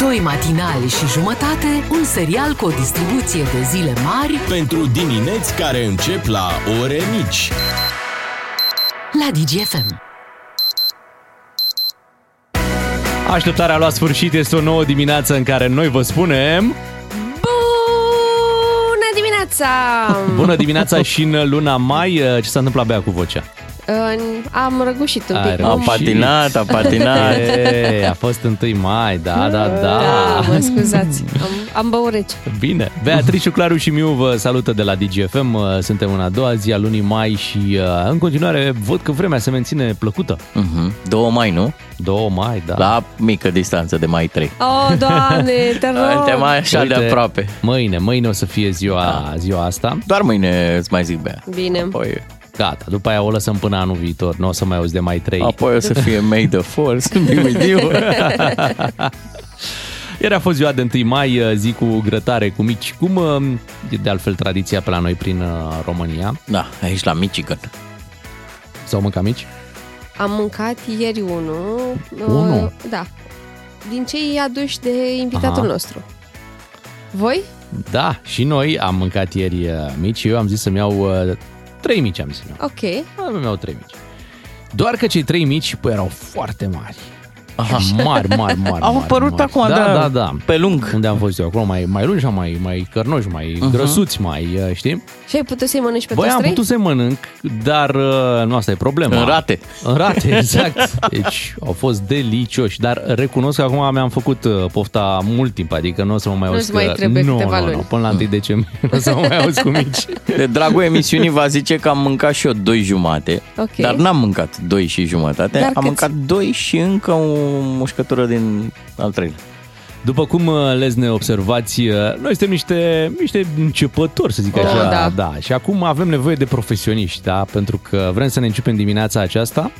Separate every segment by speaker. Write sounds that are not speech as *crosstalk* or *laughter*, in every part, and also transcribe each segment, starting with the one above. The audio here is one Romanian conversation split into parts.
Speaker 1: Doi matinali și jumătate, un serial cu o distribuție de zile mari
Speaker 2: Pentru dimineți care încep la ore mici.
Speaker 1: la DGFM.
Speaker 3: Așteptarea a luat sfârșit, este o nouă dimineață în care noi vă spunem
Speaker 4: Bună dimineața!
Speaker 3: Bună dimineața și în luna mai uh, Ce s-a întâmplat Bea cu vocea?
Speaker 4: Uh, Am răgușit un
Speaker 3: Ai
Speaker 4: pic.
Speaker 3: răgușit.
Speaker 4: nu?
Speaker 3: Am
Speaker 5: Am patinat,
Speaker 3: *laughs*
Speaker 5: am patinat.
Speaker 3: Ei, a fost 1 mai, da, da,
Speaker 4: Da,
Speaker 3: da
Speaker 4: mă scuzați. Am, am băut rece.
Speaker 3: Bine, Beatrice, Claru și Miu vă salută de la DGFM uh, Suntem în a doua zi a lunii mai și uh, în continuare văd că vremea se menține plăcută
Speaker 5: Mhm. Două mai, nu?
Speaker 3: 2 mai, da
Speaker 5: La mică distanță de mai trei.
Speaker 4: Oh, doamne, te rog!
Speaker 5: Uite, mai așa de
Speaker 3: Uite,
Speaker 5: aproape. Da.
Speaker 3: Mâine, mâine o să fie ziua, ziua asta
Speaker 5: Doar mâine îți mai zic bea.
Speaker 4: Bine.
Speaker 5: Apoi,
Speaker 3: Gata, după aia o lăsăm până anul viitor Nu o să mai auzi de mai 3
Speaker 5: apoi o să fie made the force. Big with you.
Speaker 3: *laughs* Ieri a fost ziua de 1 mai, ă, zi cu grătare, cu mici. Cum uh, e de altfel tradiția pe la noi prin uh, România?
Speaker 5: Da, aici la Michigan.
Speaker 3: Sau mânca mici?
Speaker 4: Am mâncat ieri unul. uh,
Speaker 3: Unul?
Speaker 4: Da. Din cei aduși de invitatul
Speaker 3: Aha.
Speaker 4: nostru. Voi?
Speaker 3: Da, și noi am mâncat ieri uh, mici. Eu am zis să-mi iau uh, trei mici, am zis să-mi
Speaker 4: Ok.
Speaker 3: iau. Am iau trei mici. Doar că cei trei mici păi, erau foarte mari. Aha. Mari,
Speaker 5: *laughs*
Speaker 3: mari, mari.
Speaker 5: Au
Speaker 3: mari,
Speaker 5: apărut
Speaker 3: mari.
Speaker 5: acum,
Speaker 3: da,
Speaker 5: da,
Speaker 3: da, da.
Speaker 5: pe lung. Mhm.
Speaker 3: Unde am fost eu acolo, mai, mai lungi, mai, mai cărnoși, mai uh-huh. grăsuți, mai, uh, știi?
Speaker 4: Și ai putut să-i mănânci pe
Speaker 3: Băi,
Speaker 4: toți
Speaker 3: am
Speaker 4: trei?
Speaker 3: putut să-i mănânc, dar uh, nu asta e problema.
Speaker 5: În rate.
Speaker 3: În rate, *laughs* exact. Deci au fost delicioși, dar recunosc că acum mi-am făcut uh, pofta mult timp, adică nu o să mă mai
Speaker 4: Nu-ți
Speaker 3: auzi
Speaker 4: mai
Speaker 3: că...
Speaker 4: trebuie
Speaker 3: nu,
Speaker 4: câteva
Speaker 3: nu, nu,
Speaker 4: luni.
Speaker 3: până la 1 decembrie nu o să mă mai auzi cu mici.
Speaker 5: De dragul emisiunii va zice că am mâncat și eu doi jumate,
Speaker 4: Ok.
Speaker 5: dar n-am mâncat doi și jumătate,
Speaker 4: Dar
Speaker 5: am
Speaker 4: câți?
Speaker 5: mâncat doi și încă o mușcătură din al treilea.
Speaker 3: După cum uh, les ne observați, uh, noi suntem niște, niște începători, să zic
Speaker 4: Oh,
Speaker 3: așa.
Speaker 4: da.
Speaker 3: da. Și acum avem nevoie de profesioniști, da? Pentru că vrem să ne începem dimineața aceasta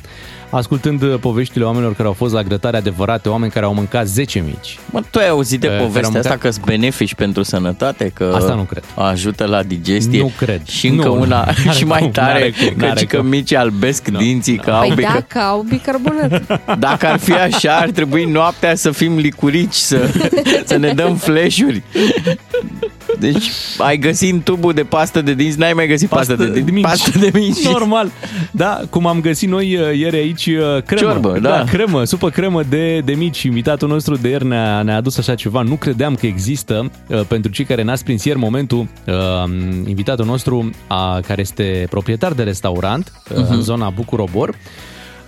Speaker 3: ascultând uh, poveștile oamenilor care au fost la grătare adevărate, oameni care au mâncat 10 mici.
Speaker 5: Mă, tu ai auzit de
Speaker 3: Că- care am
Speaker 5: povestea asta
Speaker 3: mâncat-
Speaker 5: că sunt benefici pentru sănătate? Că
Speaker 3: Eh, Asta nu cred.
Speaker 5: Ajută la digestie?
Speaker 3: Nu cred.
Speaker 5: Și încă
Speaker 3: Nu, nu,
Speaker 5: una,
Speaker 3: *laughs* n-are
Speaker 5: și mai
Speaker 3: cum, n-are
Speaker 5: tare,
Speaker 3: cum, n-are
Speaker 5: căci că
Speaker 3: cum.
Speaker 5: mici albesc dinții, că au
Speaker 4: Păi
Speaker 5: bică...
Speaker 4: da, că au bicarbonat.
Speaker 5: Dacă ar fi așa, ar trebui noaptea să fim licurici, să, să ne dăm flash-uri. Deci ai găsit în tubul de pastă de dinți, n-ai mai găsit pastă, pastă de, dinți, pastă de minci.
Speaker 3: *laughs* Normal. Da, cum am găsit noi uh, ieri aici uh, cremă.
Speaker 5: Ciorbă, da.
Speaker 3: da. cremă, supă cremă de, de mici. Invitatul nostru de ieri ne-a, ne-a adus așa ceva. Nu credeam că există. Uh, Pentru cei care n-ați prins ieri momentul, uh, invitatul nostru, a, care este proprietar de restaurant uh,
Speaker 5: Mhm.
Speaker 3: în zona Bucurobor,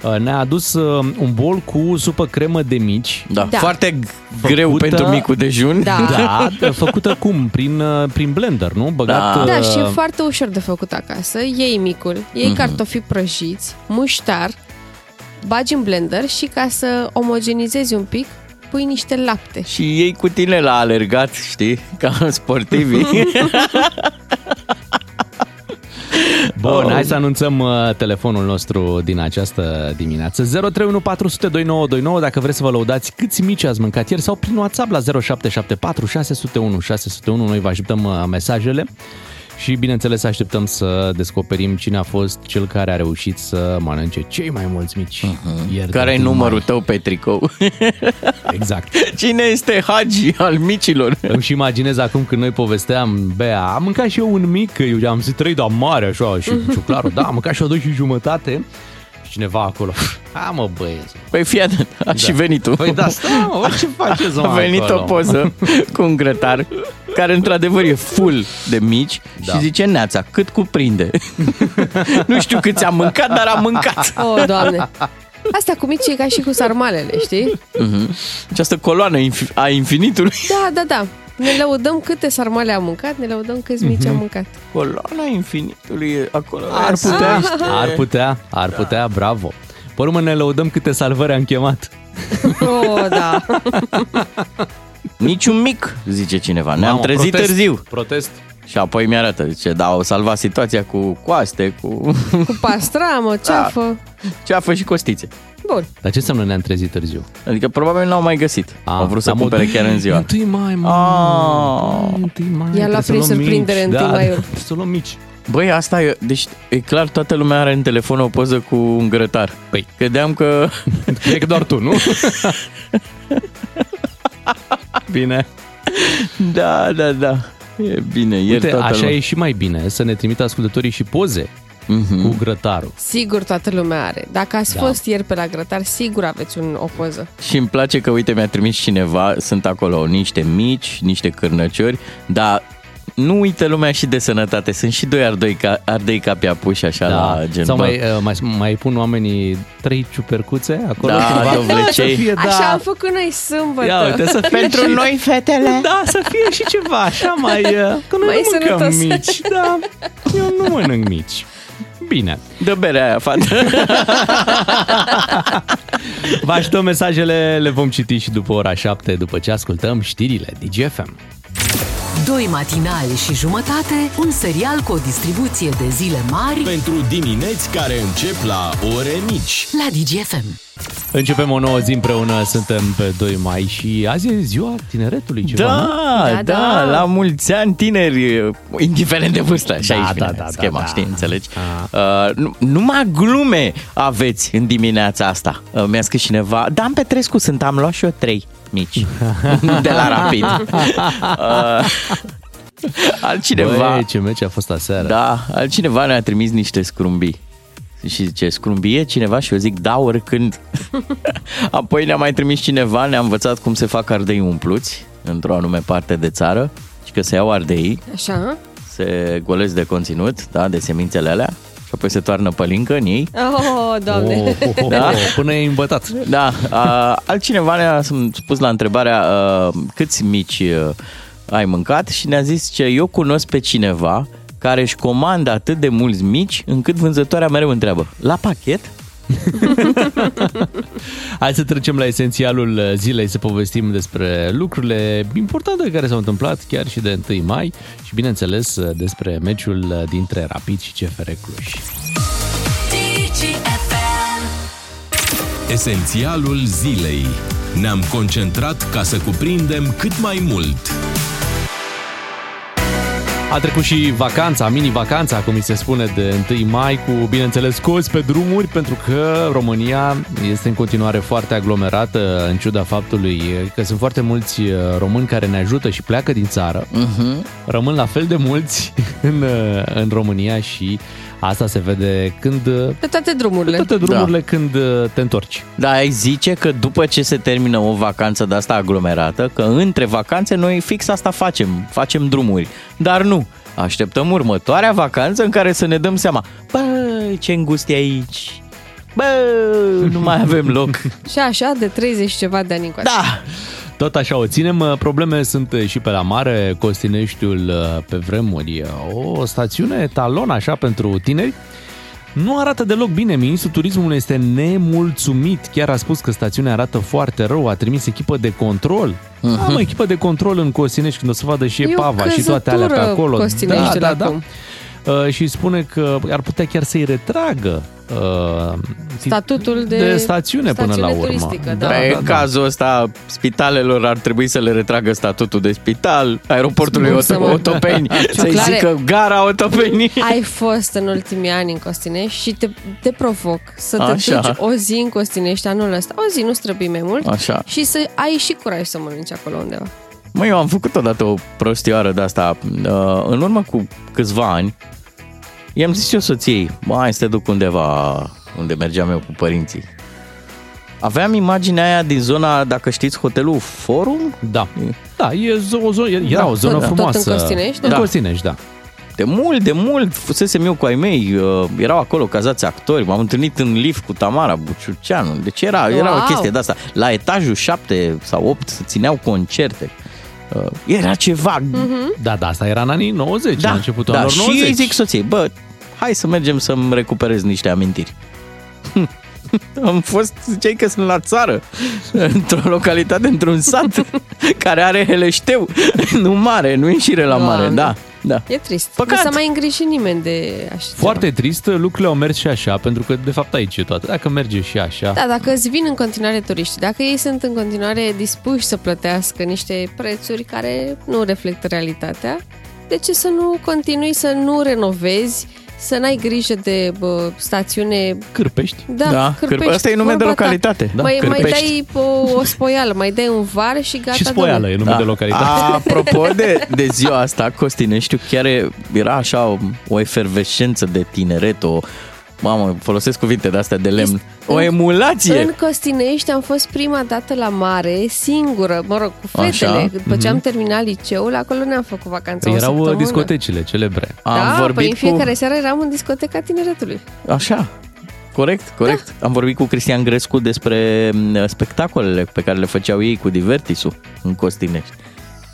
Speaker 3: uh, ne-a adus uh, un bol cu supă cremă de mici.
Speaker 5: Da,
Speaker 4: Da.
Speaker 5: da. foarte g- greu
Speaker 3: Făcută-
Speaker 5: pentru micul dejun.
Speaker 4: Da.
Speaker 3: Da, făcută cum? Prin, uh, prin blender, nu? Băgat,
Speaker 5: Da.
Speaker 3: uh,
Speaker 4: da, și e foarte ușor de făcut acasă. Iei micul, iei cartofi prăjiți, muștar, bagi în blender și ca să omogenizezi un pic, pui niște lapte.
Speaker 5: Și ei cu tine la alergat, știi, ca
Speaker 3: *laughs*
Speaker 5: sportivii.
Speaker 3: Bun,
Speaker 5: Oh.
Speaker 3: hai să anunțăm uh, telefonul nostru din această dimineață. 031402929 dacă vreți să vă lăudați câți mici ați mâncat ieri sau prin WhatsApp la 0774 601 601. Noi vă așteptăm uh, mesajele și bineînțeles așteptăm să descoperim cine a fost cel care a reușit să mănânce cei mai mulți mici. ieri
Speaker 5: Care e
Speaker 3: din
Speaker 5: Mhm. numărul tău pe tricou?
Speaker 3: mai. Exact.
Speaker 5: Cine este Hagi al micilor?
Speaker 3: Îmi și imaginez acum când noi povesteam, Bea, am mâncat și eu un mic, eu am zis trei, dar mare așa, și cu ciuclarul, da, am mâncat și eu doi și jumătate. Și cineva acolo, a mă băieți,
Speaker 5: Păi fii atent, a și venit tu.
Speaker 3: Păi da, stai,
Speaker 5: *laughs*
Speaker 3: mă, ce faceți, mă,
Speaker 5: A venit
Speaker 3: acolo?
Speaker 5: o poză cu un grătar care într-adevăr e full de mici
Speaker 3: Da.
Speaker 5: da. și zice Neața, cât cuprinde. *laughs* nu știu cât am mâncat, dar am mâncat.
Speaker 4: O, oh, doamne! Asta cu mici e ca și cu sarmalele, știi?
Speaker 5: Mhm. Această coloană inf- a infinitului.
Speaker 4: Da, da, da. Ne lăudăm câte sarmale am mâncat, ne lăudăm câți mici am mâncat.
Speaker 5: Coloana infinitului e acolo.
Speaker 3: Ar putea,
Speaker 5: Asta e.
Speaker 3: ar putea,
Speaker 5: Da.
Speaker 3: ar putea, bravo. Pe urmă ne lăudăm câte salvări am chemat.
Speaker 4: Oh, da.
Speaker 5: Niciun mic, zice cineva. Ne-am
Speaker 3: Mamă,
Speaker 5: trezit
Speaker 3: protest,
Speaker 5: târziu.
Speaker 3: Protest.
Speaker 5: Și apoi mi-arată, zice, da, o salva situația cu coaste, cu *laughs*
Speaker 4: Cu pastramă, ceafă.
Speaker 5: ceafă și costițe.
Speaker 4: Bun.
Speaker 3: Dar ce înseamnă ne-am trezit târziu?
Speaker 5: Adică probabil n-au mai găsit.
Speaker 3: A,
Speaker 5: Au vrut să
Speaker 3: dar mă-
Speaker 5: cumpere chiar în ziua.
Speaker 3: Întâi mai, mă.
Speaker 5: Ah.
Speaker 3: Întâi mai.
Speaker 4: I-a luat
Speaker 3: trebuie să
Speaker 4: prin
Speaker 3: luăm
Speaker 4: surprindere
Speaker 3: mici.
Speaker 4: întâi
Speaker 3: da,
Speaker 4: maiul.
Speaker 3: trebuie Să luăm mici.
Speaker 5: Băi, asta e, deci e clar, toată lumea are în telefon o poză cu un grătar.
Speaker 3: *laughs* Păi.
Speaker 5: *laughs* Credeam că
Speaker 3: Cred că doar tu, nu? Bine.
Speaker 5: Da, da, da. E bine,
Speaker 3: Uite,
Speaker 5: iertă
Speaker 3: așa e și mai bine, să ne trimită ascultătorii și poze mm-hmm. cu grătarul.
Speaker 4: Sigur toată lumea are. Dacă ați da. fost ieri pe la grătar, sigur aveți un, o poză.
Speaker 5: Și îmi place că, uite, mi-a trimis cineva, sunt acolo niște mici, niște cârnăciori, dar nu uită lumea și de sănătate. Sunt și doi ardei, ca, ardei ca pe apuși, așa, da. la gen.
Speaker 3: Sau
Speaker 5: bă,
Speaker 3: mai, uh, mai, mai pun oamenii trei ciupercuțe acolo
Speaker 5: Da,
Speaker 3: cumva.
Speaker 5: de
Speaker 3: să
Speaker 5: obicei.
Speaker 3: fie, da.
Speaker 4: Așa da. am făcut noi sâmbătă.
Speaker 3: Ia uite,
Speaker 4: *laughs*
Speaker 3: să fie
Speaker 5: Pentru
Speaker 3: și...
Speaker 5: noi, fetele.
Speaker 3: Da, să fie și *laughs* ceva, așa
Speaker 4: *laughs*
Speaker 3: mai... uh, Că noi
Speaker 4: Mai
Speaker 3: nu mâncăm
Speaker 4: sănătos.
Speaker 3: mici, da. Eu nu mănânc mici. Bine.
Speaker 5: Dă berea aia, fată.
Speaker 3: *laughs* Vă așteptăm mesajele, le vom citi și după ora 7, după ce ascultăm știrile DGFM.
Speaker 1: Doi matinali și jumătate, un serial cu o distribuție de zile mari
Speaker 2: Pentru dimineți care încep la ore mici.
Speaker 1: la DGFM.
Speaker 3: Începem o nouă zi împreună, suntem pe 2 mai și azi e ziua tineretului ceva, nu?
Speaker 5: Da, da,
Speaker 4: Da,
Speaker 5: da,
Speaker 4: da.
Speaker 5: la mulți ani tineri, indiferent de vârstă, așa da,
Speaker 3: Da, da,
Speaker 5: da,
Speaker 3: da, da,
Speaker 5: schema,
Speaker 3: da. Ah.
Speaker 5: știi, înțelegi? Uh, nu- numai glume aveți în dimineața asta. Uh, mi-a scris cineva, Dan Petrescu, sunt, am luat și eu trei
Speaker 3: *laughs*
Speaker 5: mici de la Rapid. Uh, altcineva,
Speaker 3: Băi, ce meci a fost aseară.
Speaker 5: da, altcineva ne-a trimis niște scrumbii. Și zice, scrumbie cineva? Și eu zic, da, oricând. *laughs* Apoi ne-a mai trimis cineva, ne-a învățat cum se fac ardei umpluți într-o anume parte de țară și că se iau ardei,
Speaker 4: Așa?
Speaker 5: se golesc de conținut, da, de semințele alea și apoi se toarnă pălincă în ei.
Speaker 4: Oh, doamne.
Speaker 3: Oh, oh,
Speaker 5: *laughs*
Speaker 3: oh,
Speaker 5: Da?
Speaker 3: da? Până e îmbătat.
Speaker 5: Da, a, altcineva ne-a spus la întrebarea a, câți mici a, ai mâncat și ne-a zis că eu cunosc pe cineva care își comandă atât de mulți mici încât vânzătoarea mereu întreabă, la pachet?
Speaker 3: Hai să trecem la esențialul uh, zilei, să povestim despre lucrurile importante care s-au întâmplat chiar și de 1 mai și, bineînțeles, uh, despre meciul uh, dintre Rapid și CFR Cluj.
Speaker 2: Esențialul zilei. Ne-am concentrat ca să cuprindem cât mai mult.
Speaker 3: A trecut și vacanța, mini-vacanța, cum îi se spune, de 1 mai, cu, bineînțeles, scoți pe drumuri, pentru că România este în continuare foarte aglomerată, în ciuda faptului că sunt foarte mulți uh, români care ne ajută și pleacă din țară.
Speaker 5: Mhm.
Speaker 3: Uh-huh. Rămân la fel de mulți *laughs* în, uh, în România și asta se vede când... uh,
Speaker 4: Pe toate drumurile.
Speaker 3: Toate drumurile da. când uh, te întorci.
Speaker 5: Da, ai zice că după ce se termină o vacanță de asta aglomerată, că între vacanțe noi fix asta facem, facem drumuri. Dar nu, așteptăm următoarea vacanță în care să ne dăm seama, bă, ce îngust e aici, bă, nu mai avem
Speaker 4: *laughs*
Speaker 5: loc.
Speaker 4: Da. Și așa de 30 și ceva de ani încoace.
Speaker 5: Da,
Speaker 3: Tot așa o ținem. Uh, Probleme sunt și pe la mare. Costineștiul pe vremuri e o stațiune talon așa pentru tineri. Nu arată deloc bine, ministrul turismului este nemulțumit. Chiar a spus că stațiunea arată foarte rău, a trimis echipă de control. Am echipă de control în Costinești când o să vadă și
Speaker 4: Mhm. E o
Speaker 3: Epava și toate alea pe
Speaker 4: căzătură
Speaker 3: acolo. Da,
Speaker 4: Costineștiul acum.
Speaker 3: Uh, și spune că ar putea chiar să-i retragă uh,
Speaker 4: Statutul de
Speaker 3: de stațiune până la
Speaker 4: stațiune
Speaker 3: urmă.
Speaker 4: turistică, da.
Speaker 5: da, pe da, cazul ăsta, spitalelor ar trebui să le retragă statutul de spital, aeroportului
Speaker 4: Bun să
Speaker 5: Ot-
Speaker 4: mă-
Speaker 5: Otopeni,
Speaker 4: *laughs*
Speaker 5: să-i
Speaker 4: Ciuclare.
Speaker 5: zică gara Otopeni.
Speaker 4: Ai fost în ultimii ani în Costinești și te, te provoc să te
Speaker 5: Așa.
Speaker 4: Așa. duci o zi în Costinești anul ăsta. O zi, nu străbi mai mult.
Speaker 5: Așa.
Speaker 4: Și să ai și curaj să mănânci acolo undeva.
Speaker 5: Măi, eu am făcut odată o prostioară de asta. Uh, În urmă cu câțiva ani, i-am zis eu soției, mai să te duc undeva unde mergeam eu cu părinții. Aveam imaginea aia din zona, dacă știți, hotelul Forum?
Speaker 3: Da. Da, e zo- o zonă, era
Speaker 5: Da,
Speaker 3: o zonă
Speaker 4: tot- tot în
Speaker 3: frumoasă.
Speaker 4: Costinești, da?
Speaker 3: În
Speaker 5: Da.
Speaker 3: Costinești, da.
Speaker 5: De mult, de mult, fusesem eu cu ai mei, uh, erau acolo cazați actori, m-am întâlnit în lift cu Tamara Buciuceanu, deci era, era o
Speaker 4: Wow!
Speaker 5: chestie de asta. La etajul 7 sau 8 se țineau concerte. Uh, Era ceva
Speaker 3: Da, da, asta era în anii 90, la începutul
Speaker 5: da,
Speaker 3: anilor
Speaker 5: și
Speaker 3: 90.
Speaker 5: îi zic soției, bă, hai să mergem să-mi recuperez niște amintiri. *laughs* Am fost, ziceai că sunt la țară, *laughs* într-o localitate, într-un sat, *laughs* care are heleșteu, *laughs* nu mare, nu ieșire la mare,
Speaker 4: Doamne.
Speaker 5: da, da.
Speaker 4: E trist.
Speaker 5: Păcat.
Speaker 4: Nu s-a mai îngrijit nimeni de așa. ceva.
Speaker 3: Foarte trist, lucrurile au mers și așa, pentru că de fapt aici e toată. Dacă merge și așa,
Speaker 4: Da, dacă îți vin în continuare turiști, dacă ei sunt în continuare dispuși să plătească niște prețuri care nu reflectă realitatea, de ce să nu continui să nu renovezi, să n-ai grijă de bă, stațiune
Speaker 3: Cârpești.
Speaker 4: da,
Speaker 5: Da, Cârpești. Asta e nume de
Speaker 4: vorba ta.
Speaker 5: localitate. Da,
Speaker 4: mai, mai
Speaker 5: Cârpești.
Speaker 4: dai o, o spoială, mai dai un var și gata.
Speaker 3: și spoială
Speaker 4: domnule.
Speaker 3: e numele de localitate.
Speaker 5: Da. *laughs* Apropo de, de ziua asta, Costine, știu, chiar e- era așa o, o efervescență de tineret, o... Mamă, folosesc cuvinte de-astea de lemn. O emulație!
Speaker 4: În Costinești am fost prima dată la mare, singură, mă rog, cu
Speaker 5: Așa. Mhm. Păi
Speaker 4: fetele. După ce am terminat liceul, acolo ne-am făcut vacanța o
Speaker 3: Erau uh,
Speaker 4: săptămână.
Speaker 3: discotecile celebre.
Speaker 4: da,
Speaker 5: Am
Speaker 4: păi
Speaker 5: vorbit
Speaker 4: în
Speaker 5: cu...
Speaker 4: fiecare seară eram în discoteca tineretului.
Speaker 5: Așa, corect, corect.
Speaker 4: Da.
Speaker 5: Am vorbit cu Cristian Grescu despre m, spectacolele pe care le făceau ei cu Divertisul în Costinești.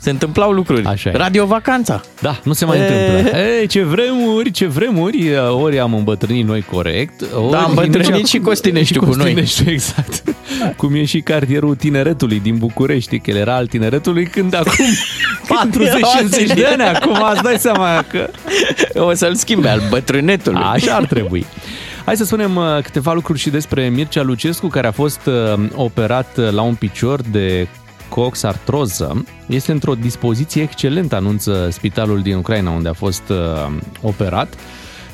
Speaker 5: Se întâmplau lucruri.
Speaker 3: Așa e.
Speaker 5: Radio Vacanța.
Speaker 3: Da, nu se mai
Speaker 5: E.
Speaker 3: întâmplă. Ei, ce vremuri, ce vremuri, uh, ori am îmbătrânit noi corect, ori
Speaker 5: Da, am îmbătrânit
Speaker 3: nici-
Speaker 5: și Costineștiul cu noi.
Speaker 3: Costinești, exact. Cum e și cartierul tineretului din București, știi că el era al tineretului când
Speaker 5: *laughs*
Speaker 3: acum 40-50 de ani, acum îți dai seama că...
Speaker 5: *laughs* O să-l schimbe al bătrânetului.
Speaker 3: Așa ar trebui. Hai să spunem uh, câteva lucruri și despre Mircea Lucescu, care a fost uh, operat uh, la un picior de coxartroză. Este într-o dispoziție excelentă, anunță spitalul din Ucraina, unde a fost uh, operat.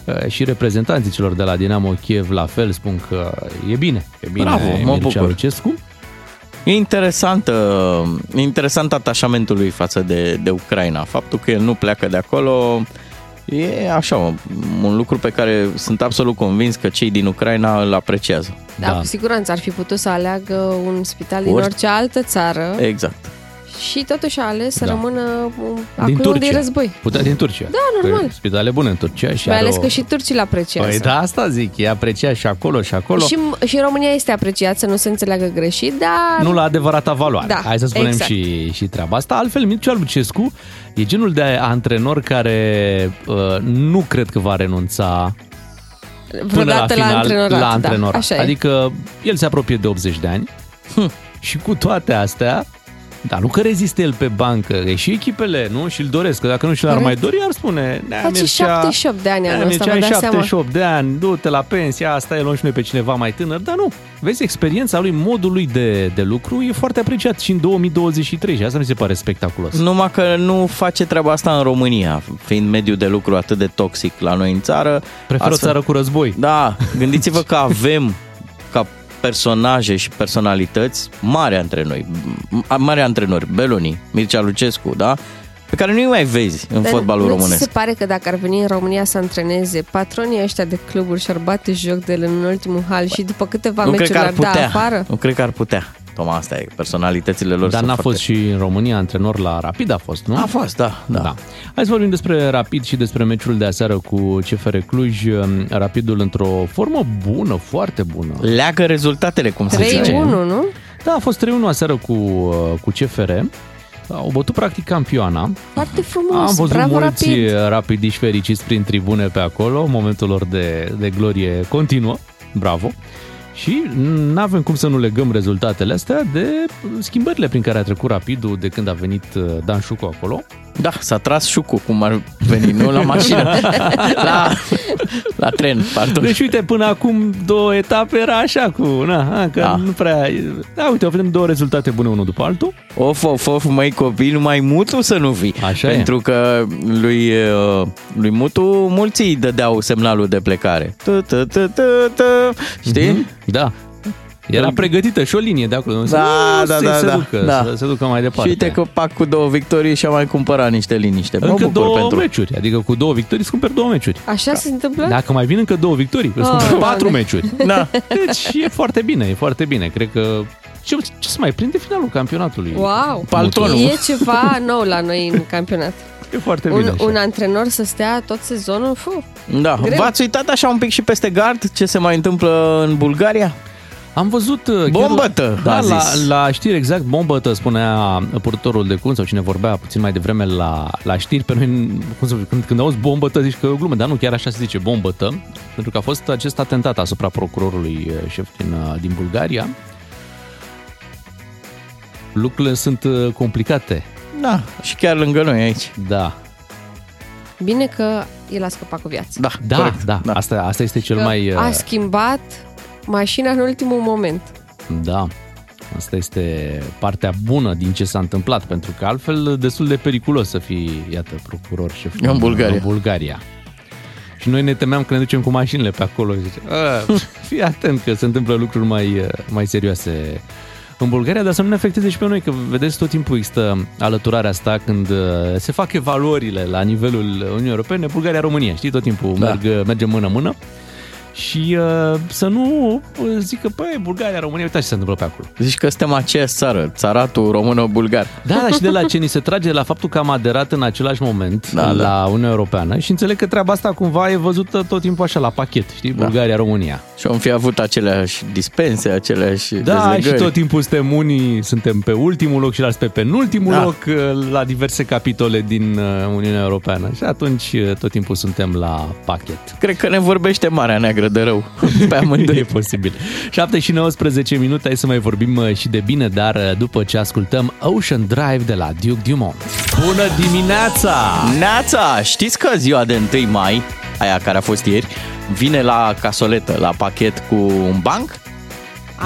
Speaker 3: Uh, Și reprezentanții celor de la Dinamo Kiev la fel spun că e bine, e bine
Speaker 5: Bravo, mă
Speaker 3: Mircea
Speaker 5: bucur.
Speaker 3: Lucescu.
Speaker 5: E interesantă, interesant atașamentul lui față de, de Ucraina. Faptul că el nu pleacă de acolo e așa, un lucru pe care sunt absolut convins că cei din Ucraina îl apreciază.
Speaker 4: Da,
Speaker 3: Da.
Speaker 4: cu siguranță ar fi putut să aleagă un spital din
Speaker 5: Ori-
Speaker 4: orice altă țară
Speaker 5: Exact.
Speaker 4: și totuși a ales să
Speaker 3: Da.
Speaker 4: rămână um,
Speaker 3: Din
Speaker 4: acolo unde e
Speaker 3: Turcia.
Speaker 4: război.
Speaker 3: Putea din Turcia.
Speaker 4: Da, normal.
Speaker 3: Că Spitale bune în Turcia. Și
Speaker 4: Mai
Speaker 3: are
Speaker 4: ales
Speaker 3: o-
Speaker 4: că și turcii l-apreciază.
Speaker 3: Păi da, asta zic, e apreciat și acolo și acolo.
Speaker 4: Și, și în România este apreciat, să nu se înțeleagă greșit, dar...
Speaker 3: nu la adevărata valoare.
Speaker 4: Da,
Speaker 3: Hai să spunem
Speaker 4: exact.
Speaker 3: și, și treaba asta. Altfel, Mircea Lucescu e genul de antrenor care uh, nu cred că va renunța până la,
Speaker 4: vreodată
Speaker 3: final
Speaker 4: la antrenorat.
Speaker 3: la
Speaker 4: Da,
Speaker 3: antrenorat.
Speaker 4: așa e. Hm.
Speaker 3: adică el se apropie de 80 de ani și cu toate astea, dar nu că reziste el pe bancă, e și echipele, nu? Și-l doresc, că dacă nu și-l ar
Speaker 4: Corect.
Speaker 3: mai dori, ar spune... "Nea,
Speaker 4: Face
Speaker 3: Mircea,
Speaker 4: 78 de ani
Speaker 3: da,
Speaker 4: anul ăsta,
Speaker 3: deci
Speaker 4: vă
Speaker 3: ai
Speaker 4: dați seama.
Speaker 3: 78 de ani, du-te la pensia asta, e luăm și noi pe cineva mai tânăr, dar nu. Vezi, experiența lui, modul lui de, de lucru e foarte apreciat și în 2023 și asta mi se pare spectaculos.
Speaker 5: Numai că nu face treaba asta în România, fiind mediul de lucru atât de toxic la noi în țară.
Speaker 3: Prefer o țară cu război.
Speaker 5: Da, gândiți-vă că avem ca personaje și personalități mari între noi, m- mari antrenori, Beloni, Mircea Lucescu, da? Pe care nu-i mai vezi în
Speaker 4: Dar
Speaker 5: fotbalul
Speaker 4: nu ți
Speaker 5: românesc.
Speaker 4: se pare că dacă ar veni în România să antreneze patronii ăștia de cluburi și-ar bate joc de el în ultimul hal și după câteva
Speaker 5: nu cred
Speaker 4: meciuri
Speaker 5: că ar
Speaker 4: ar da
Speaker 5: putea.
Speaker 4: afară?
Speaker 5: nu cred că ar putea. Toma, asta e, personalitățile lor
Speaker 3: Dar
Speaker 5: sunt
Speaker 3: n-a
Speaker 5: foarte...
Speaker 3: fost și în România antrenor la Rapid, a fost, nu?
Speaker 5: A fost, da, da. da.
Speaker 3: Hai să vorbim despre Rapid și despre meciul de aseară cu CFR Cluj. Um, Rapidul într-o formă bună, foarte bună.
Speaker 5: Leagă rezultatele, cum se
Speaker 4: 3-1,
Speaker 5: zice.
Speaker 4: nu?
Speaker 3: Da, a fost 3-1 aseară cu, uh, cu CFR. Au bătut practic campioana,
Speaker 4: Foarte frumos,
Speaker 3: Am văzut
Speaker 4: bravo
Speaker 3: mulți
Speaker 4: rapid.
Speaker 3: rapidiști fericiți prin tribune pe acolo, momentul lor de, de glorie continuă, bravo. Și nu avem cum să nu legăm rezultatele astea de schimbările prin care a trecut rapidul de când a venit uh, Dan Șucu acolo.
Speaker 5: Da, s-a tras șucul, cum ar veni, nu la
Speaker 3: *laughs*
Speaker 5: mașină, la, la tren, pardon.
Speaker 3: Deci uite, până acum două etape era așa cu, na, ha, că
Speaker 5: Da.
Speaker 3: nu prea... Da, uite, avem două rezultate bune unul după altul.
Speaker 5: Of, of, of, măi copii, numai Mutu să nu vii.
Speaker 3: Așa e.
Speaker 5: Pentru că lui, uh, lui Mutu mulți îi dădeau semnalul de plecare. Tu, tu, tu, tu, tu. Știi? Mm-hmm.
Speaker 3: Da. Era pregătită și o linie de acolo.
Speaker 5: Da,
Speaker 3: Nu,
Speaker 5: da,
Speaker 3: să-i
Speaker 5: da,
Speaker 3: se
Speaker 5: da,
Speaker 3: ducă,
Speaker 5: da.
Speaker 3: Să se ducă mai
Speaker 5: Și
Speaker 3: departe.
Speaker 5: uite că pac cu două victorii și-a mai cumpărat niște liniște. Mă
Speaker 3: încă
Speaker 5: bucur
Speaker 3: două
Speaker 5: pentru...
Speaker 3: meciuri, Da, adică cu două victorii îți cumperi două meciuri.
Speaker 4: Așa se întâmplă?
Speaker 3: Dacă mai vin încă două victorii, îți
Speaker 4: Oh,
Speaker 3: cumperi
Speaker 4: Păi? Doamne.
Speaker 3: patru meciuri.
Speaker 4: *laughs*
Speaker 5: Da.
Speaker 3: Deci e foarte bine, e foarte bine. Cred că ce, ce se mai prinde finalul campionatului?
Speaker 4: Wow!
Speaker 5: Paltonul.
Speaker 4: E ceva nou la noi în campionat.
Speaker 3: E foarte bine
Speaker 4: Un,
Speaker 3: așa.
Speaker 4: un antrenor să stea tot sezonul, fu,
Speaker 5: da.
Speaker 4: Greu.
Speaker 5: V-ați uitat așa un pic și peste gard ce se mai întâmplă în Bulgaria?
Speaker 3: Am văzut... uh, chiar
Speaker 5: Bombătă,
Speaker 3: La,
Speaker 5: a
Speaker 3: *laughs* da,
Speaker 5: zis.
Speaker 3: la, la știri exact, bombătă, spunea purtătorul de cun sau cine vorbea puțin mai devreme la, la știri. Pe noi, cum să, zic, când, când auzi bombătă, zici că e o glumă, dar nu chiar așa se zice, bombătă. Pentru că a fost acest atentat asupra procurorului uh, șef din, uh, din Bulgaria. Lucrurile sunt uh, complicate,
Speaker 5: Da. Și chiar lângă noi aici.
Speaker 3: da.
Speaker 4: bine că el a scăpat cu viața.
Speaker 5: Da,
Speaker 3: Da,
Speaker 5: corect.
Speaker 3: da,
Speaker 5: da.
Speaker 3: da. Asta, asta este cel
Speaker 4: Că
Speaker 3: mai...
Speaker 4: A
Speaker 3: uh,
Speaker 4: schimbat mașina în ultimul moment.
Speaker 3: Da, asta este partea bună din ce s-a întâmplat, pentru că uh, altfel destul de periculos să fii, iată, procuror șef
Speaker 5: În Bulgaria.
Speaker 3: În Bulgaria. Și noi ne temeam că ne ducem cu mașinile pe acolo. Și zice, "A, fii atent că se întâmplă lucruri mai, uh, mai serioase în Bulgaria, dar să nu ne afecteze și pe noi, că vedeți, tot timpul există alăturarea asta când uh, se fac evaluările la nivelul Uniunii Europene, Bulgaria-România, știi, tot timpul da.
Speaker 5: Da.
Speaker 3: merg, merge mână-mână. Și uh, să nu uh, zică, păi, Bulgaria-România, uitați ce se întâmplă pe acolo.
Speaker 5: Zici că suntem aceeași țară, țaratul română-bulgar.
Speaker 3: Da, dar și de
Speaker 5: *laughs*
Speaker 3: la ce ni se trage, de la faptul că am aderat în același moment da,
Speaker 5: Da, da.
Speaker 3: la Uniunea Europeană și înțeleg că treaba asta cumva e văzută tot timpul așa, la pachet, știi?
Speaker 5: Da.
Speaker 3: Bulgaria-România.
Speaker 5: Și am fi avut aceleași dispense, aceleași
Speaker 3: Da,
Speaker 5: dezlegări.
Speaker 3: și tot timpul suntem unii, suntem pe ultimul loc și la pe penultimul da.
Speaker 5: Da.
Speaker 3: loc uh, la diverse capitole din uh, Uniunea Europeană și atunci uh, tot timpul suntem la pachet.
Speaker 5: Cred că ne vorbește Marea Neagră de
Speaker 3: *laughs*
Speaker 5: rău pe
Speaker 3: E
Speaker 5: amândoi.
Speaker 3: posibil. 7 și 19 minute, hai să mai vorbim uh, și de bine, dar uh, după ce ascultăm Ocean Drive de la Duke Dumont. Bună dimineața!
Speaker 5: Neața, știți că ziua de 1 mai, aia care a fost ieri, vine la casoletă, la pachet cu un banc?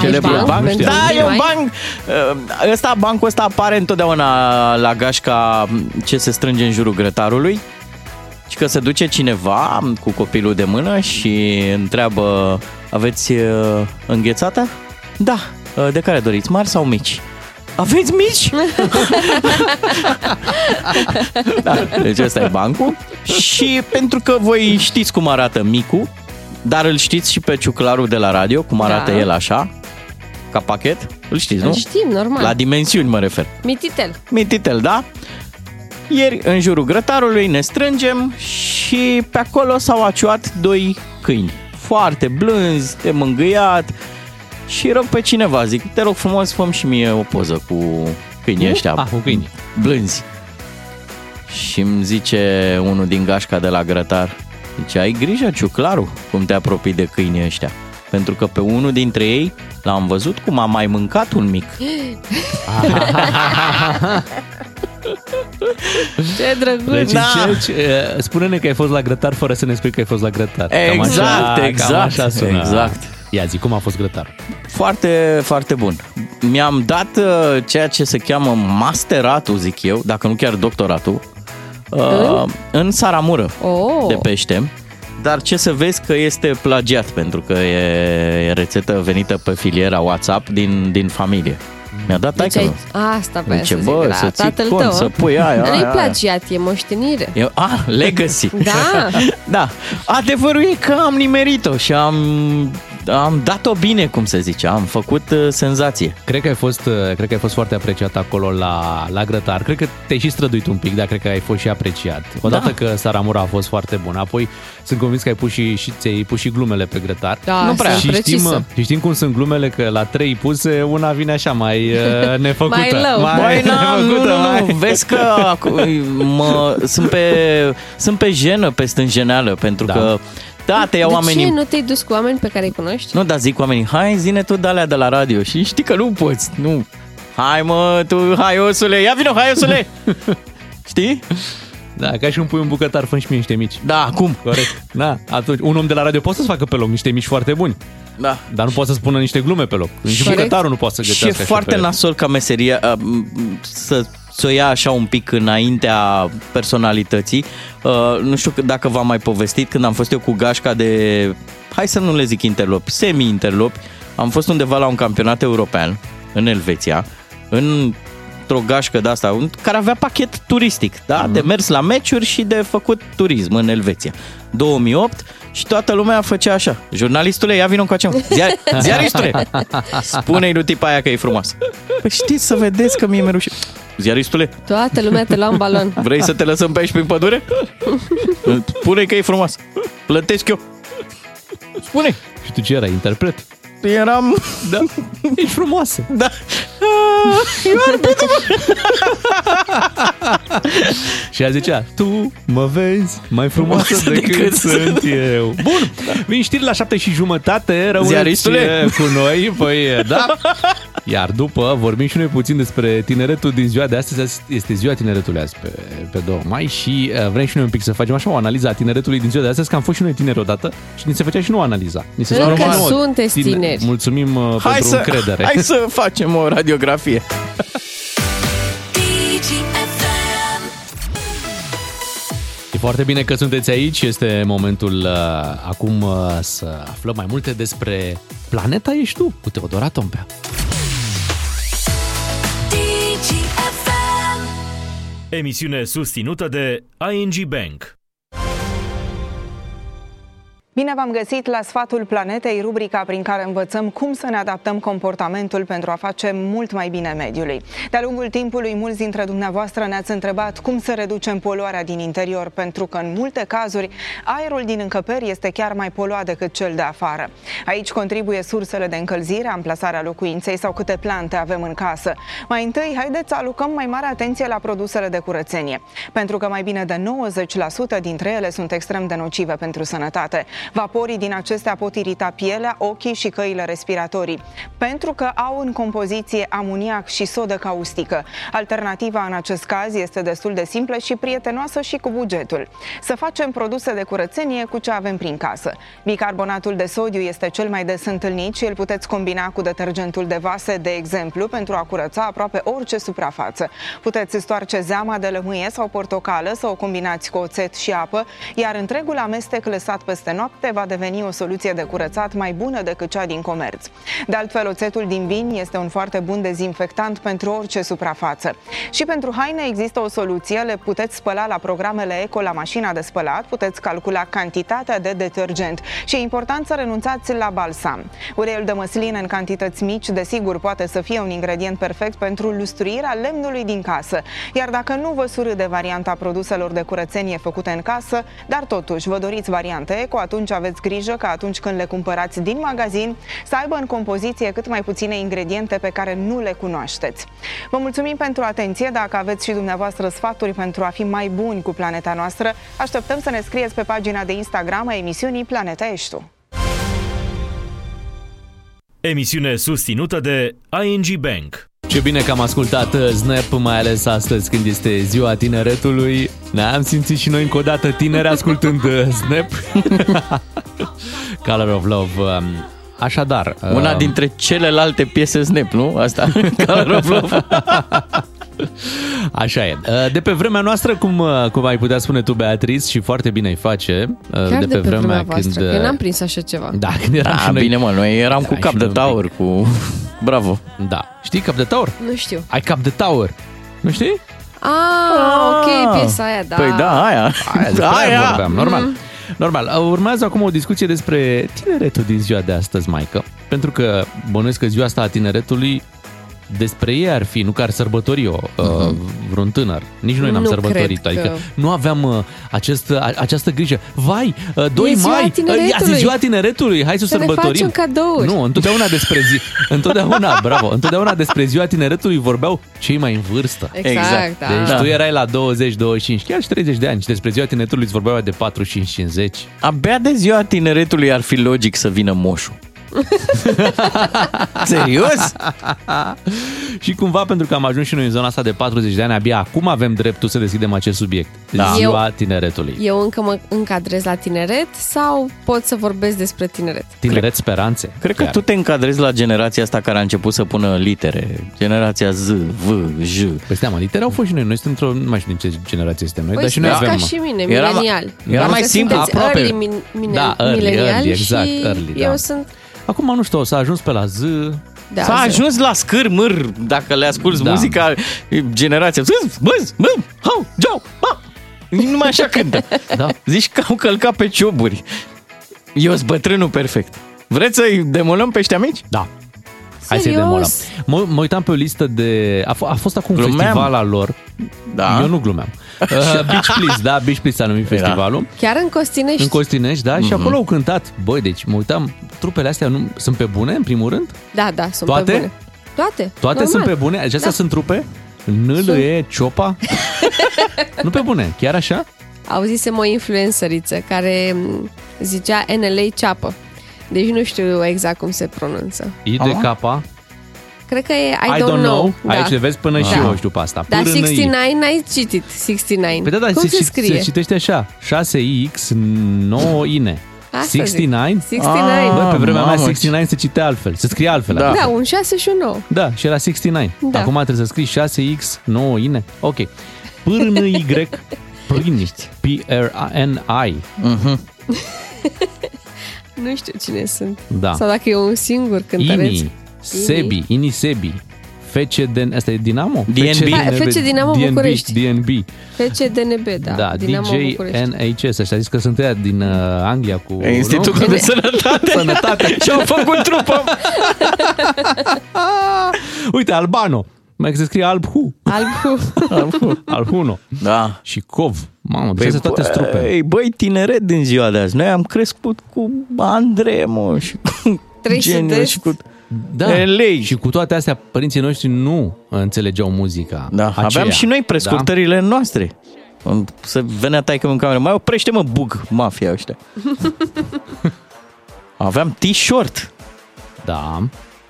Speaker 5: Celebrul
Speaker 3: banc
Speaker 5: banc?
Speaker 3: pentru
Speaker 5: Da,
Speaker 4: întâi
Speaker 5: e un
Speaker 4: mai?
Speaker 5: banc! Uh, Ăsta, bancul ăsta apare întotdeauna la gașca ce se strânge în jurul grătarului. Și că se duce cineva cu copilul de mână și întreabă Aveți uh, înghețată? Da. "Uh, De care doriți? Mari sau mici? Aveți
Speaker 3: *laughs*
Speaker 5: mici? da, deci ăsta e bancul. Și pentru că voi știți cum arată micul, dar îl știți și pe ciuclarul de la radio, cum arată
Speaker 4: Da.
Speaker 5: el așa, ca pachet, îl știți,
Speaker 4: Îl
Speaker 5: nu?
Speaker 4: știm, normal.
Speaker 5: La dimensiuni mă refer.
Speaker 4: Mititel.
Speaker 5: Mititel, da? Ieri, în jurul grătarului, ne strângem și pe acolo s-au aciuat doi câini. Foarte blânzi, de mângâiat și rog pe cineva, zic, te rog frumos, fă și mie o poză cu câinii ăștia
Speaker 3: Ah, cu câini.
Speaker 5: blânzi. Și îmi zice unul din gașca de la grătar, zice, ai grijă, ciuclaru, cum te apropii de câinii ăștia. Pentru că pe unul dintre ei l-am văzut cum a mai mâncat un
Speaker 3: *laughs*
Speaker 5: mic.
Speaker 4: *laughs* Ce drăguț.
Speaker 3: Deci,
Speaker 4: Da.
Speaker 3: da. spune-ne că ai fost la grătar fără să ne spui că ai fost la grătar. Cam
Speaker 5: Exact,
Speaker 3: așa, Cam
Speaker 5: exact,
Speaker 3: așa sună.
Speaker 5: exact.
Speaker 3: Ia zi, cum a fost grătar?
Speaker 5: Foarte, foarte bun. Mi-am dat uh, ceea ce se cheamă masteratul, zic eu, dacă nu chiar doctoratul, uh, în saramură.
Speaker 4: Oh.
Speaker 5: de pește. Dar ce să vezi că este plagiat, pentru că e, e rețetă venită pe filiera WhatsApp din, din familie. Mi-a dat
Speaker 4: Deci
Speaker 5: taică
Speaker 4: ai... Asta pe
Speaker 5: Zice, bă,
Speaker 4: da,
Speaker 5: să ții
Speaker 4: tatăl
Speaker 5: cont,
Speaker 4: tău.
Speaker 5: să pui aia,
Speaker 4: Dar
Speaker 5: aia,
Speaker 4: nu-i
Speaker 5: aia.
Speaker 4: plagiat, e moștenire.
Speaker 5: eu, A, legacy.
Speaker 4: *laughs* Da.
Speaker 5: *laughs* da. Adevărul e că am nimerit-o și am, am dat-o bine, cum se zice. Am făcut uh, senzație.
Speaker 3: Cred că ai fost, uh, cred că ai fost foarte apreciat acolo la, la grătar. Cred că te-ai și străduit un pic, dar cred că ai fost și apreciat. Odată
Speaker 5: Da.
Speaker 3: că Saramura a fost foarte bună, apoi sunt convins că ai pus și, și ți-ai pus și glumele pe grătar.
Speaker 4: Da, Nu prea. sunt
Speaker 3: Și știm,
Speaker 4: precisă.
Speaker 3: uh, și știm cum sunt glumele, că la trei puse, una vine așa,
Speaker 5: *laughs*
Speaker 3: mai uh, nefăcută.
Speaker 4: Mai low.
Speaker 5: Băi, n-am, nu,
Speaker 3: nefăcută,
Speaker 5: nu, nu,
Speaker 3: mai-
Speaker 5: vezi că acu- mă, sunt, pe, sunt pe jenă, pe stânjeneală, pentru
Speaker 3: Da.
Speaker 5: da. că, da, te iau
Speaker 4: de
Speaker 5: oamenii
Speaker 4: ce nu te-ai dus cu oameni pe care îi cunoști?
Speaker 5: Nu, dar zic oamenii, hai zine tu de alea de la radio și știi că nu poți, nu. Hai mă, tu, hai osule, ia vino, hai
Speaker 3: *laughs*
Speaker 5: osule! știi?
Speaker 3: Da, ca și cum pui un bucătar, fă și mie niște mici.
Speaker 5: Da, acum.
Speaker 3: Corect. Da, atunci un om de la radio poate să-ți facă pe loc niște mici foarte buni,
Speaker 5: Da.
Speaker 3: dar nu poate să spună niște glume pe loc. Nici
Speaker 5: Corect.
Speaker 3: bucătarul nu poate să
Speaker 5: Și
Speaker 3: gătească
Speaker 5: e
Speaker 3: așa
Speaker 5: foarte
Speaker 3: pe-
Speaker 5: nasol ca meseria a, m, să să o ia așa un pic înaintea personalității. Uh, nu știu că- dacă v-am mai povestit, când am fost eu cu gașca de, hai să nu le zic interlopi, semi-interlopi, am fost undeva la un campionat european în Elveția, în o gașcă de asta, un- care avea pachet turistic,
Speaker 3: Mhm.
Speaker 5: da? De mers la meciuri și de făcut turism în Elveția. 2008 și toată lumea făcea așa. Jurnalistule, ia vină încoace. mă. Ziar,
Speaker 3: *laughs*
Speaker 5: ziaristule, Spune-i lui tipa aia că e frumoasă. Păi știți să vedeți că mie mi-e rușine. Ziaristule,
Speaker 4: Toată lumea te lua în
Speaker 5: *laughs*
Speaker 4: balon.
Speaker 5: vrei să te lăsăm pe aici prin pădure? Spune-i că e frumoasă. Plătesc eu. Spune.
Speaker 3: Și tu ce erai, interpret?
Speaker 5: Eram... Da.
Speaker 3: Ești frumoasă.
Speaker 5: da.
Speaker 4: Ah,
Speaker 3: Și ea zicea, tu mă vezi mai frumoasă decât, decât sunt eu.
Speaker 2: *laughs*
Speaker 3: Bun, *laughs* vin știri la șapte și jumătate, rămâneți
Speaker 5: Ziaristule?
Speaker 3: eh, *laughs* cu noi, păi eh, da. Iar după vorbim și noi puțin despre tineretul din ziua de astăzi, Azi este ziua tineretului azi pe, pe 2 mai și eh, vrem și noi un pic să facem așa o analiză a tineretului din ziua de astăzi, că am fost și noi tineri odată și ni se făcea și nouă analiza. Ni se
Speaker 4: Încă
Speaker 3: spunea nouă,
Speaker 4: sunteți
Speaker 3: tine-
Speaker 4: tineri.
Speaker 3: Mulțumim eh,
Speaker 5: Hai
Speaker 3: pentru
Speaker 5: să,
Speaker 3: încredere.
Speaker 5: hai să facem o radiografie.
Speaker 3: E foarte bine că sunteți aici. Este momentul uh, acum uh, să aflăm mai multe despre Planeta Ești Tu cu Teodora Tompea.
Speaker 6: Emisiune susținută de ING Bank.
Speaker 7: Bine v-am găsit la Sfatul Planetei, rubrica prin care învățăm cum să ne adaptăm comportamentul pentru a face mult mai bine mediului. De-a lungul timpului, mulți dintre dumneavoastră ne-ați întrebat cum să reducem poluarea din interior, pentru că în multe cazuri aerul din încăperi este chiar mai poluat decât cel de afară. Aici contribuie sursele de încălzire, amplasarea locuinței sau câte plante avem în casă. Mai întâi, haideți să alucăm mai mare atenție la produsele de curățenie, pentru că mai bine de 90% dintre ele sunt extrem de nocive pentru sănătate. Vaporii din acestea pot irita pielea, ochii și căile respiratorii, pentru că au în compoziție amoniac și sodă caustică. Alternativa în acest caz este destul de simplă și prietenoasă și cu bugetul. Să facem produse de curățenie cu ce avem prin casă. Bicarbonatul de sodiu este cel mai des întâlnit și îl puteți combina cu detergentul de vase, de exemplu, pentru a curăța aproape orice suprafață. Puteți stoarce zeama de lămâie sau portocală să o combinați cu oțet și apă, iar întregul amestec lăsat peste noapte noapte va deveni o soluție de curățat mai bună decât cea din comerț. De altfel, oțetul din vin este un foarte bun dezinfectant pentru orice suprafață. Și pentru haine există o soluție, le puteți spăla la programele Eco la mașina de spălat, puteți calcula cantitatea de detergent și e important să renunțați la balsam. Uleiul de măsline în cantități mici, desigur, poate să fie un ingredient perfect pentru lustruirea lemnului din casă. Iar dacă nu vă surâde varianta produselor de curățenie făcute în casă, dar totuși vă doriți variante eco, atunci atunci aveți grijă că atunci când le cumpărați din magazin să aibă în compoziție cât mai puține ingrediente pe care nu le cunoașteți. Vă mulțumim pentru atenție. Dacă aveți și dumneavoastră sfaturi pentru a fi mai buni cu planeta noastră, așteptăm să ne scrieți pe pagina de Instagram a emisiunii Planeta Ești Tu.
Speaker 6: Emisiune susținută de ING Bank.
Speaker 3: Ce bine că am ascultat uh, Snap, mai ales astăzi când este ziua tineretului. Ne-am simțit și noi încă o dată tineri ascultând uh, Snap. *laughs* Color of Love. um, Așadar...
Speaker 5: Una
Speaker 3: um,
Speaker 5: dintre celelalte piese Snap, nu? Asta, *laughs* Color of Love.
Speaker 3: Așa e. Uh, De pe vremea noastră, cum, uh, cum ai putea spune tu, Beatriz, și foarte bine îi face, uh,
Speaker 4: Chiar de, de pe vremea, vremea voastră, când... că n-am prins așa ceva.
Speaker 3: Da, când eram
Speaker 5: uh, Da,
Speaker 3: și noi...
Speaker 5: bine mă, noi eram cu
Speaker 3: Hai
Speaker 5: cap
Speaker 3: și
Speaker 5: de
Speaker 3: noi un pic.
Speaker 5: taur, cu... Bravo.
Speaker 3: Da. Știi Cap de Taur?
Speaker 4: Nu știu.
Speaker 3: Ai Cap de Taur. Nu știi?
Speaker 4: Ah, ok, piesa aia, da.
Speaker 5: Păi da, aia.
Speaker 3: Aia, despre aia
Speaker 5: Aia. Mm.
Speaker 3: vorbeam, normal. Normal. Uh, Urmează acum o discuție despre tineretul din ziua de astăzi, maică. Pentru că bănuiesc că ziua asta a tineretului despre ei ar fi, nu că ar sărbători eu, uh,
Speaker 5: Mm-hmm.
Speaker 3: vreun tânăr. Nici noi n-am
Speaker 4: Nu
Speaker 3: sărbătorit,
Speaker 4: cred
Speaker 3: adică
Speaker 4: că-
Speaker 3: nu aveam uh, acest, a, această grijă. Vai, uh, 2
Speaker 4: E ziua
Speaker 3: mai,
Speaker 4: tineretului.
Speaker 3: uh, azi e ziua tineretului, hai să,
Speaker 4: Să ne
Speaker 3: sărbătorim.
Speaker 4: facem cadouri.
Speaker 3: Nu, întotdeauna despre zi,
Speaker 4: *laughs*
Speaker 3: întotdeauna, bravo, întotdeauna despre ziua tineretului vorbeau cei mai în vârstă.
Speaker 4: Exact,
Speaker 5: Exact.
Speaker 4: da.
Speaker 3: Deci
Speaker 5: Da.
Speaker 3: tu erai la 20, 25, chiar și 30 de ani și despre ziua tineretului îți vorbeau de 45, 50.
Speaker 5: Abia de ziua tineretului ar fi logic să vină
Speaker 3: *laughs*
Speaker 5: moșul. Serios?
Speaker 3: Și cumva pentru că am ajuns și noi în zona asta de 40 de ani, abia acum avem dreptul să deschidem acest subiect.
Speaker 5: Da.
Speaker 3: Ziua tineretului.
Speaker 4: Eu încă mă încadrez la tineret sau pot să vorbesc despre tineret?
Speaker 3: Tineret speranțe.
Speaker 5: Cred că
Speaker 3: Chiar.
Speaker 5: tu te încadrezi la generația asta care a început să pună litere. Generația Z, V, J.
Speaker 3: Păi stai mă, litere au fost și noi. Noi suntem într-o... Nu mai știu din ce generație suntem noi,
Speaker 4: Păi
Speaker 3: dar și noi
Speaker 4: sunteți
Speaker 3: avem...
Speaker 4: ca și mine,
Speaker 5: Era-
Speaker 4: milenial. Adică
Speaker 5: era mai simplu, aproape.
Speaker 4: Early, min, mine,
Speaker 3: Da, early,
Speaker 4: millennial
Speaker 3: early, exact,
Speaker 4: și
Speaker 3: early,
Speaker 4: eu
Speaker 3: da.
Speaker 4: sunt...
Speaker 3: Acum nu știu, s-a ajuns pe la Z.
Speaker 4: Da,
Speaker 5: S-a
Speaker 4: zero.
Speaker 5: ajuns la scârmâr, dacă le asculți
Speaker 3: Da.
Speaker 5: da. muzica, e generația. Zâz, băz, bă, hau, geau, ha. Numai așa *laughs* cântă.
Speaker 3: Da.
Speaker 5: Zici că au călcat pe cioburi. Eu sunt bătrânul perfect. Vreți să-i demolăm pe ăștia mici?
Speaker 3: Da. Hai să-i
Speaker 4: Serios?
Speaker 3: demolăm. Mă, mă uitam pe o listă de... A, f- a fost acum
Speaker 5: Glumeam.
Speaker 3: festival al lor.
Speaker 5: Da.
Speaker 3: Eu nu
Speaker 5: *laughs*
Speaker 3: glumeam. Uh, Beach Please, da, Beach Please s-a numit
Speaker 5: Era. Mhm.
Speaker 3: festivalul.
Speaker 4: Chiar în Costinești?
Speaker 3: În Costinești, da? Și acolo au cântat. Băi, deci mă uitam, trupele astea nu, sunt pe bune, în primul rând?
Speaker 4: Da, da, sunt
Speaker 3: Toate?
Speaker 4: pe bune. Toate?
Speaker 3: Toate
Speaker 4: normal.
Speaker 3: sunt pe bune? Acestea
Speaker 4: Da.
Speaker 3: sunt trupe? Nâlâie, ciopa?
Speaker 4: *laughs*
Speaker 3: nu pe bune, chiar așa?
Speaker 4: Auzisem o influenceriță care m, zicea NLA ceapă. Deci nu știu exact cum se pronunță. Ah.
Speaker 3: I de capa,
Speaker 4: Cred că e I,
Speaker 3: I don't know.
Speaker 4: Da.
Speaker 3: Aici le vezi până și
Speaker 4: Da.
Speaker 3: eu știu pe asta.
Speaker 4: Dar
Speaker 3: Până în I.
Speaker 4: 69 n-ai citit, 69.
Speaker 3: Păi da, da,
Speaker 4: Cum
Speaker 3: se,
Speaker 4: se,
Speaker 3: ci-
Speaker 4: scrie?
Speaker 3: se citește așa. 6X, 9INE.
Speaker 4: Asta zic.
Speaker 3: 69?
Speaker 4: 69.
Speaker 3: Bă, pe vremea mea
Speaker 5: Mamă, ce-
Speaker 3: 69 se citea altfel, se scrie altfel.
Speaker 5: Da.
Speaker 3: adică.
Speaker 4: Da, un 6 și un 9.
Speaker 3: Da, și era 69.
Speaker 4: Da. *laughs*
Speaker 3: Acum trebuie să scrii 6X, 9 ine. Ok. Pârnă Y, Prini. P-R-N-I.
Speaker 4: Mhm. Nu știu cine sunt.
Speaker 3: Da.
Speaker 4: Sau dacă e un singur cântăreț.
Speaker 3: Ini. Sebi. Ini Sebi. FCDN. Asta e Dinamo?
Speaker 5: DNB.
Speaker 4: Hai, FC Dinamo
Speaker 3: DNB,
Speaker 4: București.
Speaker 3: DNB.
Speaker 4: FCDNB, da.
Speaker 3: Da,
Speaker 4: Dinamo
Speaker 3: DJ
Speaker 4: București.
Speaker 3: NHS. Așa a zis că sunt ăia din uh, Anglia cu... nu?
Speaker 5: Institutul de Sănătate.
Speaker 3: *laughs* Sănătate.
Speaker 5: *laughs* Și-au făcut trupă.
Speaker 3: Uite, Albano. Mai că se scrie Albu.
Speaker 4: Albu.
Speaker 3: *laughs* Albuno.
Speaker 5: Da.
Speaker 3: Și Cov. Mamă, păi, sunt toate strupe.
Speaker 5: Băi, băi, tineret din ziua de azi. Noi am crescut cu Andrei, mă, și cu
Speaker 4: Trei
Speaker 5: Geniu
Speaker 4: sudest.
Speaker 5: și cu...
Speaker 3: Da.
Speaker 5: Elei.
Speaker 3: Și cu toate astea, părinții noștri nu înțelegeau muzica.
Speaker 5: Da,
Speaker 3: aceea.
Speaker 5: aveam și noi prescurtările da? noastre. Să venea taică în cameră, mai oprește-mă, bug, mafia
Speaker 3: *laughs*
Speaker 5: ăștia. aveam t-shirt.
Speaker 3: Da.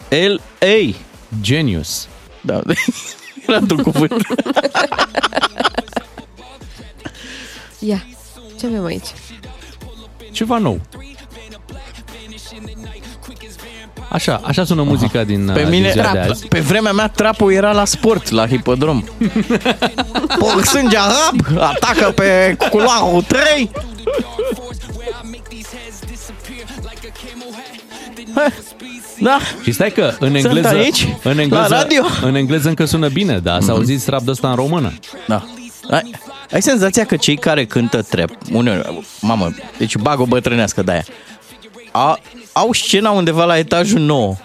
Speaker 3: da.
Speaker 5: L.A.
Speaker 3: Genius.
Speaker 5: Da, *laughs*
Speaker 3: *laughs*
Speaker 5: era într-un cuvânt.
Speaker 4: Ia, ce avem aici?
Speaker 3: Ceva nou. Așa, așa sună muzica din,
Speaker 5: Pe
Speaker 3: din
Speaker 5: mine,
Speaker 3: ziua de
Speaker 5: trap,
Speaker 3: azi.
Speaker 5: pe vremea mea, trapul era la sport, la
Speaker 3: *laughs*
Speaker 5: hipodrom. Porc sânge arab, atacă pe culoarul 3. Da,
Speaker 3: Și stai că în engleză,
Speaker 5: aici?
Speaker 3: în
Speaker 5: La
Speaker 3: engleză,
Speaker 5: radio? Mhm.
Speaker 3: în engleză încă sună bine, da, s-au zis rap de ăsta în română.
Speaker 5: Da. Ai, ai senzația că cei care cântă trap, uneori, mamă, deci bag o bătrânească de aia, a, au scena undeva la etajul 9.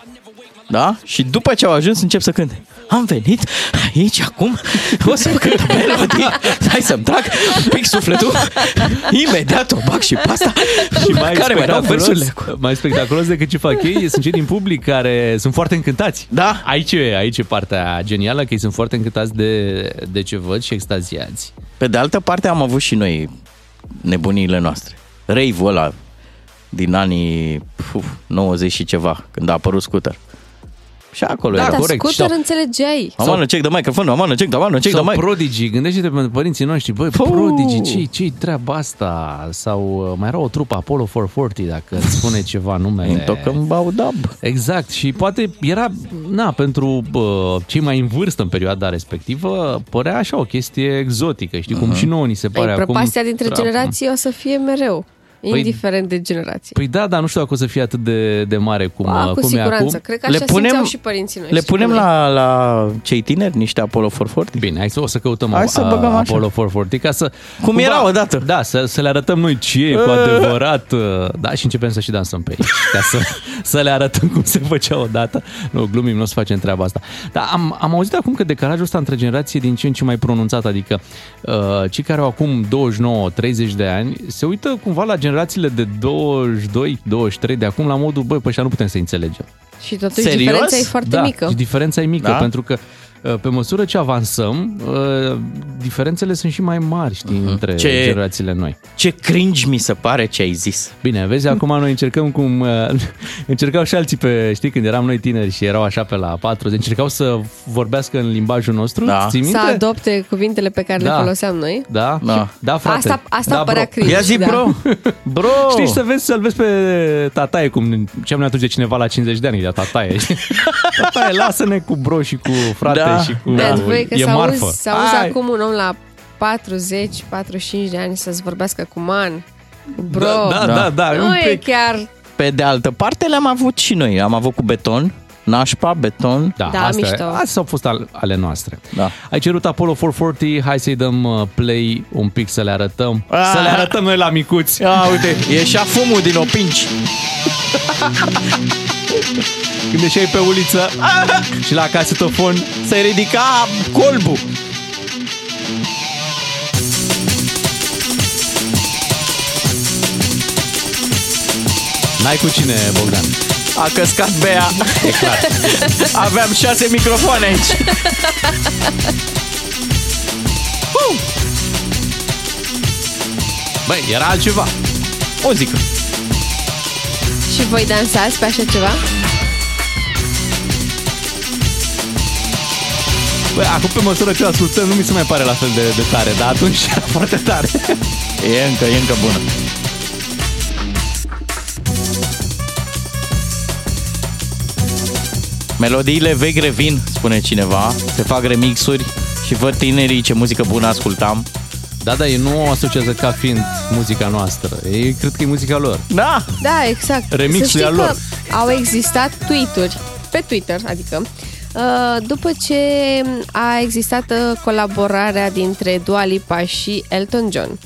Speaker 5: Da? Și după ce au ajuns încep să cânte. Am venit aici acum, o să cânt melodii, hai să-mi trag un pic sufletul, imediat o bag și pe *laughs* asta. Și mai care mai dau versurile acum.
Speaker 3: mai spectaculos decât ce fac ei, sunt cei din public care sunt foarte încântați.
Speaker 5: Da.
Speaker 3: Aici e, aici e partea genială, că ei sunt foarte încântați de, de ce văd și extaziați.
Speaker 5: Pe de altă parte am avut și noi nebuniile noastre. Rave-ul ăla din anii puf, 90 și ceva, când a apărut scooter. Și acolo
Speaker 4: Da,
Speaker 5: era.
Speaker 4: dar
Speaker 3: Păi, corect,
Speaker 4: scooter
Speaker 3: sau-
Speaker 4: înțelegeai.
Speaker 5: Amană, sau... check de microfon, amană, check de amană, check de
Speaker 3: Sau
Speaker 5: mic.
Speaker 3: prodigii, gândește-te pentru părinții noștri, băi,
Speaker 5: Fuu!
Speaker 3: prodigii, ce ce treaba asta? Sau uh, mai era o trupă Apollo 440, dacă îți spune ceva numele.
Speaker 5: Intocăm baudab.
Speaker 3: Exact, și poate era, na, pentru bă, cei mai în vârstă în perioada respectivă, părea așa o chestie exotică, știi, cum și nouă ni se pare
Speaker 4: Păi,
Speaker 3: acum. Păi,
Speaker 4: prăpastia dintre
Speaker 3: treaba.
Speaker 4: generații o să fie mereu, indiferent de generație.
Speaker 3: Păi da, dar nu știu dacă o să fie atât de, de mare cum,
Speaker 4: Ba,
Speaker 3: uh,
Speaker 4: cu
Speaker 3: cum e
Speaker 4: siguranță.
Speaker 3: acum.
Speaker 4: Cred că așa
Speaker 5: Le punem-
Speaker 4: simțeau și părinții noștri.
Speaker 5: Le punem
Speaker 4: cum e.
Speaker 5: la, la cei tineri niște Apollo 440?
Speaker 3: Bine, hai să o să căutăm
Speaker 5: Hai să băgăm așa.
Speaker 3: Apollo 440 ca să...
Speaker 5: Cum era odată. Eh.
Speaker 3: Da, să, să le arătăm noi ce e cu adevărat. uh, Da, și începem să și dansăm pe ei. Ca
Speaker 5: *laughs*
Speaker 3: să, să le arătăm cum se făcea odată. Nu, glumim, nu o să facem treaba asta. Dar am, am auzit acum că decalajul ăsta între generații e din ce în ce mai pronunțat. Adică uh, cei care au acum 29-30 de ani se uită cumva la generațiile de 22-23 de acum la modul, băi, pe ăștia nu putem să înțelegem.
Speaker 4: Și totuși
Speaker 5: Serios?
Speaker 4: diferența e foarte mică.
Speaker 3: Și Da, diferența e mică, da?
Speaker 5: Da?
Speaker 3: pentru că uh, pe măsură ce avansăm, uh, diferențele sunt și mai mari, știi, uh-huh. între
Speaker 5: Mhm. Ce-
Speaker 3: generațiile noi.
Speaker 5: Ce cringe mi se pare ce ai zis.
Speaker 4: *laughs*
Speaker 3: Bine, vezi, acum noi încercăm cum... uh, *laughs* Încercau și alții pe... Știi, când eram noi tineri și erau așa pe la 40, încercau să vorbească în limbajul nostru,
Speaker 5: Da.
Speaker 3: ții minte?
Speaker 4: Să adopte cuvintele pe care
Speaker 3: Da.
Speaker 4: le foloseam noi.
Speaker 3: Da?
Speaker 5: Da.
Speaker 3: da, frate.
Speaker 4: Asta, asta
Speaker 3: da,
Speaker 4: părea
Speaker 3: bro.
Speaker 4: cringe.
Speaker 5: Ia zi,
Speaker 4: da.
Speaker 5: bro! Bro!
Speaker 3: Știi, și să vezi, să-l vezi pe tataie, cum ce am atunci de cineva la 50 de ani, de
Speaker 5: *laughs*
Speaker 3: tataie. știi? tataie, lasă-ne cu bro și cu frate
Speaker 5: Da.
Speaker 3: și cu...
Speaker 4: Da. Voi că
Speaker 3: e
Speaker 4: să
Speaker 3: marfă.
Speaker 4: auzi, să auzi
Speaker 5: Hai.
Speaker 4: acum un om la 40, 45 de ani să-ți vorbească cu man, cu bro.
Speaker 3: Da, da, da, da
Speaker 4: nu
Speaker 3: un
Speaker 4: e
Speaker 3: pic.
Speaker 4: chiar...
Speaker 5: Pe de altă parte le-am avut și noi. Am avut cu beton, nașpa, beton.
Speaker 3: Da,
Speaker 4: Da,
Speaker 3: astea,
Speaker 4: mișto.
Speaker 3: astea au fost al, ale noastre.
Speaker 5: Da.
Speaker 3: Ai cerut Apollo 440, hai să-i dăm uh, play un pic să le arătăm.
Speaker 5: Ah!
Speaker 3: Să le arătăm noi la micuți.
Speaker 5: Ia uite, ieșea fumul din opinci.
Speaker 3: Când ieșeai pe uliță *laughs* și la casetofon.
Speaker 5: Se ridica colbul.
Speaker 3: N-ai cu cine, Bogdan.
Speaker 5: A căscat Bea.
Speaker 3: E clar.
Speaker 5: Aveam șase microfoane aici.
Speaker 3: Băi, era altceva.
Speaker 5: Muzică.
Speaker 4: Și voi dansați pe așa ceva?
Speaker 3: Băi, acum pe măsură ce o ascultăm, nu mi se mai pare la fel de, de tare, dar atunci *laughs* era foarte tare.
Speaker 5: E încă, e încă bună. Melodiile vechi revin, spune cineva. Se fac remixuri și văd tinerii ce muzică bună ascultam.
Speaker 3: Da, da, ei nu o asociază ca fiind muzica noastră. Ei cred că e muzica lor.
Speaker 5: Da!
Speaker 4: Da, exact.
Speaker 3: Remixul
Speaker 4: Să știi
Speaker 3: e al lor.
Speaker 4: că au existat tweet-uri pe Twitter, adică uh, după ce a existat uh, colaborarea dintre Dua Lipa și Elton John.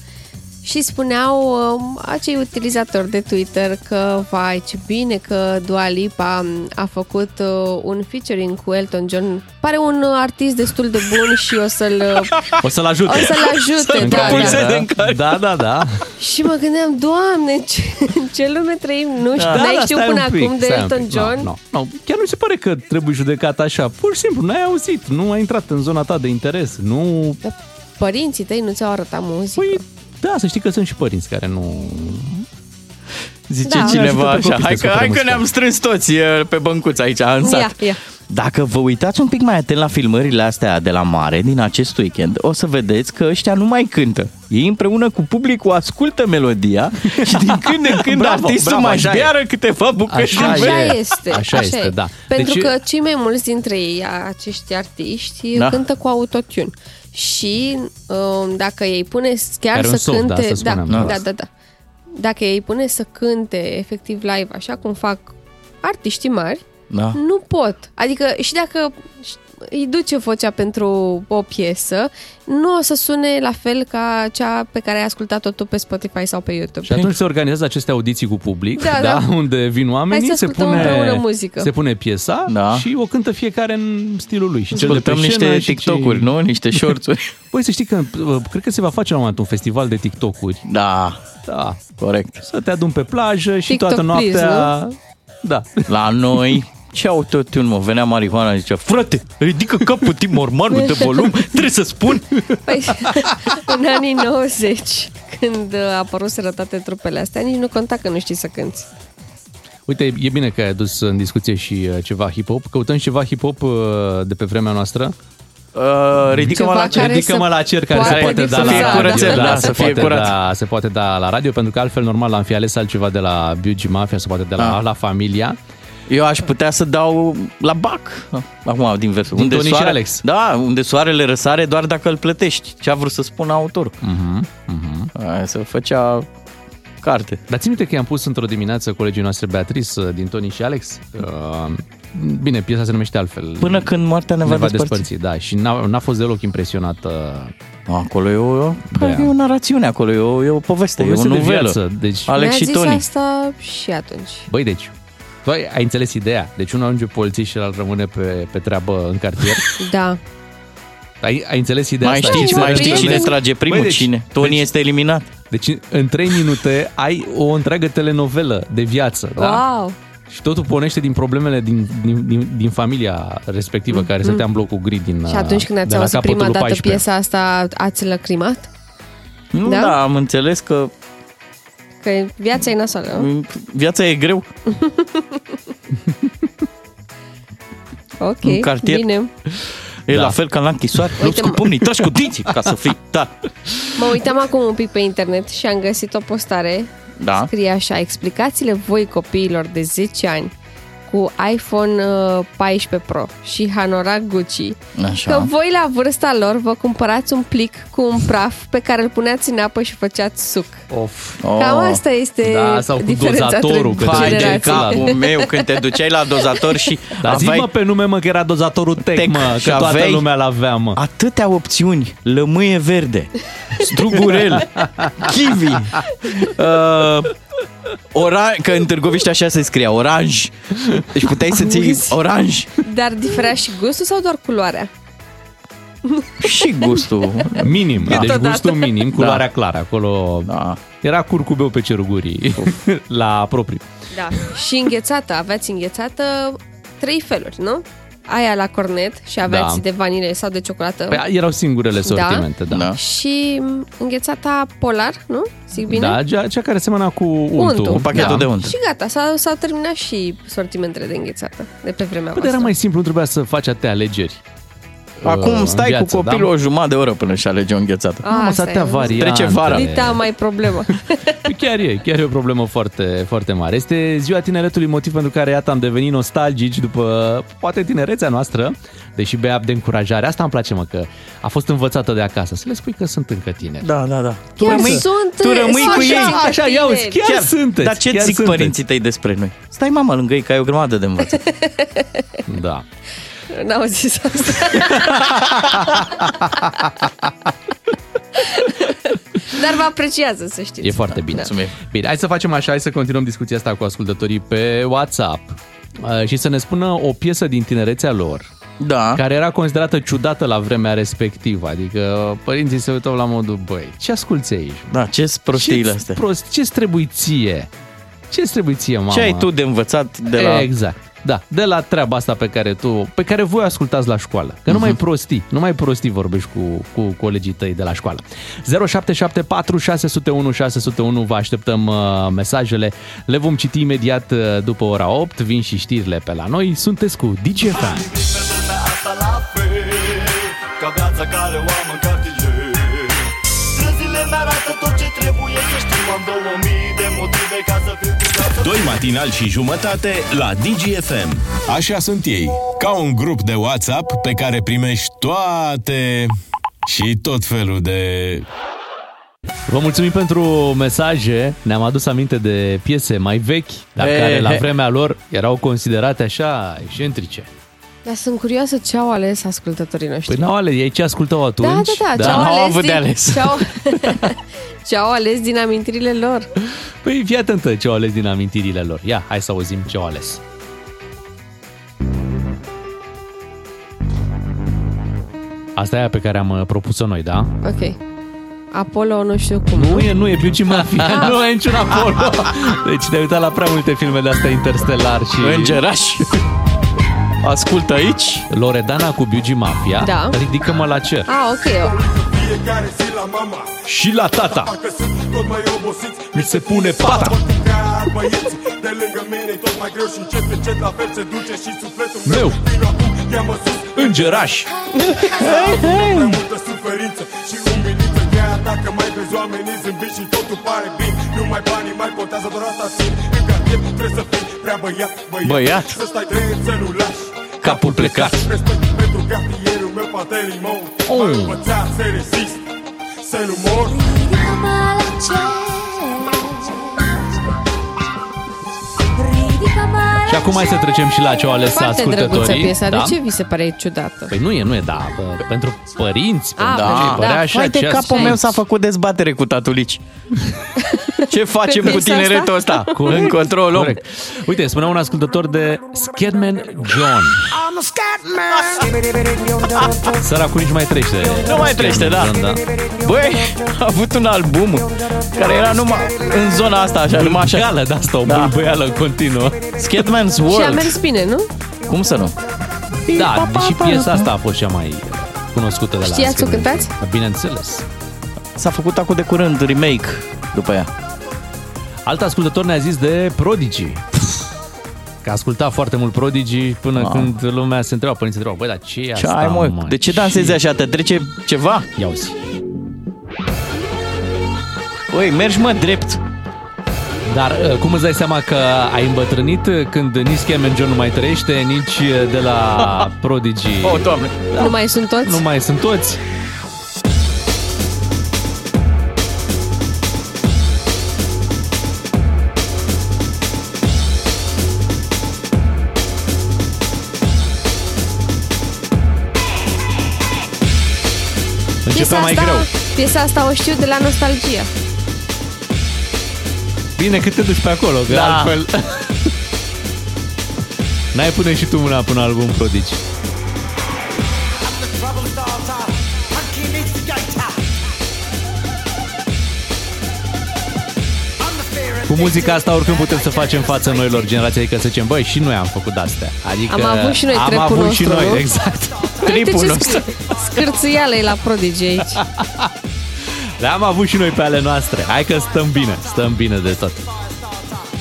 Speaker 4: Și spuneau um, acei utilizatori de Twitter că, vai, ce bine că Dua Lipa um, a făcut uh, un featuring cu Elton John. Pare un uh, artist destul de bun și o să-l uh,
Speaker 3: *laughs* O să-l ajute.
Speaker 4: O să-l ajute,
Speaker 3: În
Speaker 4: da,
Speaker 3: care-
Speaker 5: da.
Speaker 3: da, da, da.
Speaker 4: Și mă gândeam, doamne, ce, în ce lume trăim, nu știu,
Speaker 3: da,
Speaker 4: n-ai
Speaker 3: da,
Speaker 4: știu
Speaker 3: stai
Speaker 4: până
Speaker 3: un pic,
Speaker 4: acum de
Speaker 3: stai un
Speaker 4: Elton
Speaker 3: pic.
Speaker 4: John.
Speaker 3: Nu, nu, nu. Chiar nu mi se pare că trebuie judecat așa. Pur și simplu, n-ai auzit, nu a intrat în zona ta de interes. Nu...
Speaker 4: Dar părinții tăi nu ți-au arătat muzică.
Speaker 3: Păi, da, să știi că sunt și părinți care nu...
Speaker 5: Zice
Speaker 4: Da.
Speaker 5: cineva
Speaker 3: Ajută-te,
Speaker 5: așa,
Speaker 3: copii,
Speaker 5: hai
Speaker 3: să
Speaker 5: că,
Speaker 3: supere
Speaker 5: hai că
Speaker 3: muzica.
Speaker 5: ne-am strâns toți e, pe băncuță aici, în
Speaker 4: ia,
Speaker 5: sat.
Speaker 4: ia.
Speaker 5: Dacă vă uitați un pic mai atent la filmările astea de la mare din acest weekend, o să vedeți că ăștia nu mai cântă. Ei împreună cu publicul ascultă
Speaker 3: *laughs*
Speaker 5: melodia și din când în când
Speaker 3: Bravo,
Speaker 5: artistul
Speaker 3: bravo,
Speaker 5: mai își
Speaker 3: așa e.
Speaker 5: beară câteva bucăți.
Speaker 3: Așa
Speaker 5: din
Speaker 4: Așa
Speaker 3: e,
Speaker 4: este.
Speaker 3: așa este, da.
Speaker 4: Pentru
Speaker 3: Deci-
Speaker 4: că cei mai mulți dintre ei, a- acești artiști,
Speaker 5: Da.
Speaker 4: cântă cu autotune. Și um, dacă ei pune chiar
Speaker 3: Care e un
Speaker 4: să
Speaker 3: soft, da,
Speaker 4: cânte...
Speaker 3: să
Speaker 4: da,
Speaker 3: spunem,
Speaker 4: da,
Speaker 3: da.
Speaker 4: da, da, da. Dacă ei pune să cânte efectiv live, așa cum fac artiștii mari,
Speaker 5: Da.
Speaker 3: Mm,
Speaker 4: Nu pot. Adică și dacă îi duce vocea pentru o piesă, nu o să sune la fel ca cea pe care ai ascultat-o tu pe Spotify sau pe YouTube.
Speaker 3: Și atunci se organizează aceste audiții cu public,
Speaker 4: Da,
Speaker 3: da,
Speaker 4: da.
Speaker 3: da. unde vin oamenii,
Speaker 4: Hai să
Speaker 3: se
Speaker 4: ascultăm
Speaker 3: pune,
Speaker 4: împreună muzică.
Speaker 3: se pune piesa
Speaker 5: Da.
Speaker 3: da. și o cântă fiecare în stilul lui. Și cel de pe
Speaker 5: Ascultăm
Speaker 3: scenă
Speaker 5: niște
Speaker 3: și
Speaker 5: TikTok-uri,
Speaker 3: cei...
Speaker 5: nu?
Speaker 3: *laughs*
Speaker 5: Niște shorts-uri.
Speaker 3: Băi, să știi că uh, cred că se va face la un moment dat un festival de TikTok-uri.
Speaker 5: Da,
Speaker 3: Da.
Speaker 5: corect.
Speaker 3: Să te adun pe plajă și
Speaker 4: TikTok,
Speaker 3: toată noaptea...
Speaker 4: please,
Speaker 3: da.
Speaker 5: La noi ce autotune, mă, venea marihuana zicea, frate, ridică capul timp mormanul de volum, trebuie să spun.
Speaker 4: Păi, în anii 90, când a apărut toate trupele astea, nici nu conta că nu știi să cânti.
Speaker 3: Uite, e bine că ai adus în discuție și uh, ceva hip-hop. Căutăm și ceva hip-hop uh, de pe vremea noastră.
Speaker 5: Uh, ridică-mă
Speaker 4: Ceva
Speaker 5: la
Speaker 4: care
Speaker 5: cer.
Speaker 3: Ridică-mă
Speaker 4: să
Speaker 3: la cer care se
Speaker 4: poată
Speaker 3: poate da
Speaker 4: difuza,
Speaker 3: la
Speaker 5: Să fie
Speaker 3: radio.
Speaker 5: curățel, da, să
Speaker 3: se
Speaker 5: fie
Speaker 3: poate
Speaker 5: curat.
Speaker 3: Da, se poate da la radio, pentru că altfel normal am fi ales altceva de la Biugi Mafia, se poate de la,
Speaker 5: Ah.
Speaker 3: la Familia.
Speaker 5: Eu aș putea să dau la bac. Acum, din versul.
Speaker 3: Din Tony și Alex.
Speaker 5: Da, unde soarele răsare doar dacă îl plătești. Ce a vrut să spună autorul.
Speaker 3: Mhm.
Speaker 5: Aia Să făcea carte.
Speaker 3: Dar ți minte că i-am pus într-o dimineață colegii noastre Beatrice uh, din Toni și Alex? Uh, bine, piesa se numește altfel.
Speaker 5: Până când moartea ne,
Speaker 3: ne va
Speaker 5: despărți.
Speaker 3: despărți, da, și n-a, n-a fost deloc impresionată
Speaker 5: Acolo e o,
Speaker 3: Da.
Speaker 5: e o narațiune, acolo e o, e o poveste,
Speaker 3: Poveste
Speaker 5: e o
Speaker 3: de
Speaker 5: novelă.
Speaker 3: viață, deci-
Speaker 5: Alex
Speaker 4: Mi-a
Speaker 5: și
Speaker 4: zis
Speaker 5: Tony.
Speaker 4: asta și atunci.
Speaker 3: Băi, deci, tu ai, ai înțeles ideea. Deci unul ajunge polițist și el rămâne pe, pe treabă în cartier.
Speaker 5: *laughs*
Speaker 4: Da.
Speaker 3: Ai, ai înțeles ideea
Speaker 5: Mai
Speaker 3: asta?
Speaker 5: știi,
Speaker 4: Ai
Speaker 5: mai
Speaker 4: un
Speaker 5: știi
Speaker 4: prieten?
Speaker 5: cine trage primul,
Speaker 3: Băi, deci-
Speaker 5: cine? Tony este eliminat.
Speaker 3: Deci în 3 minute ai o întreagă telenovelă de viață, da?
Speaker 4: Wow.
Speaker 3: Și totul pornește din problemele din, din, din, din familia respectivă care stătea în blocul gri din
Speaker 4: Mm-hmm.
Speaker 3: uh,
Speaker 4: Și atunci când
Speaker 3: de
Speaker 4: ați
Speaker 3: la
Speaker 4: auzit
Speaker 3: capătul
Speaker 4: prima
Speaker 3: lui
Speaker 4: dată
Speaker 3: 14.
Speaker 4: piesa asta, ați lăcrimat?
Speaker 5: Nu,
Speaker 4: Da?
Speaker 5: da? am înțeles că
Speaker 4: Că viața e
Speaker 3: *laughs*
Speaker 4: nasoală.
Speaker 5: m, viața e greu.
Speaker 4: Ok,
Speaker 5: În cartier.
Speaker 4: bine.
Speaker 5: E
Speaker 3: Da.
Speaker 5: la fel ca la închisoare. Lupți
Speaker 4: mă-
Speaker 5: cu pumnii, tași cu dinții ca să fii. Da.
Speaker 4: Mă uitam acum un pic pe internet și am găsit o postare.
Speaker 5: Da.
Speaker 4: Scrie așa, explicați-le voi copiilor de 10 ani cu iPhone uh, 14 Pro și Hanora Gucci că
Speaker 5: Așa.
Speaker 4: voi la vârsta lor vă cumpărați un plic cu un praf pe care îl puneați în apă și făceați suc.
Speaker 3: Of.
Speaker 5: Oh.
Speaker 4: Cam asta este
Speaker 3: Da, sau cu
Speaker 4: diferența
Speaker 3: dozatorul,
Speaker 4: între
Speaker 3: că te
Speaker 5: Vai de
Speaker 4: generațiile.
Speaker 5: capul meu când te duceai la dozator și
Speaker 3: Dar Da, zi
Speaker 5: aveai
Speaker 3: mă pe nume, mă, că era dozatorul Tec,
Speaker 5: Tec
Speaker 3: mă,
Speaker 5: și
Speaker 3: că toată
Speaker 5: aveai-
Speaker 3: lumea l-avea, mă.
Speaker 5: atâtea opțiuni. Lămâie
Speaker 4: *laughs*
Speaker 5: verde, strugurel, kiwi, uh, oran- că în Târgoviște așa se scria, oranj. Deci puteai să ții oranj
Speaker 3: Păi
Speaker 4: Dar diferea și gustul sau doar culoarea?
Speaker 5: și
Speaker 4: *laughs*
Speaker 5: gustul.
Speaker 3: Minim, da. deci
Speaker 4: Câteodată.
Speaker 3: gustul minim, culoarea da. clară, acolo
Speaker 5: Da.
Speaker 3: era curcubeu pe cerul gurii, *laughs* la propriu.
Speaker 4: Da. Și înghețată, aveați înghețată trei feluri, nu? Aia la cornet și aveați
Speaker 3: Da.
Speaker 4: de vanile sau de ciocolată.
Speaker 3: Păi erau singurele sortimente, da.
Speaker 5: Da.
Speaker 4: Da. Și înghețata polar, nu? Zic bine?
Speaker 3: Da, cea, cea care semăna cu untul.
Speaker 4: Untul. Cu
Speaker 5: Pachetul
Speaker 3: da.
Speaker 5: de unt.
Speaker 4: Și gata, s-au, s-au terminat și sortimentele de înghețată de pe vremea
Speaker 3: Păi dar
Speaker 4: voastră.
Speaker 3: era mai simplu, nu trebuia să faci atâtea alegeri.
Speaker 5: Acum
Speaker 3: în
Speaker 5: stai
Speaker 3: viață,
Speaker 5: cu
Speaker 3: da?
Speaker 5: copilul o jumătate de oră până și alege o înghețată.
Speaker 3: Mamă,
Speaker 4: Ah, Asta
Speaker 3: atâtea
Speaker 4: e, nu?
Speaker 3: variante.
Speaker 5: Trece vara.
Speaker 4: Dita mai problemă.
Speaker 3: Chiar e, chiar e o problemă foarte, foarte mare. Este ziua tineretului, motiv pentru care, iată, am devenit nostalgici după, poate, tinerețea noastră, deși bea de încurajare. Asta îmi place, mă, că a fost învățată de acasă. Să le spui că sunt încă tineri.
Speaker 5: Da, da, da. Tu
Speaker 4: Chiar
Speaker 5: rămâi,
Speaker 4: Păi sunt,
Speaker 5: tu rămâi
Speaker 4: sunt
Speaker 5: cu
Speaker 4: și
Speaker 5: ei.
Speaker 4: eu.
Speaker 3: Așa, ia uzi, chiar,
Speaker 5: Chiar.
Speaker 3: chiar sunteți.
Speaker 5: Dar ce
Speaker 3: chiar
Speaker 5: zic
Speaker 3: sunteți.
Speaker 5: părinții tăi despre noi? Stai mama lângă ei, că ai o grămadă de învățat.
Speaker 3: *laughs* Da.
Speaker 4: N-au zis asta. *laughs* Dar vă apreciază, să știți. Da.
Speaker 3: E foarte bine.
Speaker 5: Mulțumim.
Speaker 3: Bine, hai să facem așa, hai să continuăm discuția asta cu ascultătorii pe WhatsApp uh, și să ne spună o piesă din tinerețea lor
Speaker 5: Da.
Speaker 3: care era considerată ciudată la vremea respectivă. Adică părinții se uitau la modul, băi, ce asculți aici?
Speaker 5: Da, ce sunt prostiile
Speaker 3: Ce-ți
Speaker 5: astea?
Speaker 3: Prost, ce-ți trebuie ție? Ce-ți trebuie ție, mamă?
Speaker 5: Ce ai tu de învățat de la...
Speaker 3: Exact. Da, de la treaba asta pe care tu, pe care voi o ascultați la școală. Că
Speaker 5: Mhm.
Speaker 3: nu mai prostii, nu mai prostii vorbești cu, cu colegii tăi de la școală. 0774 601 601 vă așteptăm uh, mesajele. Le vom citi imediat uh, după ora 8. Vin și știrile pe la noi. Sunteți cu DGFM.
Speaker 8: Pe lumea asta la fel Ca viața care o am în cartier Străzile mi arată tot ce trebuie să știu Am 2000 de motive ca să fiu cu viața
Speaker 2: Doi matinal și jumătate la DGFM. Așa sunt ei, ca un grup de WhatsApp pe care primești toate și tot felul de...
Speaker 3: Vă mulțumim pentru mesaje. Ne-am adus aminte de piese mai vechi, dar
Speaker 5: E,
Speaker 3: care la
Speaker 5: he.
Speaker 3: vremea lor erau considerate așa excentrice.
Speaker 4: Dar sunt curioasă ce au ales ascultătorii noștri.
Speaker 3: Păi n-au ales, ei ce ascultau atunci?
Speaker 4: da, da, da, ce-au
Speaker 5: n-au
Speaker 4: ales
Speaker 5: avut de
Speaker 4: din,
Speaker 5: ales.
Speaker 4: Ce-au, *laughs* ce-au ales din amintirile lor.
Speaker 3: Păi fii atentă ce au ales din amintirile lor. Ia, hai să auzim ce au ales. Asta e aia pe care am uh, propus-o noi, da?
Speaker 4: Ok. Apollo nu știu cum.
Speaker 3: Nu e, nu e Beauty *laughs* Mafia, nu e niciun Apollo. Deci te-ai uitat la prea multe filme de astea interstelar și...
Speaker 5: Îngeraș. Ascultă aici.
Speaker 3: Loredana cu Beauty Mafia.
Speaker 4: Da.
Speaker 3: Ridică-mă la cer.
Speaker 4: Ah, ok.
Speaker 8: Fiecare zi la mama
Speaker 3: Și la tata.
Speaker 8: Că sunt tot mai obosiți
Speaker 3: Mi se pune pata.
Speaker 8: Vorbim ca băieți De lângă mine e tot mai greu Și încet, încet la fel se duce și sufletul meu
Speaker 3: Meu.
Speaker 8: Vino acum, ia-mă sus
Speaker 3: Îngeraș.
Speaker 8: Prea multă suferință și umilință Chiar dacă mai vezi oamenii zâmbind și totul pare bine Nu mai banii mai contează, doar asta simt În cartier trebuie să fii prea băiat, băiat,
Speaker 5: Băiat.
Speaker 8: Să stai drept, să nu lași
Speaker 5: Capul plecat.
Speaker 8: Respect pentru cartierul meu, poate limon
Speaker 3: Oh.
Speaker 8: M-am învățat să rezist, să nu mor
Speaker 3: Și acum hai să trecem și la ce au ales
Speaker 4: Foarte drăguță
Speaker 3: ascultătorii.
Speaker 4: piesa. Deci
Speaker 3: da?
Speaker 4: De ce vi se pare ciudată?
Speaker 3: Păi nu e, nu e, da. bă, Pentru părinți,
Speaker 4: Ah,
Speaker 3: pentru
Speaker 4: da,
Speaker 3: cei părea
Speaker 4: da.
Speaker 3: așa,
Speaker 5: Uite,
Speaker 3: ce
Speaker 5: capul
Speaker 3: ascult.
Speaker 5: meu s-a făcut dezbatere cu
Speaker 3: *laughs*
Speaker 5: tatulici. Ce facem
Speaker 4: Pe
Speaker 5: cu
Speaker 4: piesa
Speaker 5: tineretul ăsta?
Speaker 3: Corect,
Speaker 5: În control om.
Speaker 3: corect. Uite, spunea un ascultător de Scatman John. Săracul nici mai trece.
Speaker 5: Nu mai trece, da.
Speaker 3: John, da.
Speaker 5: Băi, a avut un album care era numai în zona asta, așa, numai așa.
Speaker 3: Gală de asta, o
Speaker 5: Da.
Speaker 3: bâlbâială continuă.
Speaker 5: Scatman's
Speaker 4: Și a
Speaker 5: World.
Speaker 4: mers bine, nu?
Speaker 5: Cum să nu?
Speaker 3: Da, și piesa asta a fost cea mai cunoscută de la
Speaker 4: Știați să
Speaker 3: Scatman
Speaker 4: cântați?
Speaker 3: John. Bineînțeles.
Speaker 5: S-a făcut acum de curând remake după ea.
Speaker 3: Alt ascultător ne-a zis de Prodigy. Că asculta foarte mult Prodigy până
Speaker 5: Ah.
Speaker 3: când lumea se întreba, părinții se întreabă, băi, dar ce e
Speaker 5: Ce
Speaker 3: asta,
Speaker 5: ai, mă? De ce dansezi
Speaker 3: Ce-
Speaker 5: așa? Te trece ceva?
Speaker 3: Ia uzi.
Speaker 5: Băi, mergi, mă, drept.
Speaker 3: Dar uh, cum îți dai seama că ai îmbătrânit uh, când nici Cameron John nu mai trăiește, nici uh, de la
Speaker 5: *laughs*
Speaker 3: Prodigy
Speaker 5: O, Oh, doamne.
Speaker 4: Nu mai sunt toți?
Speaker 3: Da. nu mai sunt toți? Începea mai
Speaker 4: Deci asta,
Speaker 3: greu.
Speaker 4: piesa asta o știu de la nostalgia.
Speaker 3: Bine cât te duci pe acolo, că
Speaker 5: Da.
Speaker 3: altfel... N-ai pune și tu mâna până album prodici. Cu muzica asta oricând putem să facem față noilor generații, adică să zicem, băi, și noi am făcut astea. Adică
Speaker 4: Am avut și noi
Speaker 3: am
Speaker 4: trepul
Speaker 3: avut și
Speaker 4: nostru,
Speaker 3: noi,
Speaker 4: nu?
Speaker 3: exact.
Speaker 4: Uite
Speaker 5: Tripul
Speaker 4: ce
Speaker 5: nostru.
Speaker 4: scâr- scârțâială e la Prodigy aici.
Speaker 3: Le-am avut și noi pe ale noastre. Hai că stăm bine, stăm bine de tot.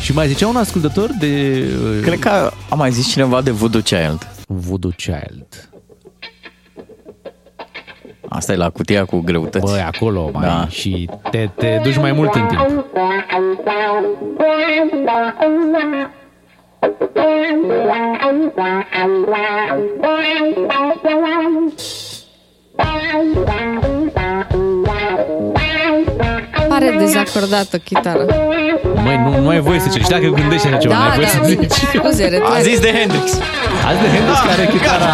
Speaker 3: Și mai zicea un ascultător de uh,
Speaker 5: Cred că a mai zis cineva de Voodoo Child.
Speaker 3: Voodoo Child.
Speaker 5: Asta e la cutia cu greutăți.
Speaker 3: Băi, acolo mai da.
Speaker 5: Da.
Speaker 3: și te, te duci mai mult în timp.
Speaker 4: Pare dezacordată chitara.
Speaker 3: Măi, nu, nu ai voie să zici. Dacă gândești așa ceva, nu ai
Speaker 4: da,
Speaker 3: voie
Speaker 4: da.
Speaker 3: să zici.
Speaker 4: Scuze,
Speaker 5: A
Speaker 4: retrag.
Speaker 5: zis de Hendrix.
Speaker 3: Azi de Hendrix care are chitara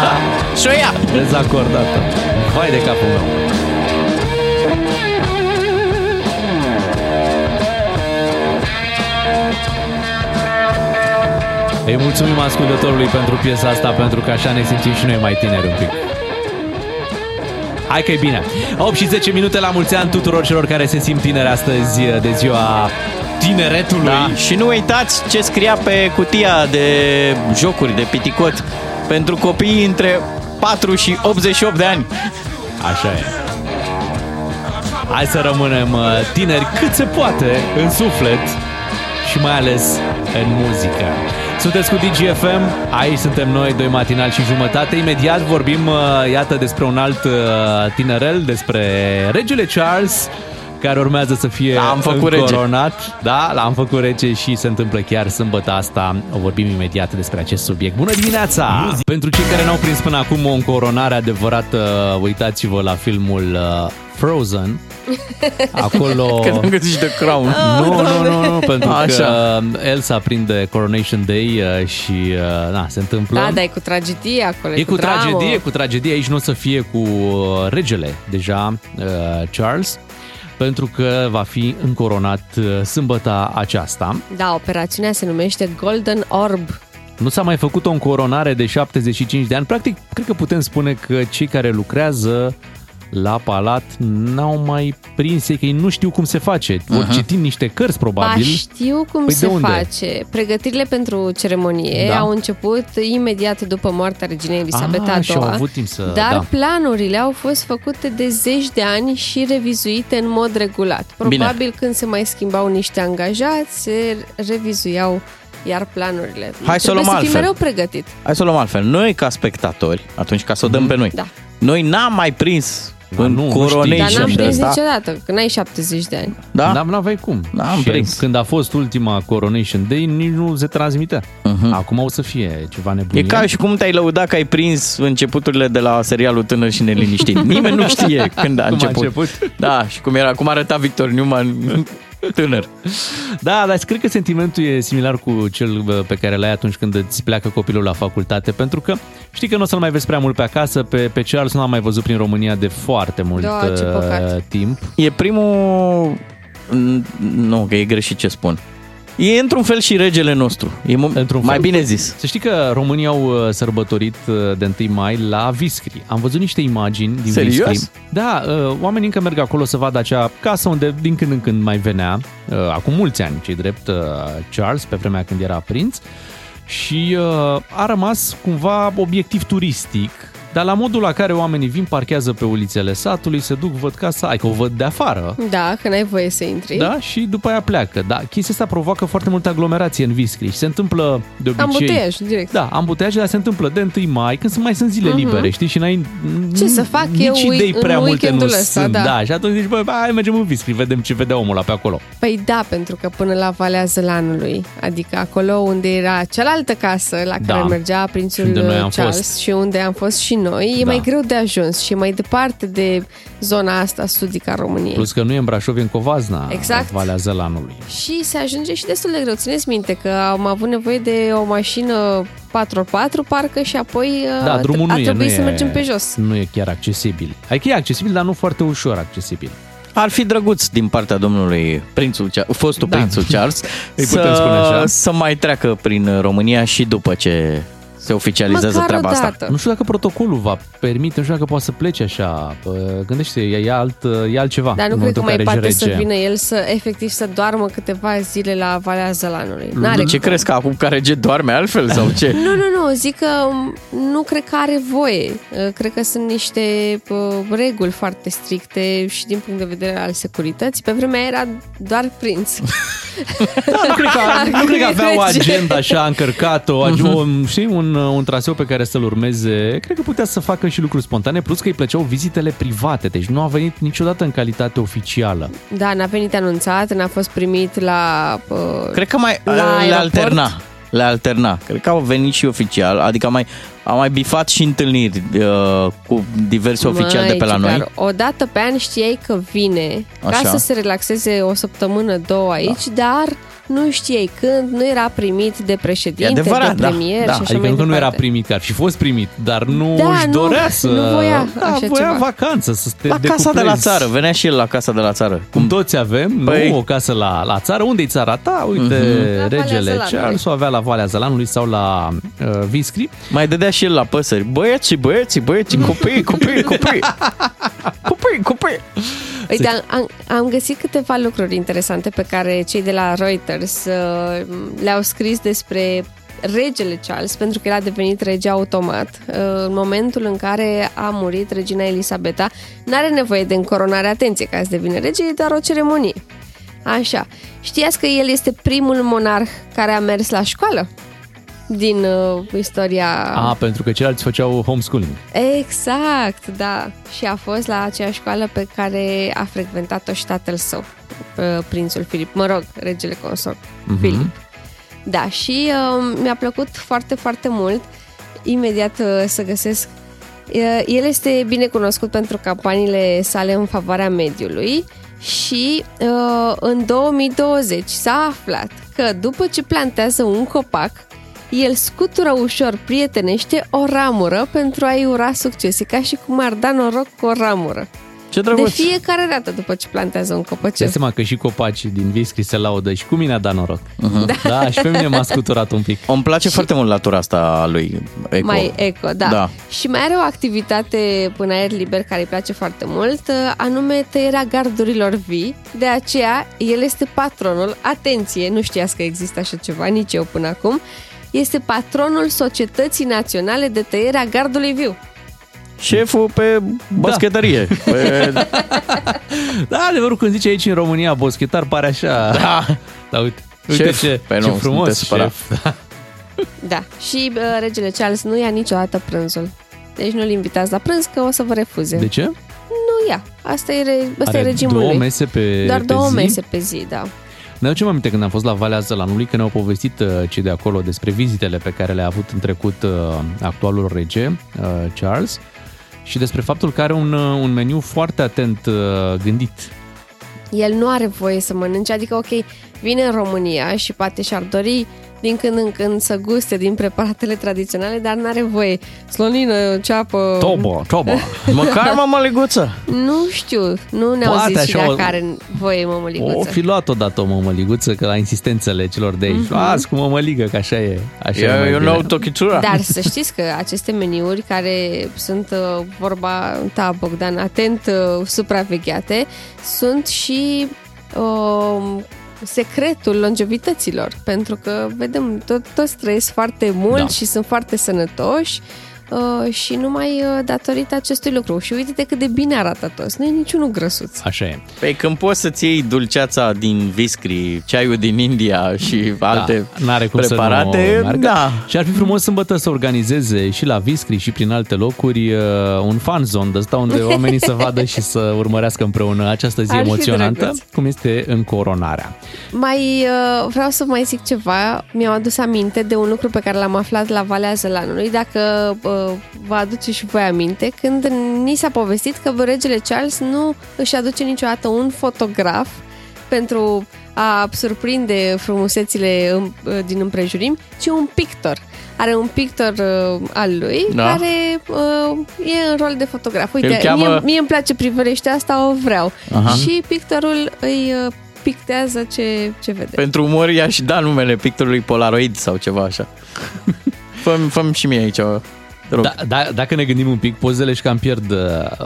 Speaker 5: Și o ia.
Speaker 3: dezacordată. Vai de capul meu. Îi mulțumim ascultătorului pentru piesa asta, pentru că așa ne simțim și noi mai tineri un pic. Hai că e bine. 8 și 10 minute la mulți ani tuturor celor care se simt tineri astăzi de ziua tineretului.
Speaker 5: Da. Și nu uitați ce scria pe cutia de jocuri, de piticot. Pentru copiii între 4 și 88 de ani.
Speaker 3: Așa e. Hai să rămânem uh, tineri cât se poate în suflet și mai ales în muzică. Sunteți cu DGFM, aici suntem noi, doi matinal și jumătate. Imediat vorbim, uh, iată, despre un alt uh, tinerel, despre regele Charles, care urmează să fie
Speaker 5: L-am făcut
Speaker 3: încoronat. Da, l-am făcut rece și se întâmplă chiar sâmbătă asta. Vorbim imediat despre acest subiect. Bună dimineața! Pentru cei care n-au prins până acum o încoronare adevărată, uh, uitați-vă la filmul uh, Frozen. Ah, *laughs* Acolo...
Speaker 9: *laughs*
Speaker 5: Credeam că zici de Crown.
Speaker 4: Ah,
Speaker 3: Nu, nu, nu, nu, pentru că uh,
Speaker 5: Așa.
Speaker 3: Elsa prinde Coronation Day uh, și uh, na, se întâmplă...
Speaker 4: Da, da, e cu tragedie acolo.
Speaker 3: E cu
Speaker 4: dramă.
Speaker 3: tragedie, cu tragedie. Aici nu o să fie cu uh, regele deja, uh, Charles, pentru că va fi încoronat uh, sâmbăta aceasta.
Speaker 4: Da, operațiunea se numește Golden Orb.
Speaker 3: Nu s-a mai făcut o încoronare de 75 de ani. Practic, cred că putem spune că cei care lucrează la palat n-au mai prins ei, că ei nu știu cum se face. Vor citi niște cărți, probabil.
Speaker 4: Ba, știu cum
Speaker 3: Păi de
Speaker 4: se
Speaker 3: unde?
Speaker 4: face. Pregătirile pentru ceremonie
Speaker 3: Da.
Speaker 4: au început imediat după moartea reginei Elisabeta
Speaker 3: Ah,
Speaker 4: II.
Speaker 3: și au avut timp să-
Speaker 4: Dar
Speaker 3: da.
Speaker 4: planurile au fost făcute de zeci de ani și revizuite în mod regulat. Probabil când se mai schimbau niște angajați, se revizuiau iar planurile.
Speaker 5: Hai să
Speaker 4: Trebuie
Speaker 5: o luăm
Speaker 4: să fii
Speaker 5: altfel.
Speaker 4: mereu pregătit.
Speaker 5: Hai să o luăm altfel. Noi, ca spectatori, atunci ca să o dăm pe noi,
Speaker 4: Da.
Speaker 5: noi n-am mai prins
Speaker 3: Da,
Speaker 5: în
Speaker 3: Mhm. nu, nu
Speaker 5: Coronation
Speaker 3: știi.
Speaker 4: Dar
Speaker 3: și
Speaker 4: n-am
Speaker 5: de
Speaker 4: prins
Speaker 5: asta.
Speaker 4: niciodată, că n-ai 70 de ani.
Speaker 5: Da?
Speaker 3: N-am, n-aveai cum.
Speaker 5: N-am
Speaker 3: și
Speaker 5: prins.
Speaker 3: când a fost ultima Coronation Day, nici nu se transmitea. Uh-huh. Acum o să fie ceva
Speaker 5: Mhm. E
Speaker 3: nebunie.
Speaker 5: ca și cum te-ai lăudat că ai prins începuturile de la serialul Tânăr și
Speaker 3: *laughs*
Speaker 5: Neliniștit. Nimeni nu știe când a
Speaker 3: Cum a
Speaker 5: început.
Speaker 3: început.
Speaker 5: Da, și cum era, cum arăta Victor Newman tânăr.
Speaker 3: Da, dar cred că sentimentul e similar cu cel bă, pe care l-ai atunci când îți pleacă copilul la facultate, pentru că știi că nu o să-l mai vezi prea mult pe acasă, pe, pe Charles nu l-am mai văzut prin România de foarte mult
Speaker 4: Da, ce
Speaker 3: uh,
Speaker 4: păcat.
Speaker 3: timp.
Speaker 5: E primul... N- Nu, că e greșit ce spun. E într-un fel și regele nostru. E mo-
Speaker 3: Într-un fel.
Speaker 5: mai bine zis.
Speaker 3: Să știi că românii au uh, sărbătorit uh, de 1 mai la Viscri. Am văzut niște imagini din
Speaker 5: Serios?
Speaker 3: Viscri. Da, uh, oamenii încă merg acolo să vadă acea casă unde din când în când mai venea, uh, acum mulți ani, cei drept uh, Charles, pe vremea când era prinț, și uh, a rămas cumva obiectiv turistic, dar la modul la care oamenii vin, parchează pe ulițele satului, se duc, văd casa, ai că o văd de afară,
Speaker 4: Da, că n-ai voie să intri.
Speaker 3: da, și după aia pleacă. Da, chestia asta provoacă foarte multă aglomerație în Viscri și se întâmplă de obicei...
Speaker 4: Am buteaj, direct.
Speaker 3: Da, am buteaje, dar se întâmplă de 1 mai, când sunt mai sunt zile uh-huh. libere, știi? Și n-ai
Speaker 4: Ce să fac
Speaker 3: nici
Speaker 4: eu Mhm. ui-
Speaker 3: idei
Speaker 4: în
Speaker 3: prea multe nu
Speaker 4: weekendul ăsta,
Speaker 3: sunt.
Speaker 4: da.
Speaker 3: da. și atunci zici, bă, hai mergem în Viscri, vedem ce vedea omul ăla pe acolo.
Speaker 4: Păi da, pentru că până la Valea Zălanului, adică acolo unde era cealaltă casă la
Speaker 3: Da.
Speaker 4: care mergea prințul
Speaker 3: Și unde noi am
Speaker 4: Charles
Speaker 3: fost.
Speaker 4: și unde am fost și noi, e
Speaker 3: Da.
Speaker 4: mai greu de ajuns și e mai departe de zona asta sudică a României.
Speaker 3: Plus că nu e în Brașov, e în Covazna,
Speaker 4: Exact.
Speaker 3: Valea Zălanului.
Speaker 4: Și se ajunge și destul de greu. Țineți minte că am avut nevoie de o mașină 4x4 parcă și apoi
Speaker 3: Da,
Speaker 4: uh,
Speaker 3: drumul
Speaker 4: a
Speaker 3: nu e,
Speaker 4: trebuit
Speaker 3: nu
Speaker 4: să
Speaker 3: e,
Speaker 4: mergem pe jos.
Speaker 3: Nu e chiar accesibil. Adică e accesibil, dar nu foarte ușor accesibil.
Speaker 5: Ar fi drăguț din partea domnului prințul, Cea- fostul da.
Speaker 3: Da. *laughs*
Speaker 5: prințul Charles
Speaker 3: Îi putem spune așa.
Speaker 5: să mai treacă prin România și după ce se oficializează
Speaker 4: Măcar
Speaker 5: treaba
Speaker 4: o
Speaker 5: asta.
Speaker 4: dată.
Speaker 3: Nu știu dacă protocolul va permite, nu știu dacă poate să plece așa. Bă, Gândește, e, e, alt, e altceva.
Speaker 4: Dar nu
Speaker 3: în
Speaker 4: cred că
Speaker 3: momentul
Speaker 4: mai
Speaker 3: în care
Speaker 4: poate
Speaker 3: își
Speaker 4: să
Speaker 3: rege.
Speaker 4: vină el să efectiv să doarmă câteva zile la Valea Zălanului. N-are
Speaker 5: Ce
Speaker 4: cum.
Speaker 5: crezi că acum care ge doarme altfel sau ce?
Speaker 4: *laughs* Nu, nu, nu, zic că um, nu cred că are voie. Uh, Cred că sunt niște pă, reguli foarte stricte și din punct de vedere al securității. Pe vremea era doar
Speaker 5: *laughs*
Speaker 4: prinț.
Speaker 3: Da, nu cred că, nu cred că avea o
Speaker 4: Rege. Mhm.
Speaker 3: agenda așa încărcată, o, ag- o, știi, un un, un traseu pe care să-l urmeze, cred că putea să facă și lucruri spontane, plus că îi plăceau vizitele private, deci nu a venit niciodată în calitate oficială.
Speaker 4: Da, n-a venit anunțat, n-a fost primit la... Uh,
Speaker 5: Cred că mai
Speaker 4: La
Speaker 5: le
Speaker 4: aeroport?
Speaker 5: alterna. Le alterna. Cred că au venit și oficial, adică mai, au mai bifat și întâlniri uh, cu diversi oficiali de pe la
Speaker 4: ce
Speaker 5: noi.
Speaker 4: clar. O dată pe an știai că vine,
Speaker 5: Așa.
Speaker 4: ca să se relaxeze o săptămână, două aici, da. dar nu știai când, nu era primit de președinte,
Speaker 5: adevărat,
Speaker 4: de
Speaker 5: da,
Speaker 4: premier
Speaker 5: da.
Speaker 4: și așa
Speaker 3: Adică
Speaker 4: mai
Speaker 3: nu că nu era
Speaker 4: departe.
Speaker 3: primit, că ar fi fost primit, dar nu
Speaker 4: Da,
Speaker 3: își
Speaker 4: nu-
Speaker 3: dorea să...
Speaker 4: nu voia
Speaker 3: da,
Speaker 4: așa
Speaker 3: voia
Speaker 4: ceva.
Speaker 3: vacanță, să te
Speaker 5: La casa de la
Speaker 3: decuplezi.
Speaker 5: țară, venea și el la casa de la țară.
Speaker 3: Cum toți avem,
Speaker 5: Păi- Mhm.
Speaker 3: nu? O casă la, la țară. Unde-i țara ta? Uite,
Speaker 4: Mhm. La
Speaker 3: mm-hmm. regele
Speaker 4: Valea
Speaker 3: Charles o avea la Valea Zalanului sau la uh, Viscri.
Speaker 5: Mai dădea și el la păsări. Băieți, băieți,
Speaker 4: *laughs*
Speaker 5: băieți, copii, copii, copii. Copii, copii.
Speaker 4: Uite, am- am, am găsit câteva lucruri interesante pe care cei de la Reuters uh, le-au scris despre regele Charles, pentru că el a devenit rege automat. Uh, În momentul în care a murit regina Elisabeta, n-are nevoie de încoronare, atenție, ca să devine rege, e doar o ceremonie. Așa. Știați că el este primul monarh care a mers la școală din uh, istoria...
Speaker 3: A, pentru că ceilalți făceau homeschooling.
Speaker 4: Exact, da. Și a fost la aceeași școală pe care a frecventat-o și tatăl său, uh, prințul Filip, mă rog, regele consort mm-hmm. Filip. Da, și uh, mi-a plăcut foarte, foarte mult imediat uh, să găsesc. Uh, el este bine cunoscut pentru campaniile sale în favoarea mediului și uh, în 2020 s-a aflat că după ce plantează un copac, el scutură ușor prietenește o ramură pentru a-i ura succese, ca și cum ar da noroc cu o ramură.
Speaker 5: Ce
Speaker 4: De
Speaker 5: drăguț.
Speaker 4: fiecare dată după ce plantează un
Speaker 3: Ce
Speaker 4: copăcel.
Speaker 3: seama că și copacii din Viscri se laudă și cu mine a dat noroc. Uh-huh. Da, și pe mine m-a scuturat un pic.
Speaker 5: Mhm. Îmi place foarte mult latura asta a lui Eco.
Speaker 4: Mai eco, da.
Speaker 5: Da.
Speaker 4: Și mai are o activitate în aer liber care îi place foarte mult, anume tăierea gardurilor vii. De aceea, el este patronul, atenție, nu știați că există așa ceva, nici eu până acum, este patronul Societății Naționale de Tăierea Gardului Viu.
Speaker 5: Șeful pe baschetărie. Da. Pe...
Speaker 3: *laughs* Da, adevărul când zice aici în România boschetar pare așa. Da. Da, uite. Uite
Speaker 5: Șef.
Speaker 3: ce,
Speaker 5: Păi
Speaker 3: ce
Speaker 5: nu, sunteți
Speaker 3: frumos
Speaker 5: supărat.
Speaker 3: șef. Da.
Speaker 4: Da, și uh, regele Charles nu ia niciodată prânzul. Deci nu-l invitați la prânz că o să vă refuze.
Speaker 3: De
Speaker 4: Deci,
Speaker 3: ce?
Speaker 4: nu ia. Asta e, re- asta e
Speaker 3: Are
Speaker 4: regimul
Speaker 3: două
Speaker 4: lui.
Speaker 3: mese pe
Speaker 4: Doar
Speaker 3: pe
Speaker 4: două
Speaker 3: zi?
Speaker 4: mese pe zi, da.
Speaker 3: Ne aducem aminte când am fost la Valea Zălanului că ne-au povestit uh, cei de acolo despre vizitele pe care le-a avut în trecut uh, actualul rege, uh, Charles, și despre faptul că are un, uh, un meniu foarte atent uh, gândit.
Speaker 4: El nu are voie să mănânce, adică ok, vine în România și poate și-ar dori din când în când să guste din preparatele tradiționale, dar nu are voie. Slonină, ceapă... Da.
Speaker 3: Tobo,
Speaker 4: *laughs*
Speaker 3: tobo!
Speaker 5: Măcar mama leguță.
Speaker 4: Nu știu, nu ne-au
Speaker 3: Poate
Speaker 4: zis și
Speaker 3: așa o-
Speaker 4: dacă are voie mămăliguță.
Speaker 3: O fi luat odată o mămăliguță că la insistențele celor de aici. Las cu mămăligă, că așa e. Așa e
Speaker 5: Eu,
Speaker 3: mai
Speaker 5: eu
Speaker 3: bine.
Speaker 5: nou tochitura.
Speaker 4: Dar să știți că aceste meniuri care sunt uh, vorba ta, Bogdan, atent uh, supravegheate, sunt și uh, secretul longevităților, pentru că vedem, tot, toți trăiesc foarte mult
Speaker 3: Da.
Speaker 4: da. și sunt foarte sănătoși uh, și numai uh, datorită acestui lucru. Și uite-te cât de bine arată toți, nu e niciunul grăsuț.
Speaker 3: Așa e.
Speaker 5: Păi când poți să-ți iei dulceața din Viscri, ceaiul din India și alte
Speaker 3: da, n-are cum
Speaker 5: preparate,
Speaker 3: să nu meargă.
Speaker 5: da.
Speaker 3: Și ar fi frumos sâmbătă să organizeze și la Viscri și prin alte locuri uh, un fan zone de ăsta unde oamenii să vadă și să urmărească împreună această zi
Speaker 4: Ar fi
Speaker 3: emoționantă,
Speaker 4: drăguț.
Speaker 3: cum este încoronarea.
Speaker 4: Mai uh, vreau să mai zic ceva. Mi-am adus aminte de un lucru pe care l-am aflat la Valea Zălanului. Dacă uh, vă aduce și voi aminte, când ni s-a povestit că regele Charles nu își aduce niciodată un fotograf pentru a surprinde frumusețile în- uh, din împrejurim, ci un pictor. Are un pictor uh, al lui
Speaker 5: Da.
Speaker 4: da. care uh, e în rol de fotograf. Uite,
Speaker 5: cheamă-
Speaker 4: mie, mie îmi place priveliștea asta, o vreau.
Speaker 5: Aha.
Speaker 4: Aha. Și pictorul îi uh, pictează ce, ce vede.
Speaker 5: Pentru umor i-aș da numele pictorului Polaroid sau ceva
Speaker 3: *laughs*
Speaker 5: așa. Făm, făm și mie aici, o- te rog.
Speaker 3: Da, da, dacă ne gândim un pic, pozele își cam pierd uh,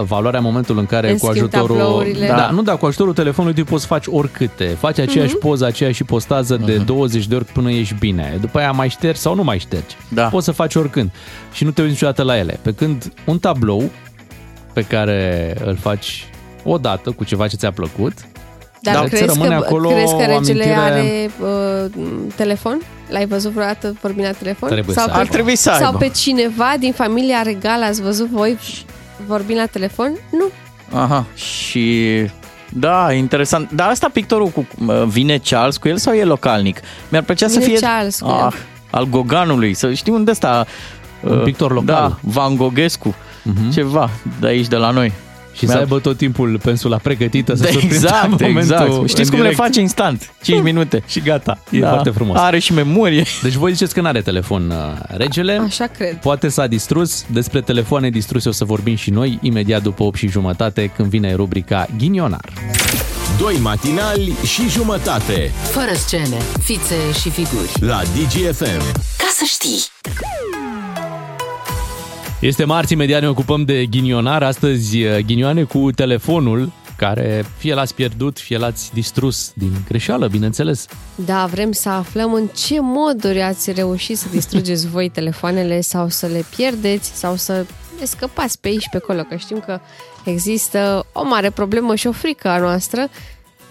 Speaker 3: valoarea în momentul în care
Speaker 4: În
Speaker 3: cu
Speaker 4: schimb,
Speaker 3: ajutorul...
Speaker 4: tablourile.
Speaker 3: Da, nu, da, cu ajutorul telefonului tu poți faci oricâte. Faci aceeași
Speaker 4: Mhm.
Speaker 3: poză, aceeași postază
Speaker 5: Mhm.
Speaker 3: de 20 de ori până ești bine. După aia mai ștergi sau nu mai ștergi.
Speaker 5: Da.
Speaker 3: Poți să faci oricând și nu te uiți niciodată la ele. Pe când un tablou pe care îl faci odată cu ceva ce ți-a plăcut,
Speaker 4: Dar
Speaker 5: da,
Speaker 3: Dacă
Speaker 4: crezi,
Speaker 3: rămâne
Speaker 4: că,
Speaker 3: acolo
Speaker 4: crezi că
Speaker 3: o
Speaker 4: regele
Speaker 3: amintire-
Speaker 4: are uh, telefon? L-ai văzut vreodată vorbind la telefon?
Speaker 3: Trebuie să
Speaker 4: pe-
Speaker 3: aibă.
Speaker 5: Ar trebui să
Speaker 4: Sau
Speaker 5: aibă.
Speaker 4: pe cineva din familia regală ați văzut voi vorbind la telefon? Nu.
Speaker 5: Aha. Și... Da, interesant. Dar asta pictorul cu uh, vine Charles cu el sau e localnic? Mi-ar plăcea să
Speaker 4: Vine
Speaker 5: fie
Speaker 4: Charles cu el.
Speaker 5: ah, al Goganului, să știu unde ăsta
Speaker 3: Un pictor local. Mhm.
Speaker 5: Da, Van Goghescu. Ceva de aici de la noi.
Speaker 3: Și să
Speaker 5: Mi-ar-
Speaker 3: aibă tot timpul pensula pregătită să
Speaker 5: Da,
Speaker 3: surprindă
Speaker 5: exact,
Speaker 3: momentul în
Speaker 5: exact. Știți cum le
Speaker 3: direct.
Speaker 5: face instant? 5 minute.
Speaker 3: Și gata, e
Speaker 5: Da.
Speaker 3: foarte frumos.
Speaker 5: Are și memorie.
Speaker 3: Deci voi ziceți că n-are telefon uh, regele.
Speaker 4: Așa cred.
Speaker 3: Poate s-a distrus. Despre telefoane distruse o să vorbim și noi imediat după 8 și jumătate când vine rubrica Ghinionar.
Speaker 2: Doi matinali și jumătate
Speaker 1: Fără scene, fițe și figuri.
Speaker 2: la DGFM.
Speaker 1: Ca să știi!
Speaker 3: Este marți, imediat ne ocupăm de ghinionar. Astăzi uh, ghinioane cu telefonul care fie l-ați pierdut, fie l-ați distrus din greșeală, bineînțeles.
Speaker 4: Da, vrem să aflăm în ce moduri ați reușit să distrugeți voi telefoanele sau să le pierdeți sau să le scăpați pe aici pe acolo, că știm că există o mare problemă și o frică a noastră,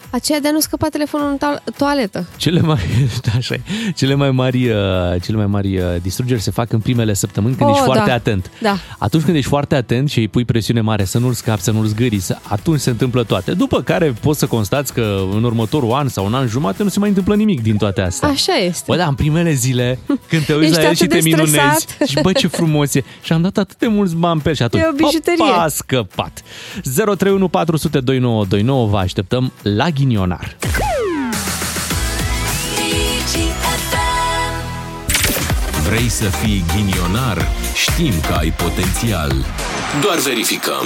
Speaker 4: aceea de a nu scăpa telefonul în to- toaletă.
Speaker 3: Cele mai, *laughs* da, așa e. cele mai mari, uh, cele mai mari uh, distrugeri se fac în primele săptămâni când
Speaker 4: Oh,
Speaker 3: ești foarte
Speaker 4: da.
Speaker 3: atent.
Speaker 4: Da.
Speaker 3: Atunci când ești foarte atent și îi pui presiune mare să nu-l scapi, să nu-l zgâri, să, atunci se întâmplă toate. După care poți să constați că în următorul an sau un an jumate nu se mai întâmplă nimic din toate astea.
Speaker 4: Așa este.
Speaker 3: Bă, da, în primele zile, când te uiți
Speaker 4: Ești
Speaker 3: la el
Speaker 4: atât
Speaker 3: și
Speaker 4: de
Speaker 3: te minunezi
Speaker 4: stresat.
Speaker 3: și bă, ce frumos e. Și am dat atât de mulți bani pe el și atunci,
Speaker 4: E o bijuterie.
Speaker 3: opa, a scăpat. 031 400 2929, vă așteptăm la ghinionar.
Speaker 9: Mhm.
Speaker 2: Vrei să fii ghinionar? Știm că ai potențial. Doar verificăm.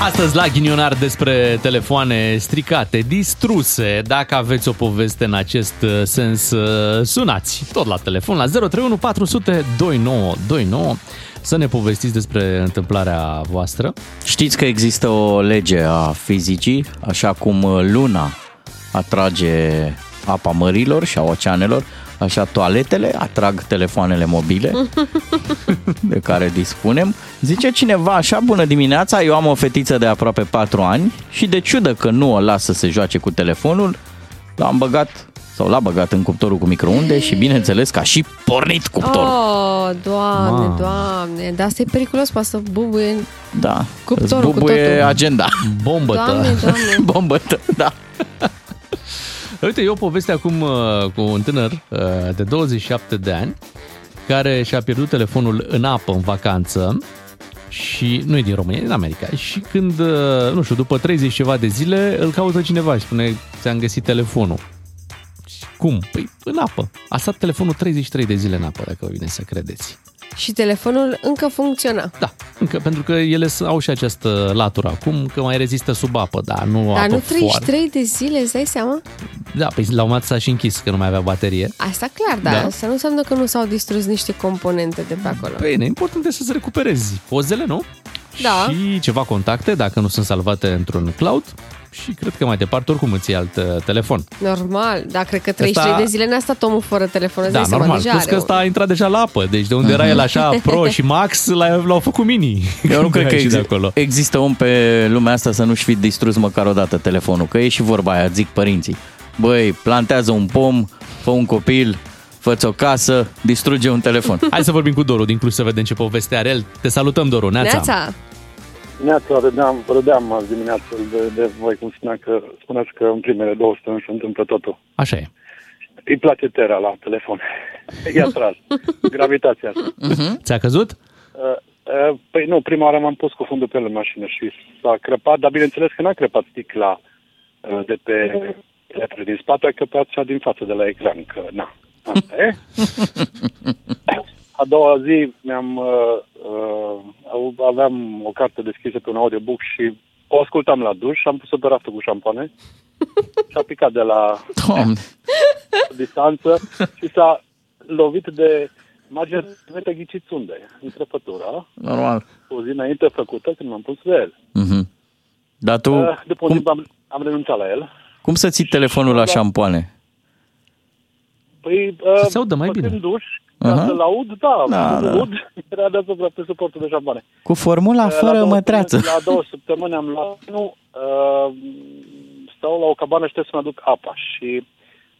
Speaker 3: Astăzi la Ghinionar despre telefoane stricate, distruse. Dacă aveți o poveste în acest uh, sens, uh, sunați tot la telefon la 031 400 2929 să ne povestiți despre întâmplarea voastră.
Speaker 5: Știți că există o lege a fizicii, așa cum uh, luna atrage apa mărilor și a oceanelor, așa toaletele atrag telefoanele
Speaker 4: *laughs*
Speaker 5: mobile de care dispunem. Zice cineva așa, bună dimineața, eu am o fetiță de aproape 4 ani și de ciudă că nu o las să se joace cu telefonul, l-am băgat sau l-a băgat în cuptorul cu microunde și bineînțeles că a și pornit cuptorul.
Speaker 4: Oh, doamne,
Speaker 3: Mamă.
Speaker 4: doamne, dar asta e periculos, poate să bubuie în
Speaker 5: Da,
Speaker 4: Cuptorul
Speaker 5: cuptorul
Speaker 4: cu
Speaker 5: bubuie
Speaker 4: totul.
Speaker 5: agenda.
Speaker 3: Bombătă!
Speaker 4: Doamne,
Speaker 3: *laughs*
Speaker 4: doamne.
Speaker 5: Bombătă, da.
Speaker 3: Uite, eu poveste acum uh, cu un tânăr uh, de 27 de ani care și-a pierdut telefonul în apă în vacanță și nu e din România, e din America. Și când, uh, nu știu, după 30 ceva de zile, îl caută cineva și spune, ți-am găsit telefonul. Și cum? Păi în apă. A stat telefonul 33 de zile în apă, dacă vă vine să credeți.
Speaker 4: Și telefonul încă funcționa.
Speaker 3: Da, încă, pentru că ele s- au și această latură acum, că mai rezistă sub apă, dar nu
Speaker 4: Dar
Speaker 3: apă
Speaker 4: nu
Speaker 3: foarte.
Speaker 4: 33 de zile, îți dai seama?
Speaker 3: Da, păi la un moment dat s-a și închis, că nu mai avea baterie.
Speaker 4: Asta clar, dar
Speaker 3: Da.
Speaker 4: da. asta nu înseamnă că nu s-au distrus niște componente de pe acolo.
Speaker 3: Bine, important Păi, e să-ți recuperezi pozele, nu?
Speaker 4: Da.
Speaker 3: Și ceva contacte, dacă nu sunt salvate într-un cloud. Și cred că mai departe oricum îți iei alt uh, telefon.
Speaker 4: Normal, dar cred că 33
Speaker 3: Ăsta-
Speaker 4: de zile n-a stat omul fără telefon, îți
Speaker 3: da,
Speaker 4: dai seama,
Speaker 3: normal.
Speaker 4: deja
Speaker 3: Plus
Speaker 4: are Mhm.
Speaker 3: că
Speaker 4: un-
Speaker 3: ăsta a intrat deja la apă. Deci de unde era el așa
Speaker 4: *laughs*
Speaker 3: pro și max, l-a- l-au făcut mini.
Speaker 5: Eu nu
Speaker 3: *laughs*
Speaker 5: cred că
Speaker 3: Ieși de
Speaker 5: exi-
Speaker 3: acolo.
Speaker 5: există om pe lumea asta să nu-și fi distrus măcar o dată telefonul, că e și vorba aia, zic părinții. Băi, plantează un pom, fă un copil, fă o casă, distruge un telefon.
Speaker 3: Hai să vorbim cu Doru din Cluj să vedem ce poveste are el. Te salutăm, Doru. Neața.
Speaker 4: Neața,
Speaker 10: Neața, râdeam, râdeam azi dimineață de, de voi, cum spunea că, spuneați că în primele două săptămâni se întâmplă totul.
Speaker 3: Așa e.
Speaker 10: Îi place tera la telefon. *laughs* I-a tras. Gravitația asta.
Speaker 4: Mhm.
Speaker 3: Ți-a căzut?
Speaker 10: Uh, uh, Păi nu, prima oară m-am pus cu fundul pe el în mașină și s-a crăpat, dar bineînțeles că n-a crăpat sticla uh, de pe de din spate, a crăpat cea din față de la ecran, că na, asta e. A doua zi mi-am, uh, uh, au- aveam o carte deschisă pe un audiobook și o ascultam la duș și am pus-o pe raftul cu șampoane și a picat de la
Speaker 5: Doamne.
Speaker 10: *laughs* distanță și s-a lovit de marginea de cuvinte ghiciți unde, în trepătura,
Speaker 5: Normal.
Speaker 10: o zi înainte făcută când m-am pus la el.
Speaker 5: Mhm. Dar tu,
Speaker 10: Uh, După o
Speaker 5: cum,
Speaker 10: zi am, am renunțat la el.
Speaker 5: cum să ții telefonul
Speaker 10: Da.
Speaker 5: la șampoane?
Speaker 10: Păi, uh,
Speaker 3: Să se audă mai
Speaker 10: făcând
Speaker 3: bine.
Speaker 10: duș, ca
Speaker 5: Aha.
Speaker 10: să-l aud, da,
Speaker 5: Da,
Speaker 10: da,
Speaker 5: da.
Speaker 10: da. aud, *laughs* era deasupra pe suportul de șampane.
Speaker 5: Cu formula
Speaker 10: Eh, la
Speaker 5: fără
Speaker 10: două
Speaker 5: mătreață.
Speaker 10: săptămâni- La două săptămâni am luat nu, uh, stau la o cabană și trebuie să-mi aduc apa și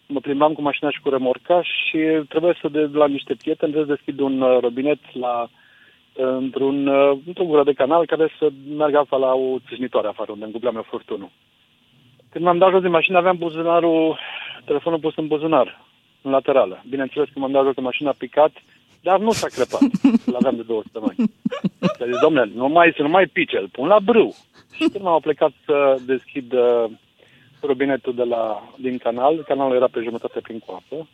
Speaker 10: mă plimbam cu mașina și cu remorca și trebuie să de la niște prieteni trebuie să deschid un uh, robinet la într-un, uh, într-o gură de canal care să meargă apa la o țâșnitoare afară unde îmi cupleam eu furtunul. Când m-am dat jos din mașină aveam buzunarul, telefonul pus în buzunar, în laterală. Bineînțeles că m-am dat jos din mașină a picat, dar nu s-a crepat. L-aveam de două săptămâni. Și a zis, domnule, nu mai, să nu mai pice, îl pun la brâu. Și când m-am plecat să deschid uh, robinetul de la, din canal, canalul era pe jumătate prin cu apă,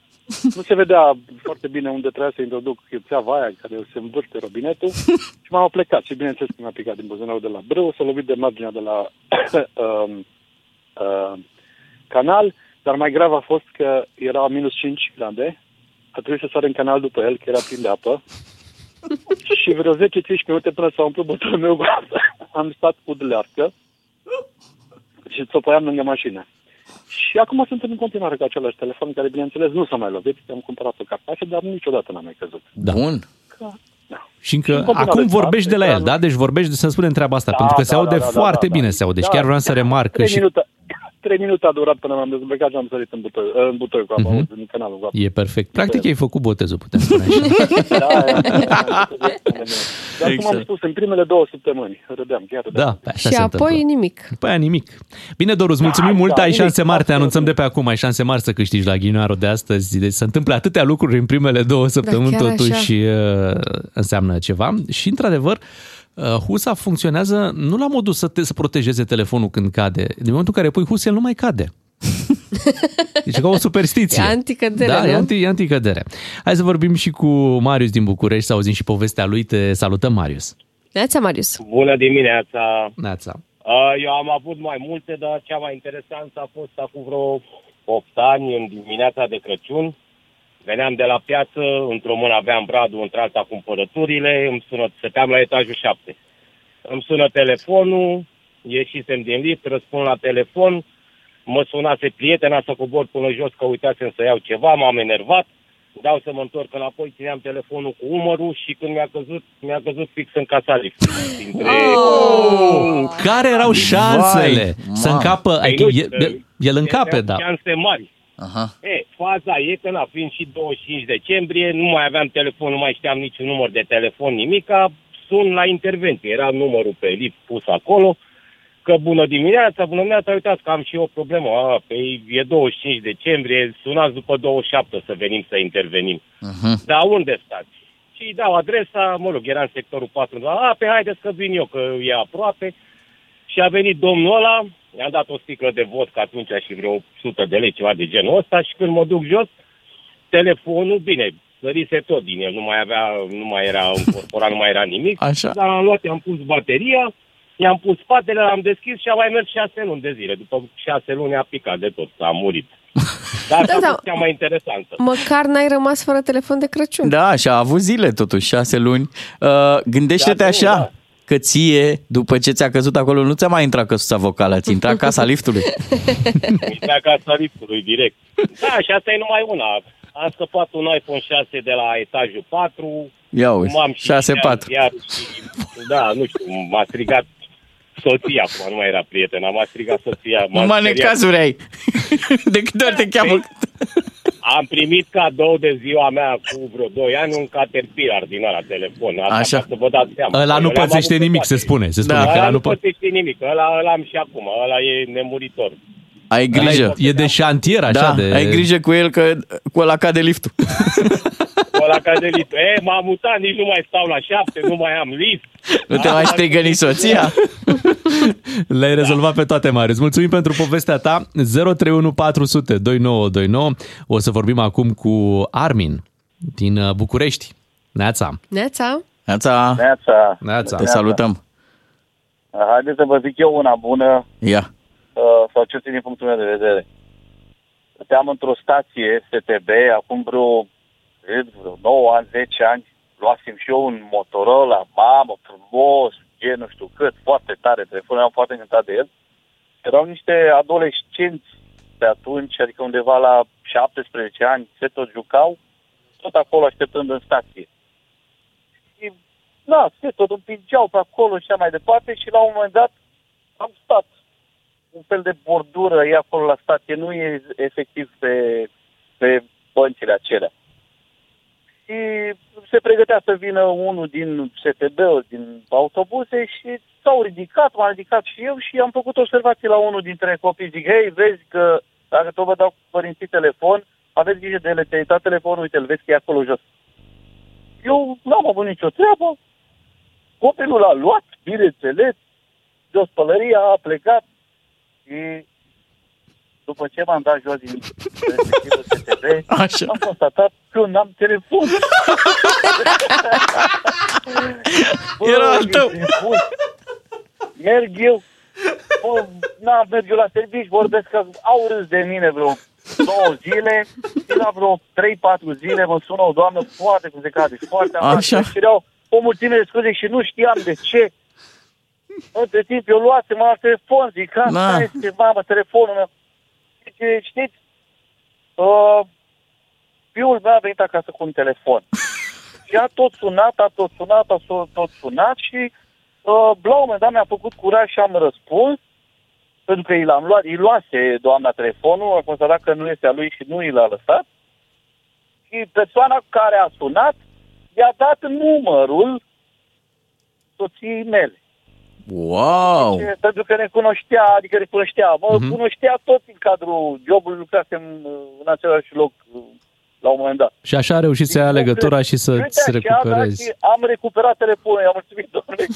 Speaker 10: nu se vedea foarte bine unde trebuia să introduc țeava aia care se învârte robinetul și m-am plecat și bineînțeles că mi-a picat din buzunarul de la brâu, s-a lovit de marginea de la *coughs* um, uh, canal, dar mai grav a fost că era minus 5 grade, a trebuit să sară în canal după el, că era plin de apă, și vreo 10-15 minute până s-a umplut botul meu cu apă. Am stat cu dlearcă și țopăiam lângă mașină. Și acum sunt în continuare cu același telefon, care, bineînțeles, nu s-a mai lovit, că am cumpărat o cartașă, dar niciodată n-a mai căzut.
Speaker 3: Da.
Speaker 5: Bun.
Speaker 3: Și încă
Speaker 10: continuare,
Speaker 3: acum
Speaker 10: da,
Speaker 3: vorbești de la el, da? Deci vorbești să spunem treaba asta,
Speaker 10: Da,
Speaker 3: pentru că se
Speaker 10: da,
Speaker 3: aude
Speaker 10: da, da,
Speaker 3: foarte
Speaker 10: da, da.
Speaker 3: bine, se aude. și
Speaker 10: Da.
Speaker 3: chiar vreau să remarc că
Speaker 10: Trei
Speaker 3: și
Speaker 10: minute, trei minute a durat până m-am dezbrăcat și am sărit în butoi, în butoi cu apă, în canalul cu apă.
Speaker 3: Mhm. e perfect. Practic ai făcut botezul, putem spune așa.
Speaker 10: exact. *laughs* Da, aia-
Speaker 4: *laughs*
Speaker 10: Dar cum am spus, în primele două săptămâni râdeam, chiar râdeam.
Speaker 3: Exact. Da, pe așa
Speaker 4: și
Speaker 3: se
Speaker 4: apoi
Speaker 3: întâmplă.
Speaker 4: nimic.
Speaker 3: După aia Păi, nimic. Bine, Doru, îți mulțumim
Speaker 10: Da,
Speaker 3: mult,
Speaker 10: da,
Speaker 3: ai
Speaker 10: nimic,
Speaker 3: șanse mari, te
Speaker 10: absolut.
Speaker 3: anunțăm de pe acum, ai șanse mari să câștigi la ghinioarul de astăzi. Deci se întâmplă atâtea lucruri în primele două săptămâni,
Speaker 4: Da, chiar
Speaker 3: totuși uh, înseamnă ceva. Și, într-adevăr, uh, husa funcționează nu la modul să, te, să protejeze telefonul când cade. Din momentul în care pui husa, el nu mai
Speaker 4: *laughs*
Speaker 3: cade. Deci e ca o superstiție.
Speaker 4: E anticădere,
Speaker 3: Da, e,
Speaker 4: nu?
Speaker 3: anti, e anticădere. Hai să vorbim și cu Marius din București, să auzim și povestea lui. Te salutăm, Marius.
Speaker 4: Neața, Marius.
Speaker 11: Bună dimineața!
Speaker 3: Neața.
Speaker 11: Uh, Eu am avut mai multe, dar cea mai interesantă a fost acum vreo 8 ani, în dimineața de Crăciun. Veneam de la piață, într-o mână aveam bradul, într-alta cumpărăturile, îmi sună, stăteam la etajul 7. Îmi sună telefonul, ieșisem din lift, răspund la telefon, mă sunase prietena să cobor până jos că uitasem să iau ceva, m-am enervat, dau să mă întorc înapoi, țineam telefonul cu umărul și când mi-a căzut, mi-a căzut fix în casa liftului. Dintre...
Speaker 3: Oh! Care erau șansele
Speaker 5: Vai,
Speaker 3: să
Speaker 5: Oh! mamă.
Speaker 3: încapă? Adică
Speaker 11: nu,
Speaker 3: el, el încape,
Speaker 11: aveam
Speaker 3: da.
Speaker 11: șanse mari.
Speaker 5: Aha.
Speaker 11: E, faza e că, na, fiind și 25 decembrie, nu mai aveam telefon, nu mai știam niciun număr de telefon, nimica, sun la intervenție. Era numărul pe lift pus acolo, că bună dimineața, bună dimineața, uitați că am și eu o problemă. A, pe, e 25 decembrie, sunați după 27 să venim să intervenim.
Speaker 5: Uh-huh.
Speaker 11: Dar unde stați? Și îi dau adresa, mă rog, era în sectorul 4, doar, a, pe haideți că vin eu, că e aproape. Și a venit domnul ăla, i-am dat o sticlă de vodka atunci și vreo 100 de lei, ceva de genul ăsta, și când mă duc jos, telefonul, bine, sărise tot din el, nu mai avea, nu mai era încorporat, nu mai era nimic.
Speaker 5: Așa.
Speaker 11: Dar am luat, i-am pus bateria, i-am pus spatele, l-am deschis și a mai mers șase luni de zile. După șase luni a picat de tot, a
Speaker 5: *laughs*
Speaker 11: murit. Dar asta
Speaker 4: Da,
Speaker 11: a
Speaker 4: da.
Speaker 11: fost cea mai interesantă.
Speaker 4: Măcar n-ai rămas fără telefon de Crăciun.
Speaker 5: Da, și a avut zile totuși, șase luni. Uh, gândește-te
Speaker 11: Șase luni,
Speaker 5: așa,
Speaker 11: da.
Speaker 5: că ție, după ce ți-a căzut acolo, nu ți-a mai intrat căsuța vocală, ți-a intrat casa liftului.
Speaker 11: Uita casa liftului direct. Da, și asta e numai una. Am scăpat un iPhone 6 de la etajul 4.
Speaker 5: Ia uite,
Speaker 11: Cum am și
Speaker 5: 6-4.
Speaker 11: Iar și, da, nu știu, m-a strigat soția, acum nu mai era prietena, m-a strigat soția. m-a
Speaker 5: Numai
Speaker 11: speriat.
Speaker 5: necazuri ai. De câte ori te cheamă?
Speaker 11: Am primit cadou de ziua mea cu vreo 2 ani un Caterpillar din ăla telefon. Asta
Speaker 5: Așa.
Speaker 11: ca Să vă dați seama.
Speaker 3: Ăla nu
Speaker 11: Eu le-am
Speaker 3: pățește
Speaker 11: avut pe
Speaker 3: nimic,
Speaker 11: toate.
Speaker 3: se spune. Se spune
Speaker 5: Da.
Speaker 3: că
Speaker 11: Ăla
Speaker 3: ăla
Speaker 11: nu
Speaker 3: nu pă-
Speaker 11: pățește nimic, ăla, ăla am și acum, ăla e nemuritor.
Speaker 5: Ai
Speaker 3: ăla e-
Speaker 5: grijă.
Speaker 3: E de șantier, așa
Speaker 5: Da,
Speaker 3: de...
Speaker 5: ai grijă cu el că cu ăla cade liftul.
Speaker 11: Cu ăla care de lift. E, m-am mutat, nici nu mai stau la șapte, nu mai am lift.
Speaker 5: Nu te mai strigă nici soția.
Speaker 3: *laughs* Le-ai rezolvat pe toate, Marius. Mulțumim pentru povestea ta. 031 400 2929. O să vorbim acum cu Armin din uh, București. Neața.
Speaker 4: Neața.
Speaker 5: Neața,
Speaker 10: Neața,
Speaker 3: Neața.
Speaker 5: te salutăm.
Speaker 10: haideți să vă zic eu una bună,
Speaker 5: Ia.
Speaker 10: uh, sau ce din punctul meu de vedere. Stăteam într-o stație STB, acum vreo, cred, vreo 9 ani, 10 ani, luasem și eu un Motorola, mamă, frumos, gen nu știu cât, foarte tare, telefonul, am foarte încântat de el. Erau niște adolescenți de atunci, adică undeva la 17 ani, se tot jucau, tot acolo așteptând în stație. Și, da, se tot împingeau pe acolo și așa mai departe și la un moment dat am stat
Speaker 12: un fel de bordură, e acolo la stație, nu e efectiv pe, pe băncile acelea. Și se pregătea să vină unul din STB, din autobuse și s-au ridicat, m-am ridicat și eu și am făcut observații la unul dintre copii. Zic, hei, vezi că dacă tot vă dau cu părinții telefon, aveți grijă de el, te-ai dat telefonul, uite, îl vezi că e acolo jos. Eu n-am avut nicio treabă, copilul a luat, bineînțeles, de o spălărie, a plecat și după ce m-am dat jos din respectivul STB,
Speaker 5: Așa.
Speaker 12: am constatat că eu n-am telefon.
Speaker 5: *laughs* Era al tău.
Speaker 12: Merg eu, bă, n-am merg eu la servici, vorbesc că au râs de mine vreo două zile și la vreo 3-4 zile mă sună o doamnă foarte cum se cade, foarte
Speaker 5: Așa.
Speaker 12: amată și erau o mulțime de scuze și nu știam de ce. Între timp eu luasem alt telefon, zic,
Speaker 5: Da.
Speaker 12: asta este, mama, telefonul meu. Zice, știți, uh, fiul meu a venit acasă cu un telefon. Și a tot sunat, a tot sunat, a so- tot sunat și uh, la un moment dat mi-a făcut curaj și am răspuns, pentru că i l-am luat, îi luase doamna telefonul, a constatat că nu este a lui și nu i l-a lăsat. Și persoana care a sunat i-a dat numărul soției mele.
Speaker 5: Wow!
Speaker 12: Ce- Pentru că ne cunoștea, adică ne cunoștea, mă
Speaker 5: Mhm.
Speaker 12: uh-huh. cunoștea tot în cadrul jobului, lucrasem uh, în același loc uh, la un moment dat.
Speaker 3: Și așa a reușit să ia legătura și să-ți
Speaker 12: Uite așa,
Speaker 3: recuperezi.
Speaker 12: da, și am recuperat telefonul, i-am mulțumit doamnei.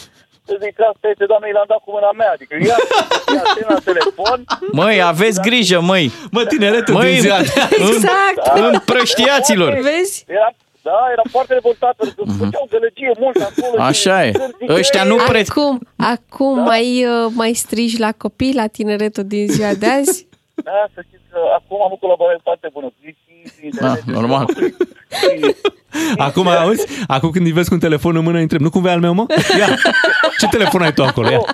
Speaker 12: Să zic, asta este, doamne, i l-am dat cu mâna mea, adică ia, ia atent la telefon.
Speaker 5: Măi, aveți grijă, măi!
Speaker 3: Mă, tineretul
Speaker 5: Măi,
Speaker 3: din ziua de
Speaker 4: Exact!
Speaker 5: împrăștiaților!
Speaker 4: Vezi?
Speaker 12: Da. Era, da, era foarte revoltat, pentru că făceau gălăgie mult acolo. și-
Speaker 5: Mhm. Așa e.
Speaker 12: zic,
Speaker 5: Ăștia
Speaker 12: "Ei,
Speaker 5: nu pre...
Speaker 4: Acum, acum mai, uh, mai strigi la copii, la tineretul din ziua de
Speaker 3: *laughs*
Speaker 4: azi?
Speaker 12: Da, să știți că acum am o colaborare foarte bună. cu Vicky, prin
Speaker 5: Da,
Speaker 12: internet.
Speaker 5: normal.
Speaker 12: Și-
Speaker 3: *laughs* Acum auzi? Acum când îi vezi cu un telefon în mână, îi întreb, nu cumva e al meu,
Speaker 5: *laughs*
Speaker 3: mă? Ia, ce telefon ai tu acolo? Ia.
Speaker 12: Nu,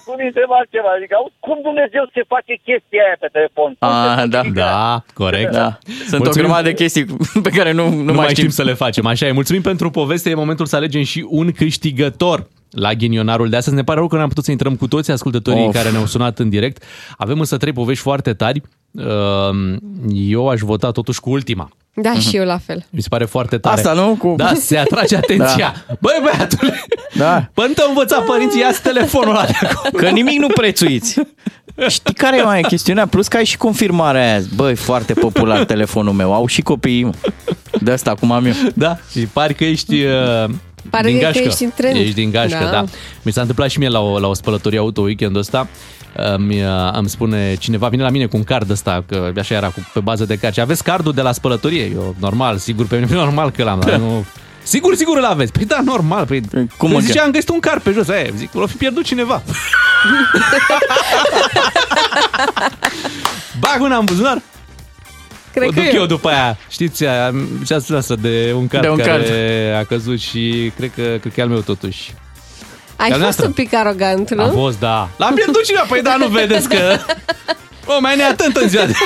Speaker 12: Acum îi întreb altceva, adică auzi, cum Dumnezeu se face chestia aia pe telefon? Cum se
Speaker 5: Ah,
Speaker 12: face?
Speaker 5: da.
Speaker 3: Da, corect.
Speaker 5: Da. Sunt o
Speaker 3: Mulțumim.
Speaker 5: grămadă de chestii pe care nu, nu,
Speaker 3: Nu mai știm
Speaker 5: știm.
Speaker 3: să le facem. Așa e. Mulțumim pentru poveste. E momentul să alegem și un câștigător la ghinionarul de astăzi. Ne pare rău că n-am putut să intrăm cu toți ascultătorii
Speaker 5: Of.
Speaker 3: of. care ne-au sunat în direct. Avem însă trei povești foarte tari. Ehm, Eu aș vota totuși cu ultima.
Speaker 4: Da,
Speaker 5: Mhm.
Speaker 4: și eu la fel.
Speaker 3: Mi se pare foarte tare.
Speaker 5: Asta, nu? Cu-
Speaker 3: Da,
Speaker 5: *laughs*
Speaker 3: se atrage atenția. Da. Băi, băiatule! *laughs*
Speaker 5: Da.
Speaker 3: Până te-au învățat părinții, ia telefonul ăla de acolo.
Speaker 5: Că nimic nu prețuiți. Știi care e mai e chestiunea? Plus că ai și confirmarea aia. Băi, foarte popular telefonul meu. Au și copiii, mă. De asta cum am eu.
Speaker 3: Da, și pari că ești uh,
Speaker 4: Pare
Speaker 3: din
Speaker 4: că
Speaker 3: gașcă.
Speaker 4: ești în trend.
Speaker 3: Ești din gașcă, da.
Speaker 4: Da.
Speaker 3: da. Mi s-a întâmplat și mie la o, la o spălătorie auto weekendul ăsta. Îmi, uh, îmi spune cineva, vine la mine cu un card ăsta, că așa era, cu, pe bază de card. Și aveți cardul de la spălătorie? Eu, normal, sigur, pe mine, *laughs* normal
Speaker 5: *laughs*
Speaker 3: că l-am, dar nu... Sigur, sigur îl aveți. Păi da, normal. Păi,
Speaker 5: Cum
Speaker 3: îmi
Speaker 5: mă-
Speaker 3: ziceam că este un card pe jos. Aia, zic, l-o fi pierdut
Speaker 5: *laughs*
Speaker 3: cineva. Bag una în buzunar,
Speaker 4: Cred
Speaker 5: Păi
Speaker 3: o
Speaker 4: că
Speaker 3: duc eu.
Speaker 4: eu.
Speaker 3: după aia. Știți, aia, ce ați lăsat de un card
Speaker 5: De un
Speaker 3: care a căzut și cred că, cred că e al meu totuși.
Speaker 4: Ai fost
Speaker 3: noastră.
Speaker 4: un pic arogant,
Speaker 3: A
Speaker 4: nu?
Speaker 3: fost, da. L-am pierdut și eu, păi da, nu vedeți
Speaker 5: *laughs*
Speaker 3: că... O, mai neatent în ziua de...
Speaker 4: *laughs*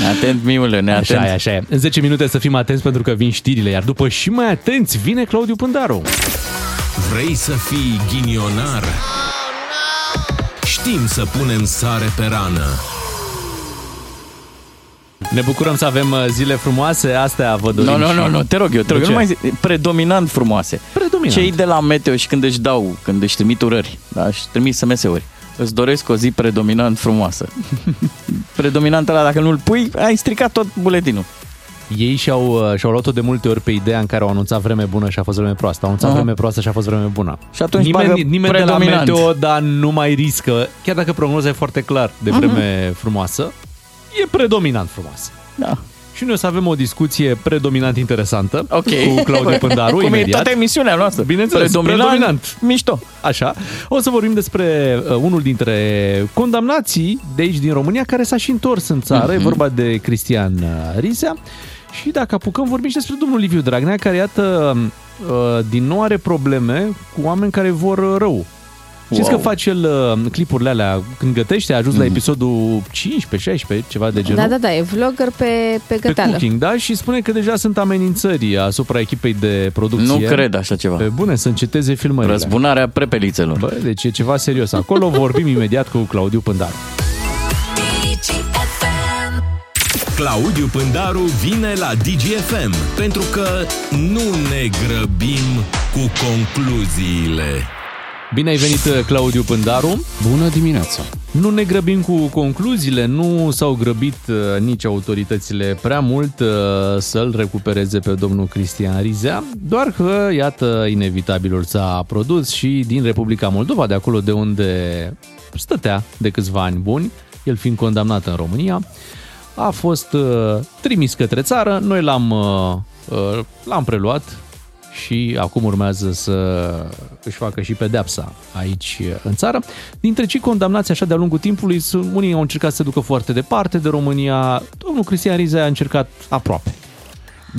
Speaker 4: Da,
Speaker 5: Atent, miule, ne atent.
Speaker 3: Așa e, așa e. În 10 minute să fim atenți pentru că vin știrile, iar după și mai atenți vine Claudiu Pândaru.
Speaker 2: Vrei să fii ghinionar? Știm să punem sare pe rană.
Speaker 3: Ne bucurăm să avem uh, zile frumoase, astea vă dorim
Speaker 5: Nu, nu,
Speaker 3: și-
Speaker 5: nu, nu, te rog eu, te rog, eu,
Speaker 3: De ce?
Speaker 5: nu mai zi- predominant frumoase.
Speaker 3: Predominant.
Speaker 5: Cei de la meteo și când își dau, când își trimit urări, da, își trimit SMS-uri, îți doresc o zi predominant frumoasă. *laughs* predominant ăla, dacă nu-l pui, ai stricat tot buletinul.
Speaker 3: Ei și-au, uh, și-au luat-o de multe ori pe ideea în care au anunțat vreme bună și a fost vreme proastă. Au anunțat
Speaker 5: Aha.
Speaker 3: vreme proastă și a fost vreme bună.
Speaker 5: Și atunci bagă
Speaker 3: nimeni, nimeni de la
Speaker 5: predominant.
Speaker 3: meteo, dar nu mai riscă. Chiar dacă prognoza e foarte clar de
Speaker 5: Mhm.
Speaker 3: vreme frumoasă, e predominant frumoasă.
Speaker 5: Da.
Speaker 3: Și noi o să avem o discuție predominant interesantă
Speaker 5: Ok.
Speaker 3: cu Claudiu
Speaker 5: *laughs*
Speaker 3: Pândaru
Speaker 5: Cum
Speaker 3: imediat.
Speaker 5: e toată emisiunea noastră.
Speaker 3: Bineînțeles, predominant.
Speaker 5: Mișto.
Speaker 3: Așa. O să vorbim despre uh, unul dintre condamnații de aici din România care s-a și întors în țară. E
Speaker 5: Mhm.
Speaker 3: vorba de Cristian uh, Rizea. Și dacă apucăm, vorbim și despre domnul Liviu Dragnea, care, iată, uh, din nou are probleme cu oameni care vor uh, rău. Știți că face el uh, clipurile alea când gătește, a ajuns
Speaker 5: Mhm.
Speaker 3: la episodul 15-16, ceva de genul.
Speaker 4: Da, da, da, e vlogger pe, pe
Speaker 3: Pe
Speaker 4: găteală.
Speaker 3: cooking, da? Și spune că deja sunt amenințări asupra echipei de producție.
Speaker 5: Nu cred așa ceva.
Speaker 3: Pe bune, să înceteze filmările.
Speaker 5: Răzbunarea prepelițelor.
Speaker 3: Bă, deci e ceva serios. Acolo vorbim imediat cu Claudiu Pândaru.
Speaker 2: Claudiu Pândaru vine la DGFM pentru că nu ne grăbim cu concluziile.
Speaker 3: Bine ai venit, Claudiu Pândaru.
Speaker 13: Bună dimineața!
Speaker 3: Nu ne grăbim cu concluziile, nu s-au grăbit uh, nici autoritățile prea mult uh, să-l recupereze pe domnul Cristian Rizea, doar că, iată, inevitabilul s-a produs și din Republica Moldova, de acolo de unde stătea de câțiva ani buni, el fiind condamnat în România, a fost uh, trimis către țară, noi l-am, uh, uh, l-am preluat și acum urmează să își facă și pedepsa aici uh, în țară. Dintre cei condamnați așa de-a lungul timpului, sunt- unii au încercat să se ducă foarte departe de România, domnul Cristian Rizea a încercat aproape.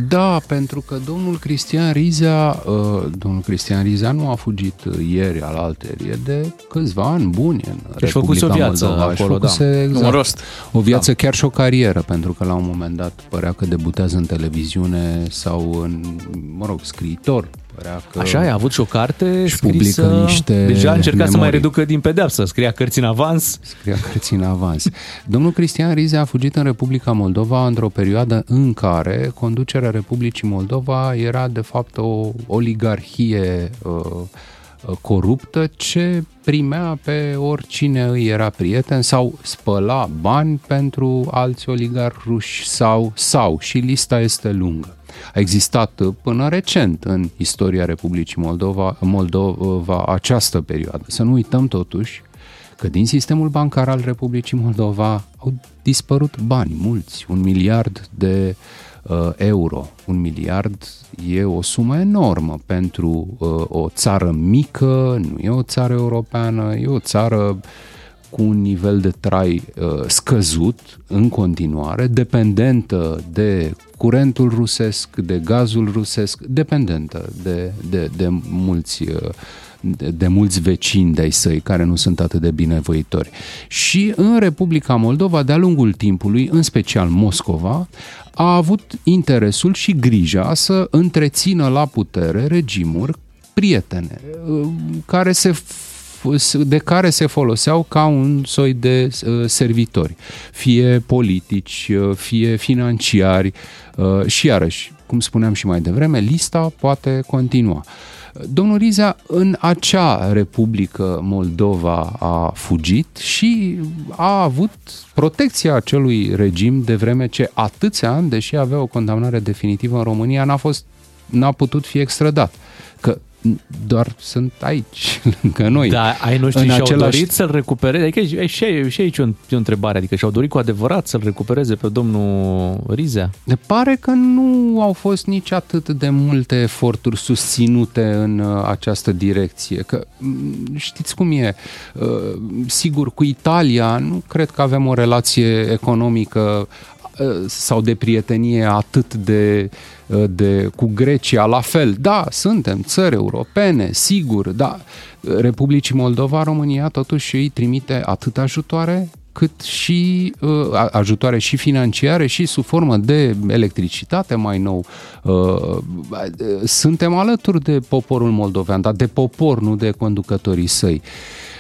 Speaker 13: Da, pentru că domnul Cristian Riza, uh, domnul Cristian Riza nu a fugit uh, ieri al alteri, e de câțiva ani buni în
Speaker 3: Și-a făcut
Speaker 13: Republica
Speaker 3: o viață
Speaker 13: Moldova.
Speaker 3: acolo,
Speaker 13: Și-a făcuse,
Speaker 3: da.
Speaker 13: exact,
Speaker 3: Un rost.
Speaker 13: O viață da. chiar și o carieră, pentru că la un moment dat părea că debutează în televiziune sau în, mă rog, scriitor. Părea că
Speaker 3: Așa e, a avut și o carte și
Speaker 13: publică
Speaker 3: scrisă,
Speaker 13: niște
Speaker 3: deja a încercat să mai
Speaker 13: memorii.
Speaker 3: reducă din pedeapsă, scria cărți în avans.
Speaker 13: scria cărți în avans. Domnul Cristian Rize a fugit în Republica Moldova într-o perioadă în care conducerea Republicii Moldova era de fapt o oligarhie uh, uh, coruptă ce primea pe oricine îi era prieten sau spăla bani pentru alți oligari ruși sau, sau și lista este lungă. A existat uh, până recent în istoria Republicii Moldova, Moldova uh, această perioadă. Să nu uităm totuși că din sistemul bancar al Republicii Moldova au dispărut bani mulți, un miliard de uh, euro. Un miliard e o sumă enormă pentru uh, o țară mică, nu e o țară europeană, e o țară cu un nivel de trai uh, scăzut în continuare, dependentă de curentul rusesc, de gazul rusesc, dependentă de, de, de mulți uh, de, de mulți vecini de-ai săi care nu sunt atât de binevoitori. Și în Republica Moldova, de-a lungul timpului, în special Moscova, a avut interesul și grija să întrețină la putere regimuri prietene, uh, care se f- de care se foloseau ca un soi de uh, servitori, fie politici, uh, fie financiari uh, și iarăși, cum spuneam și mai devreme, lista poate continua. Domnul Riza în acea Republică Moldova a fugit și a avut protecția acelui regim de vreme ce atâția ani, deși avea o condamnare definitivă în România, n-a, fost, n-a putut fi extradat. Că doar sunt aici, *laughs* lângă noi.
Speaker 3: Da, ai noștri
Speaker 13: În
Speaker 3: și-au
Speaker 13: același
Speaker 3: dorit să-l recupereze. Adică e și, e și aici o, e o întrebare, adică și-au dorit cu adevărat să-l recupereze pe domnul Rizea.
Speaker 13: De pare că nu au fost nici atât de multe eforturi susținute în uh, această direcție. Că m, știți cum e, Uh, sigur, cu Italia nu cred că avem o relație economică uh, sau de prietenie atât de, uh, de cu Grecia la fel. Da, suntem țări europene, sigur, da. Republicii Moldova, România totuși îi trimite atât ajutoare cât și uh, a- ajutoare și financiare și sub formă de electricitate mai nou. Uh, Suntem alături de poporul moldovean, dar de popor, nu de conducătorii săi.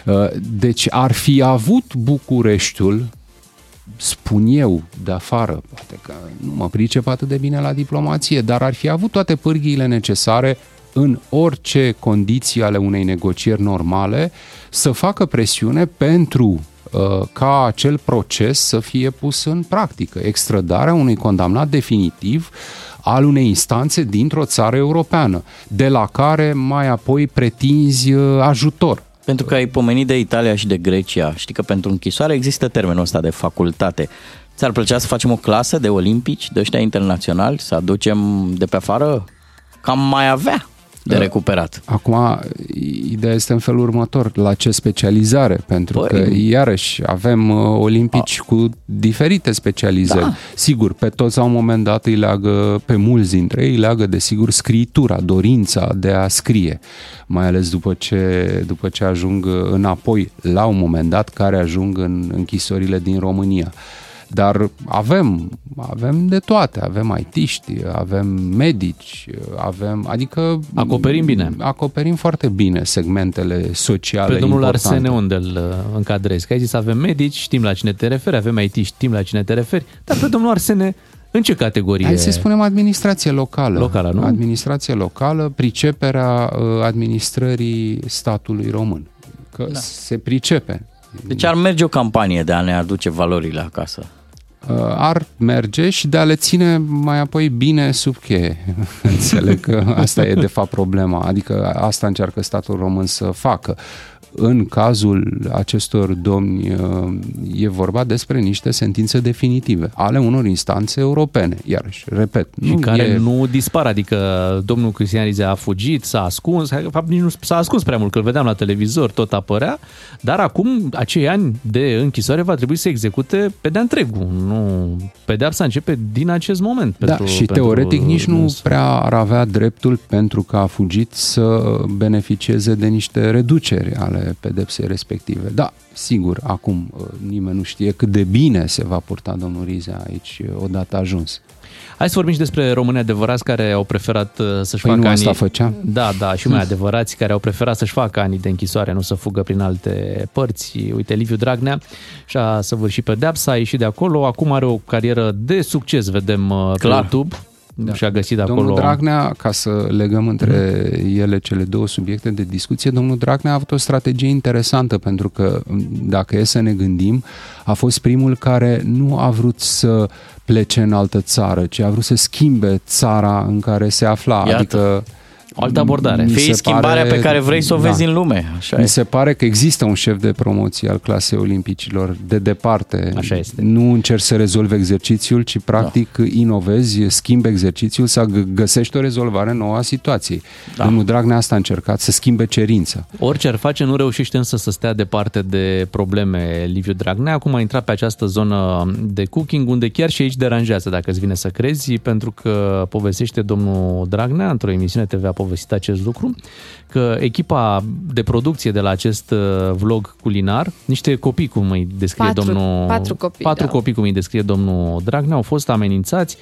Speaker 13: Uh, Deci ar fi avut Bucureștiul, spun eu de afară, poate că nu mă pricep atât de bine la diplomație, dar ar fi avut toate pârghiile necesare în orice condiții ale unei negocieri normale să facă presiune pentru uh, ca acel proces să fie pus în practică, extradarea unui condamnat definitiv al unei instanțe dintr-o țară europeană, de la care mai apoi pretinzi uh, ajutor.
Speaker 5: Pentru că ai pomenit de Italia și de Grecia. Știi că pentru închisoare există termenul ăsta de facultate. Ți-ar plăcea să facem o clasă de olimpici, de ăștia internaționali, să aducem de pe afară? Cam mai avea.
Speaker 3: Da.
Speaker 5: de recuperat.
Speaker 13: Acum, ideea este în felul următor, la ce specializare? Pentru păi... că, iarăși, avem uh, olimpici A... cu diferite specializări. Da. Sigur, pe toți la un moment dat îi leagă, pe mulți dintre ei, îi leagă, desigur, scritura, dorința de a scrie, mai ales după ce, după ce ajung înapoi, la un moment dat, care ajung în închisorile din România. Dar avem, avem de toate, avem IT-ști, avem medici, avem, adică...
Speaker 3: Acoperim bine.
Speaker 13: Acoperim foarte bine segmentele sociale
Speaker 3: Pe domnul
Speaker 13: importante.
Speaker 3: Arsene unde îl încadrezi? Că ai zis avem medici, știm la cine te referi, avem IT, știm la cine te referi, dar pe domnul Arsene în ce categorie?
Speaker 13: Hai să spunem administrație locală.
Speaker 3: Locală, nu?
Speaker 13: Administrație locală, priceperea uh, administrării statului român. Că da. se pricepe.
Speaker 5: Deci ar merge o campanie de a ne aduce valorile acasă.
Speaker 13: Uh, Ar merge și de a le ține mai apoi bine sub cheie. *laughs* Înțeleg că asta e de fapt problema, adică asta încearcă statul român să facă. În cazul acestor domni uh, e vorba despre niște sentințe definitive ale unor instanțe europene, iarăși, repet.
Speaker 3: Și nu care e... nu dispar, adică domnul Cristian Rizea a fugit, s-a ascuns, de fapt nici nu s-a ascuns prea mult, că îl vedeam la televizor, tot apărea, dar acum acei ani de închisoare va trebui să execute pe de întregul, nu... Pedeapsa începe din acest moment.
Speaker 13: Da, pentru, și pentru teoretic pentru... nici nu prea ar avea dreptul pentru că a fugit să beneficieze de niște reduceri ale pedepsei respective. Da, sigur, acum uh, nimeni nu știe cât de bine se va purta domnul Rizea aici uh, odată ajuns.
Speaker 3: Hai să vorbim și despre români adevărați care au preferat uh, să-și
Speaker 13: păi
Speaker 3: facă
Speaker 13: nu
Speaker 3: anii...
Speaker 13: asta făcea?
Speaker 3: Da, da, și mai adevărați care au preferat să-și facă anii de închisoare, nu să fugă prin alte părți. Uite, Liviu Dragnea și-a săvârșit pedepsa, a ieșit de acolo, acum are o carieră de succes, vedem uh, pe
Speaker 5: Clar.
Speaker 3: YouTube. Da. și-a găsit
Speaker 13: domnul
Speaker 3: acolo...
Speaker 13: Domnul Dragnea, ca să legăm între ele cele două subiecte de discuție, domnul Dragnea a avut o strategie interesantă pentru că, dacă e să ne gândim, a fost primul care nu a vrut să plece în altă țară, ci a vrut să schimbe țara în care se afla.
Speaker 5: Iată.
Speaker 13: Adică
Speaker 3: o altă abordare.
Speaker 13: mi se
Speaker 5: Fii schimbarea
Speaker 13: pare-
Speaker 5: pe care vrei să o vezi
Speaker 13: da.
Speaker 5: în lume. Așa
Speaker 13: Mi
Speaker 5: e.
Speaker 13: se pare că există un șef de promoție al clasei olimpicilor de departe.
Speaker 3: Așa este.
Speaker 13: Nu încerci să rezolvi exercițiul, ci practic da. inovezi, schimbi exercițiul sau gă- găsești o rezolvare nouă a situației. Da. Domnul Dragnea asta a încercat, să schimbe cerința.
Speaker 3: Orice ar face, nu reușește însă să stea departe de probleme Liviu Dragnea. Acum a intrat pe această zonă de cooking, unde chiar și aici deranjează, dacă îți vine să crezi, pentru că povestește domnul Dragnea, într-o emisiune TV a povestit acest lucru, că echipa de producție de la acest uh, vlog culinar, niște copii, cum îi descrie
Speaker 4: Patru-
Speaker 3: domnul...
Speaker 4: patru copii,
Speaker 3: patru
Speaker 4: da.
Speaker 3: copii, cum îi descrie domnul Dragnea, au fost amenințați,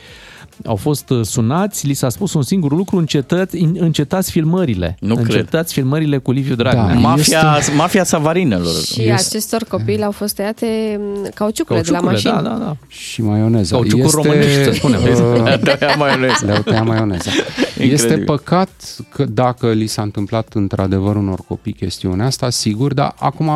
Speaker 3: au fost uh, sunați, li s-a spus un singur lucru, încetați, încetați filmările.
Speaker 5: Nu cred.
Speaker 3: Încetați filmările cu Liviu
Speaker 13: Da.
Speaker 3: Dragnea.
Speaker 5: mafia, este... mafia savarinelor.
Speaker 4: Și acestor copii le-au fost tăiate m, cauciucurile de la
Speaker 3: Cauciucurile,
Speaker 4: mașini.
Speaker 3: da, da, da.
Speaker 13: Și maioneza.
Speaker 3: Cauciucuri românești, să spunem.
Speaker 13: Uh,
Speaker 5: *laughs*
Speaker 3: *laughs*
Speaker 5: Le-au tăiat maioneza.
Speaker 13: Le-au tăiat maioneza. Este păcat că dacă li s-a întâmplat într-adevăr unor copii chestiunea asta, sigur, dar acum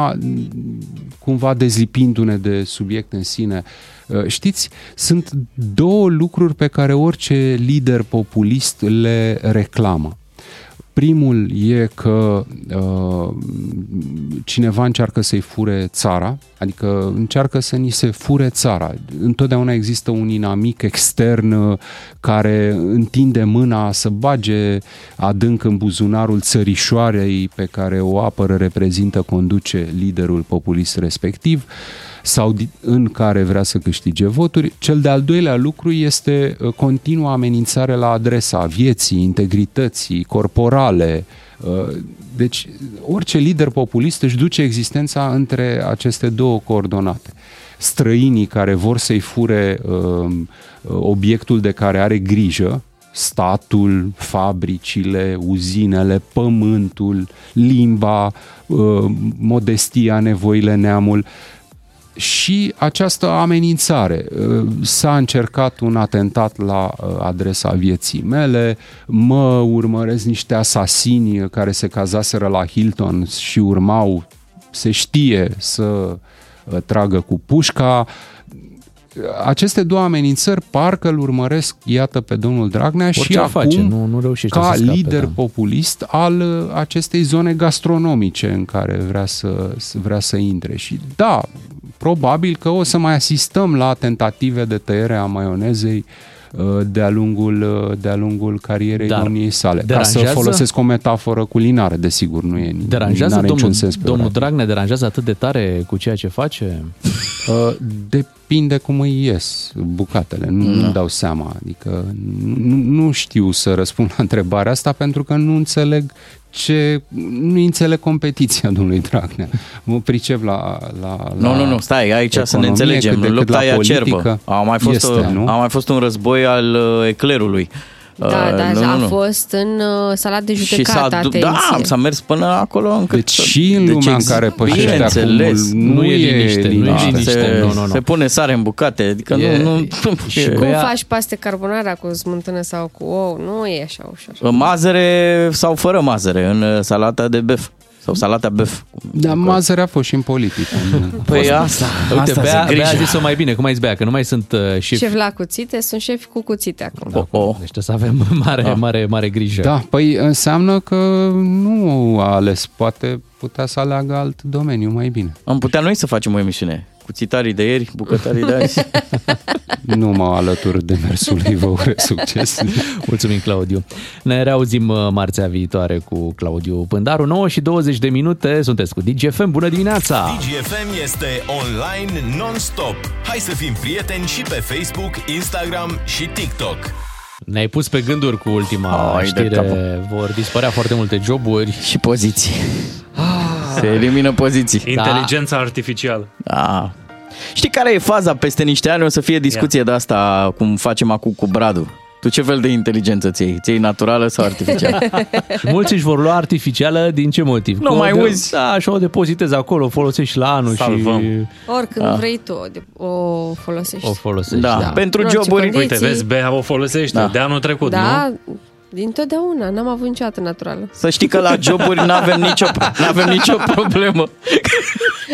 Speaker 13: cumva dezlipindu-ne de subiect în sine, uh, știți, sunt două lucruri pe care orice lider populist le reclamă. Primul e că uh, cineva încearcă să-i fure țara, adică încearcă să ni se fure țara. Întotdeauna există un inamic extern uh, care întinde mâna să bage adânc în buzunarul țărișoarei pe care o apără, reprezintă, conduce liderul populist respectiv sau di- în care vrea să câștige voturi. Cel de-al doilea lucru este uh, continua amenințare la adresa vieții, integrității, corporale. Uh, Deci orice lider populist își duce existența între aceste două coordonate. Străinii care vor să-i fure uh, obiectul de care are grijă, statul, fabricile, uzinele, pământul, limba, uh, modestia, nevoile, neamul și această amenințare. uh, S-a încercat un atentat la uh, adresa vieții mele, mă urmăresc niște asasini care se cazaseră la Hilton și urmau, se știe, să uh, tragă cu pușca. Aceste două amenințări parcă îl urmăresc, iată, pe domnul Dragnea și
Speaker 3: Orice ar
Speaker 13: acum
Speaker 3: face, nu- nu reușește
Speaker 13: ca
Speaker 3: să scape,
Speaker 13: lider
Speaker 3: da.
Speaker 13: populist al uh, acestei zone gastronomice în care vrea să, să- vrea să intre. Și da, probabil că o să mai asistăm la tentative de tăiere a maionezei uh, de-a lungul, uh, de-a lungul carierei
Speaker 3: Dar
Speaker 13: domniei sale. Ca
Speaker 3: deranjează?
Speaker 13: să folosesc o metaforă culinară, desigur, nu e
Speaker 3: Deranjează
Speaker 13: n-are
Speaker 3: domnul,
Speaker 13: niciun sens pe
Speaker 3: domnul
Speaker 13: ora.
Speaker 3: Dragnea, deranjează atât de tare cu ceea ce face?
Speaker 13: *laughs* Uh, Depinde cum îi ies bucatele, nu,
Speaker 3: Da.
Speaker 13: nu dau seama, adică nu, nu știu să răspund la întrebarea asta pentru că nu înțeleg ce, nu înțeleg competiția domnului Dragnea. Mă pricep la, la, la
Speaker 5: Nu, nu, nu, stai, aici să ne
Speaker 13: economie
Speaker 5: înțelegem.
Speaker 13: cât de- cât
Speaker 5: Lupta
Speaker 13: la
Speaker 5: e acerbă.
Speaker 13: politică.
Speaker 5: A mai, fost
Speaker 13: este,
Speaker 5: o,
Speaker 13: nu?
Speaker 5: a mai fost un război al uh, eclerului.
Speaker 4: Da,
Speaker 5: Uh,
Speaker 4: da, a fost în uh, sala de
Speaker 5: și
Speaker 4: judecat,
Speaker 5: s-a,
Speaker 4: atenție.
Speaker 5: da, s-a mers până acolo încât...
Speaker 13: Deci și în lumea în care pășește acum
Speaker 5: bineînțeles,
Speaker 13: nu Nu e e liniște, nu e liniște. liniște,
Speaker 5: Se,
Speaker 13: nu, nu, nu.
Speaker 5: se pune sare în bucate, adică
Speaker 13: E-
Speaker 5: nu... nu
Speaker 4: Și cum faci paste carbonara cu smântână sau cu ou? Nu e așa ușor.
Speaker 5: Mazăre sau fără mazăre în uh, salata de bef. Sau salata bef.
Speaker 13: Dar mazărea Da, a fost și în politică.
Speaker 5: *laughs* Păi asta,
Speaker 3: Uite,
Speaker 5: asta
Speaker 3: Bea,
Speaker 5: se
Speaker 3: Bea a
Speaker 5: grijă.
Speaker 3: zis-o mai bine, cum ai zis Bea, că nu mai sunt uh, șefi.
Speaker 4: Șef la cuțite, sunt șef cu cuțite acum.
Speaker 5: Oh, oh.
Speaker 3: Deci trebuie să avem mare, mare, mare grijă.
Speaker 13: Da, păi înseamnă că nu a ales, poate putea să aleagă alt domeniu mai bine.
Speaker 5: Am putea noi să facem o emisiune. Cuțitarii de ieri, bucătarii de azi.
Speaker 13: Nu mă alătur de mersului, vă urez succes.
Speaker 3: *laughs* Mulțumim, Claudiu. Ne reauzim uh, marțea viitoare cu Claudiu Pândaru. 9 și 20 de minute sunteți cu DGFM. Bună dimineața!
Speaker 2: DGFM este online non-stop. Hai să fim prieteni și pe Facebook, Instagram și TikTok.
Speaker 3: Ne-ai pus pe gânduri cu ultima
Speaker 5: Ai de
Speaker 3: știre.
Speaker 5: capul.
Speaker 3: Vor dispărea foarte multe joburi.
Speaker 5: Și poziții.
Speaker 13: Ah.
Speaker 5: Se elimină poziții.
Speaker 3: Da.
Speaker 6: Inteligența artificială.
Speaker 5: Da. Știi care e faza? Peste niște ani o să fie discuție de asta cum facem acum cu Bradu. Tu ce fel de inteligență ți-ai? Ți-ai naturală sau artificială?
Speaker 3: *laughs* Și mulți își vor lua artificială din ce motiv?
Speaker 5: Nu
Speaker 3: Că
Speaker 5: mai
Speaker 3: o de-
Speaker 5: uzi.
Speaker 3: Da, și o depozitezi acolo, o folosești și la anul și
Speaker 6: Salvăm.
Speaker 4: Oricând
Speaker 3: Da.
Speaker 4: vrei tu o de- o folosești.
Speaker 3: o folosești.
Speaker 5: Da, pentru
Speaker 4: În orice joburi.
Speaker 6: Uite,
Speaker 4: condiții.
Speaker 6: vezi, Bea o folosește
Speaker 5: Da.
Speaker 6: de anul trecut,
Speaker 4: da,
Speaker 6: nu?
Speaker 4: dintotdeauna. N-am avut niciodată naturală.
Speaker 5: Să știi că la Da, joburi n-avem nicio, n-avem nicio problemă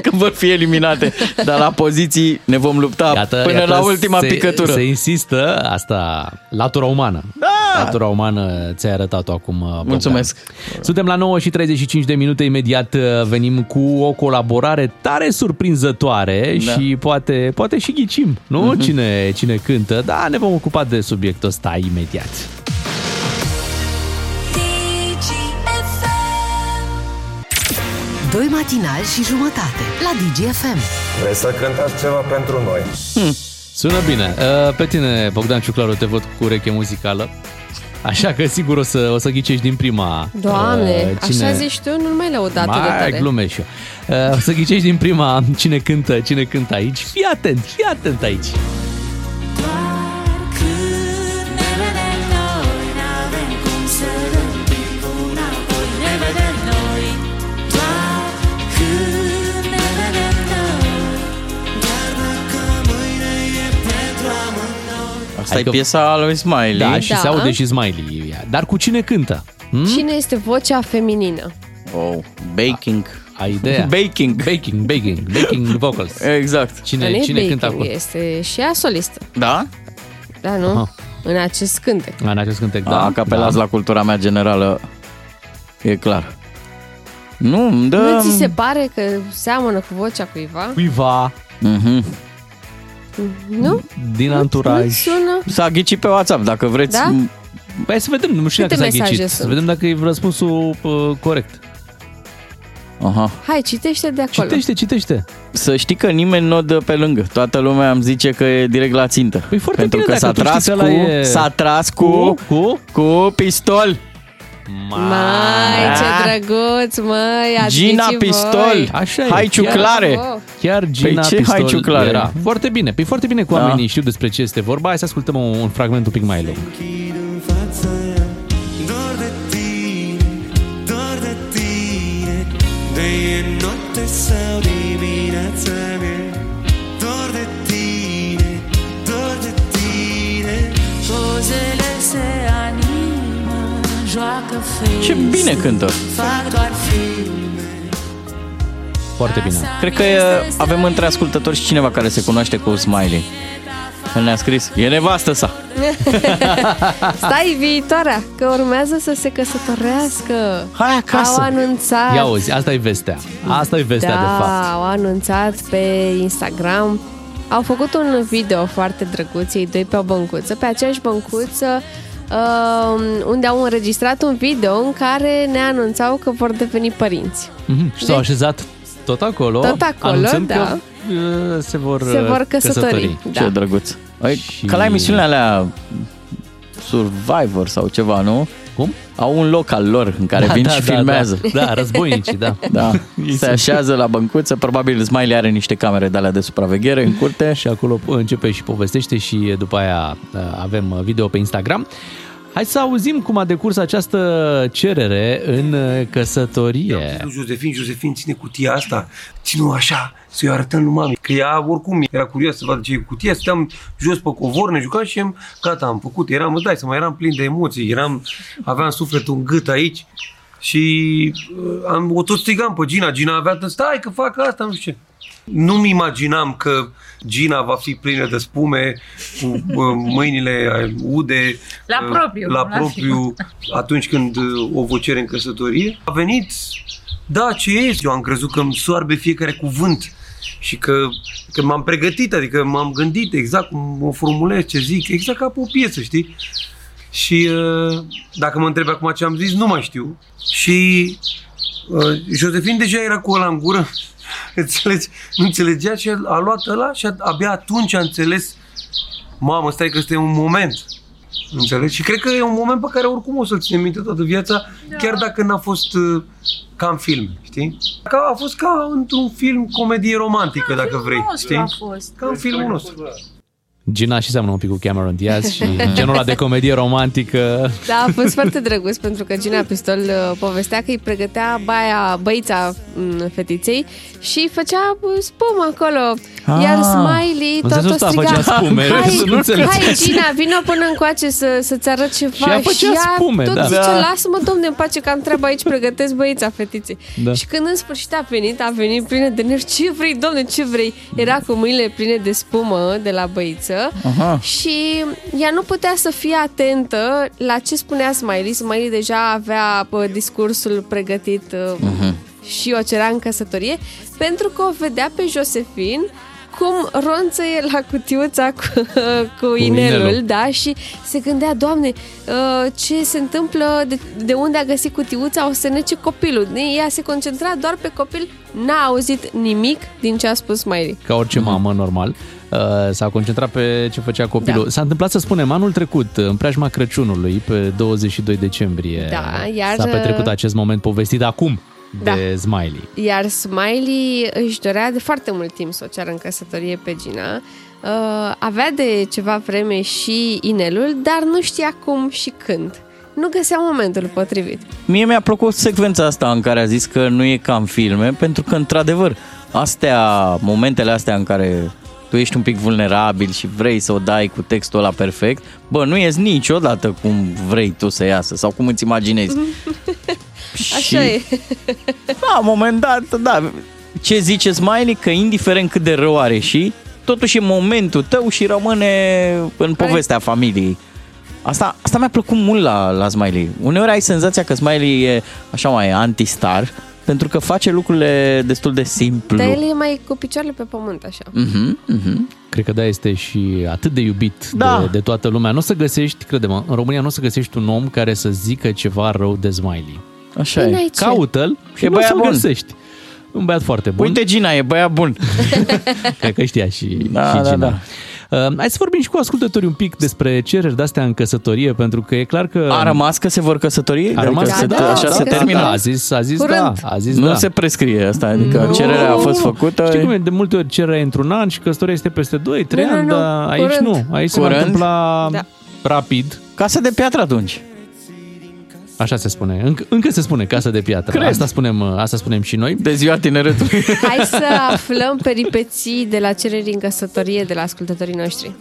Speaker 5: că vor fi eliminate, dar la poziții ne vom lupta
Speaker 3: Iată,
Speaker 5: până
Speaker 3: iată,
Speaker 5: la ultima
Speaker 3: se,
Speaker 5: picătură.
Speaker 3: Se insistă, asta, latura umană.
Speaker 5: Da!
Speaker 3: Latura umană ți-ai arătat-o acum, Bogdan.
Speaker 5: Mulțumesc.
Speaker 3: Suntem la 9 și 35 de minute, imediat uh, venim cu o colaborare tare surprinzătoare
Speaker 5: Da. Mhm.
Speaker 3: și poate, poate și ghicim, nu? Cine, cine cântă, da, ne vom ocupa de subiectul ăsta imediat.
Speaker 1: Doi matinali și jumătate la DGFM.
Speaker 14: Vreți să cântați ceva pentru noi?
Speaker 9: Hmm.
Speaker 3: Sună bine. Uh, Pe tine, Bogdan Ciuclaru, te văd cu ureche muzicală. Așa că sigur o să, o să ghicești din prima
Speaker 4: Doamne,
Speaker 3: uh,
Speaker 4: așa zici tu, nu mai lăudat de
Speaker 3: Mai
Speaker 4: tare.
Speaker 3: glumesc eu. Uh, O să ghicești din prima cine cântă, cine cântă aici. Fii atent, fii atent aici.
Speaker 5: Asta e piesa lui Smiley.
Speaker 3: adică- Da, și se aude și Smiley. Dar cu cine cântă? Hmm?
Speaker 4: Cine este vocea feminină?
Speaker 5: Oh, baking.
Speaker 3: Ai ideea?
Speaker 5: Baking.
Speaker 3: Baking, baking, baking vocals.
Speaker 5: Exact.
Speaker 3: Cine,
Speaker 4: Annie
Speaker 3: cine
Speaker 4: Baking
Speaker 3: cântă acolo?
Speaker 4: Este și ea solistă,
Speaker 5: Da?
Speaker 4: da, nu?
Speaker 3: Aha.
Speaker 4: În acest cântec.
Speaker 3: În acest cântec,
Speaker 5: Da,
Speaker 3: da.
Speaker 5: acapelați
Speaker 3: da.
Speaker 5: la cultura mea generală. E clar. Nu, îmi dă...
Speaker 4: Nu ți se pare că seamănă cu vocea cuiva?
Speaker 3: Cuiva
Speaker 5: Mhm.
Speaker 4: Nu?
Speaker 3: din
Speaker 4: Nu
Speaker 3: anturaj.
Speaker 4: sună?
Speaker 5: S-a ghicit pe WhatsApp, dacă vreți.
Speaker 4: Da?
Speaker 3: Păi să vedem, nu știu
Speaker 4: Câte
Speaker 3: dacă s-a
Speaker 4: mesaje
Speaker 3: ghicit. Să
Speaker 4: sunt?
Speaker 3: vedem dacă e răspunsul uh, corect.
Speaker 5: Aha.
Speaker 4: Hai, citește de acolo.
Speaker 3: Citește, citește.
Speaker 5: Să știi că nimeni nu o dă pe lângă. Toată lumea îmi zice că e direct la țintă.
Speaker 3: Păi foarte
Speaker 5: Pentru
Speaker 3: bine
Speaker 5: că s-a
Speaker 3: dacă tu știi
Speaker 5: tras,
Speaker 3: că
Speaker 5: cu,
Speaker 3: ăla e-
Speaker 5: s-a tras
Speaker 3: Cu,
Speaker 5: cu...
Speaker 3: cu,
Speaker 5: Cu pistol.
Speaker 4: Mai,
Speaker 5: Ah.
Speaker 4: ce drăguț, măi, ați
Speaker 5: Gina
Speaker 4: ghicit voi.
Speaker 5: Pistol.
Speaker 3: Așa e.
Speaker 5: Hai ciuclare. Păi
Speaker 4: Bravo.
Speaker 3: Chiar Gina
Speaker 5: ce
Speaker 3: Pistol
Speaker 5: hai ciuclare?
Speaker 3: era. Foarte bine, păi foarte bine cu
Speaker 5: Da.
Speaker 3: oamenii știu despre ce este vorba. Hai să ascultăm un, un fragment un pic mai lung.
Speaker 8: Dor de tine, dor de tine De e noapte sau dimineața mea Dor de tine, dor de tine
Speaker 9: Pozele se animă, joacă face,
Speaker 5: Ce bine cântă.
Speaker 9: fac doar film.
Speaker 3: Foarte bine.
Speaker 5: Cred că e, avem între ascultători și cineva care se cunoaște cu Smiley. El ne-a scris, e nevastă sa.
Speaker 4: Stai viitoarea, că urmează să se căsătorească.
Speaker 5: Hai
Speaker 4: Au
Speaker 5: acasă.
Speaker 4: anunțat.
Speaker 3: Ia uzi, asta e vestea. Asta e vestea
Speaker 4: da,
Speaker 3: de fapt.
Speaker 4: au anunțat pe Instagram Au făcut un video foarte drăguț, ei doi pe o băncuță, pe aceeași băncuță um, unde au înregistrat un video în care ne anunțau că vor deveni părinți.
Speaker 3: Mhm. Și s-au așezat tot acolo,
Speaker 4: Deci- Tot acolo,
Speaker 3: anunțând
Speaker 4: da.
Speaker 3: că uh, se vor,
Speaker 4: Se
Speaker 3: uh,
Speaker 4: vor căsători, da.
Speaker 5: Ce drăguț. Ai, Ca la emisiunile alea Survivor sau ceva, nu?
Speaker 3: Cum?
Speaker 5: Au un loc al lor în care
Speaker 3: Da,
Speaker 5: vin
Speaker 3: da,
Speaker 5: și
Speaker 3: da,
Speaker 5: filmează.
Speaker 3: da. Da, războinicii, da.
Speaker 5: *laughs* da.
Speaker 3: Ei
Speaker 5: Se
Speaker 3: sunt-
Speaker 5: așează la băncuță, probabil Smiley are niște camere de alea de supraveghere în curte.
Speaker 3: Și acolo începe și povestește și după aia uh, avem uh, video pe Instagram. Hai să auzim cum a decurs această cerere în uh, căsătorie.
Speaker 15: Lui Josefin, Josefin, ține cutia asta, ține-o așa, să-i arătăm lui mami. Că ea oricum era curioasă să vadă ce e cu cutia, stăteam jos pe covor, ne jucam și am, gata, am făcut, eram, îți dai seama, eram plin de emoții, eram, aveam sufletul în gât aici și uh, am, o tot strigam pe Gina, Gina avea, stai că fac asta, nu știu ce. Nu-mi imaginam că Gina va fi plină de spume, cu uh, mâinile uh, ude,
Speaker 16: La
Speaker 15: uh,
Speaker 16: propriu,
Speaker 15: la
Speaker 16: la
Speaker 15: propriu, atunci când uh, o vă cere în căsătorie. A venit, da, ce e? Eu am crezut că îmi soarbe fiecare cuvânt și că, că m-am pregătit, adică m-am gândit exact cum o formulez, ce zic, exact ca pe o piesă, știi? Și uh, dacă mă întreb acum ce am zis, nu mai știu. Și uh, Josefin deja era cu ăla în gură, *laughs* înțelegi? Nu înțelegea și a luat ăla și a, abia atunci a înțeles mamă, stai că este un moment. Înțelegi? Și cred că e un moment pe care oricum o să-l ținem minte toată viața, da. chiar dacă n-a fost uh, ca în film, știi? Ca, a fost ca într-un film comedie romantică, dacă vrei, știi?
Speaker 16: fost.
Speaker 15: Ca în filmul nostru.
Speaker 3: Gina și seamănă un pic cu Cameron Diaz
Speaker 4: *laughs*
Speaker 3: și genul ăla de comedie romantică.
Speaker 4: Da, a fost foarte drăguț pentru că Gina Pistol uh, povestea că îi pregătea baia, băița m, fetiței și făcea uh, spumă acolo. Iar
Speaker 3: Ah.
Speaker 4: Smiley
Speaker 3: În
Speaker 4: tot
Speaker 3: sensul
Speaker 4: o
Speaker 3: ăsta
Speaker 4: striga,
Speaker 3: făcea spume,
Speaker 4: hai,
Speaker 3: să *laughs* nu înțelegi."
Speaker 4: hai Gina, vină până încoace să, să-ți arăt ceva.
Speaker 3: Și ea făcea spume,
Speaker 4: tot
Speaker 3: da.
Speaker 4: zice,
Speaker 3: Da.
Speaker 4: lasă-mă, domne, în pace, că am treabă aici, pregătesc băița fetiței.
Speaker 3: Da.
Speaker 4: Și când în sfârșit a venit, a venit plină de nervi, ce vrei, domne, ce vrei? Era cu mâinile pline de spumă de la băiță.
Speaker 5: Aha.
Speaker 4: Și ea nu putea să fie atentă la ce spunea Smiley. Smiley deja avea bă, discursul pregătit uh,
Speaker 5: Mhm.
Speaker 4: și o cerea în căsătorie, pentru că o vedea pe Josephine cum ronțăie la cutiuța cu, *laughs* cu inelul,
Speaker 9: inelul.
Speaker 4: da, și se gândea, Doamne, uh, ce se întâmplă, de, de unde a găsit cutiuța, o să nece copilul. Ea se concentra doar pe copil, n-a auzit nimic din ce a spus Smiley.
Speaker 3: ca orice mamă normal, uh, s-a concentrat pe ce făcea copilul.
Speaker 4: Mhm. Da.
Speaker 3: S-a întâmplat, să spunem, anul trecut, în preajma Crăciunului, pe 22 decembrie,
Speaker 4: Da, iar,
Speaker 3: s-a petrecut
Speaker 4: uh,
Speaker 3: acest moment povestit acum
Speaker 4: Da.
Speaker 3: de Smiley.
Speaker 4: Iar Smiley își dorea de foarte mult timp să o ceară în căsătorie pe Gina. Uh, avea de ceva vreme și inelul, dar nu știa cum și când. Nu găsea momentul potrivit.
Speaker 5: Mie mi-a plăcut secvența asta în care a zis că nu e ca în filme, pentru că, într-adevăr, astea, momentele astea în care tu ești un pic vulnerabil și vrei să o dai cu textul ăla perfect, bă, nu ies niciodată cum vrei tu să iasă sau cum îți imaginezi.
Speaker 4: Așa e.
Speaker 5: La un moment dat, da, ce zice Smiley, că indiferent cât de rău are și, totuși e momentul tău și rămâne în povestea familiei. Asta, asta mi-a plăcut mult la, la Smiley. Uneori ai senzația că Smiley e așa mai antistar, pentru că face lucrurile destul de simplu.
Speaker 4: Dar el e mai cu picioarele pe pământ, așa.
Speaker 5: Mm-hmm, mm-hmm.
Speaker 3: Cred că da, este și atât de iubit
Speaker 4: Da.
Speaker 3: de, de toată lumea. Nu o să găsești, crede-mă, în România nu o să găsești un om care să zică ceva rău de Smiley.
Speaker 5: Așa e. N-ai ce.
Speaker 3: Caută-l și
Speaker 5: E
Speaker 3: nu o
Speaker 5: băiat
Speaker 3: să-l
Speaker 5: bun.
Speaker 3: găsești. Un băiat foarte bun.
Speaker 5: Uite, Gina, e băiat bun.
Speaker 3: *laughs* Cred că știa și,
Speaker 5: Da,
Speaker 3: și
Speaker 5: da,
Speaker 3: Gina.
Speaker 5: da.
Speaker 3: Uh, hai să vorbim și cu ascultătorii un pic despre cereri de-astea în căsătorie, pentru că e clar că...
Speaker 5: A rămas că se vor căsători?
Speaker 3: A rămas
Speaker 5: Adică
Speaker 3: că
Speaker 5: se-
Speaker 3: da,
Speaker 5: așa
Speaker 3: da,
Speaker 5: se
Speaker 3: da,
Speaker 5: termină?
Speaker 3: Da, a zis, a zis da,
Speaker 5: Curând.
Speaker 3: a zis
Speaker 5: Nu
Speaker 3: da.
Speaker 5: se prescrie asta, adică cererea a fost făcută.
Speaker 3: Știi cum e? De multe ori cererea e într-un an și căsătoria este peste 2-3
Speaker 5: Nu, nu,
Speaker 3: ani,
Speaker 5: nu.
Speaker 3: dar aici
Speaker 5: Curând.
Speaker 3: nu. Aici se va
Speaker 5: Curând.
Speaker 3: întâmpla
Speaker 5: Da.
Speaker 3: rapid.
Speaker 5: Casă de piatră atunci.
Speaker 3: Așa se spune. Înc- încă se spune casă de piatră.
Speaker 5: Cred.
Speaker 3: Asta spunem, uh, asta spunem și noi.
Speaker 5: De ziua
Speaker 3: *laughs*
Speaker 5: tineretului.
Speaker 4: Hai să aflăm peripeții de la cereri în căsătorie de la ascultătorii noștri.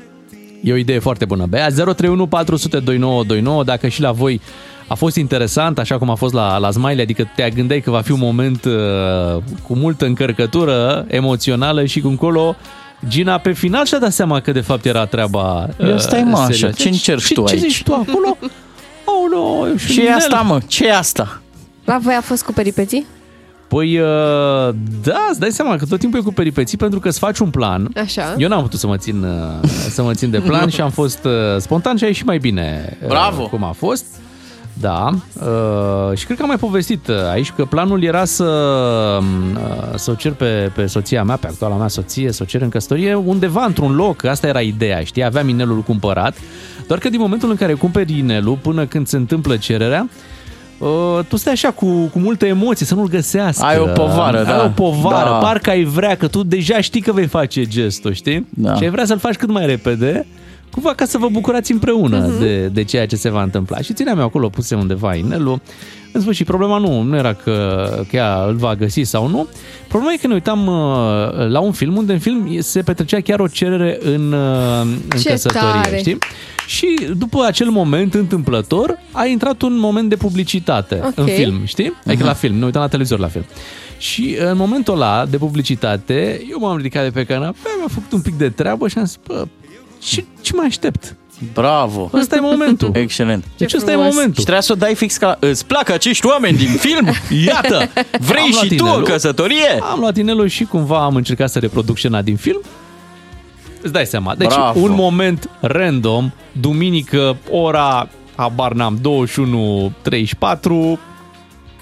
Speaker 3: E o idee foarte bună. Bea 031 400 2929, dacă și la voi a fost interesant, așa cum a fost la, la Smiley, adică te gândeai că va fi un moment uh, cu multă încărcătură emoțională și cu încolo Gina pe final și-a dat seama că de fapt era treaba uh,
Speaker 5: Eu stai mă așa,
Speaker 3: serioasă.
Speaker 5: ce încerci tu
Speaker 3: ce
Speaker 5: aici?
Speaker 3: zici tu acolo? Oh, no,
Speaker 5: Ce e asta, mă? Ce e asta?
Speaker 4: La voi a fost cu peripeții?
Speaker 3: Păi, uh, da, îți dai seama că tot timpul e cu peripeții pentru că îți faci un plan.
Speaker 4: Așa.
Speaker 3: Eu n-am putut să mă țin, uh, să mă țin de plan și am fost uh, spontan și a ieșit mai bine uh,
Speaker 5: Bravo!
Speaker 3: cum a fost. Da, uh, și cred că am mai povestit uh, aici că planul era să, uh, să o cer pe, pe soția mea, pe actuala mea soție, să o cer în căsătorie undeva într-un loc, asta era ideea, știi, aveam inelul cumpărat, doar că din momentul în care cumperi inelul până când se întâmplă cererea, Uh, tu stai așa cu, cu multe emoții, să nu-l găsească.
Speaker 5: Ai o povară,
Speaker 3: Ai
Speaker 5: da.
Speaker 3: o povară,
Speaker 5: Da.
Speaker 3: parcă ai vrea, că tu deja știi că vei face gestul, știi?
Speaker 5: Da.
Speaker 3: Și ai vrea să-l faci cât mai repede, cumva ca să vă bucurați împreună
Speaker 5: Mhm.
Speaker 3: uh-huh. de, de ceea ce se va întâmpla. Și țineam eu acolo, puse undeva inelul. În sfârșit, problema nu, nu era că, că ea îl va găsi sau nu. Problema e că ne uitam uh, la un film unde în film se petrecea chiar o cerere în, uh, în
Speaker 5: Ce
Speaker 3: căsătorie,
Speaker 5: tare!
Speaker 3: știi? Și după acel moment întâmplător a intrat un moment de publicitate
Speaker 5: Ok.
Speaker 3: în film, știi?
Speaker 5: Mhm.
Speaker 3: Adică la film, ne uitam la televizor la film. Și în momentul ăla de publicitate, eu m-am ridicat de pe canapea, mi-am făcut un pic de treabă și am zis, bă, ce, ce mai aștept?
Speaker 5: Bravo!
Speaker 3: Ăsta e momentul.
Speaker 5: Excelent.
Speaker 3: Deci ăsta e frumos. momentul.
Speaker 5: Și trebuia să o dai fix ca... Îți plac acești oameni din film?
Speaker 3: *laughs*
Speaker 5: Iată! Vrei
Speaker 3: Am luat
Speaker 5: și tu o
Speaker 3: inelul.
Speaker 5: căsătorie?
Speaker 3: Am luat inelul și cumva am încercat să reproduc scena din film. Îți dai seama. Deci
Speaker 5: Bravo.
Speaker 3: un moment random, duminică, ora, habar n-am, 21.34,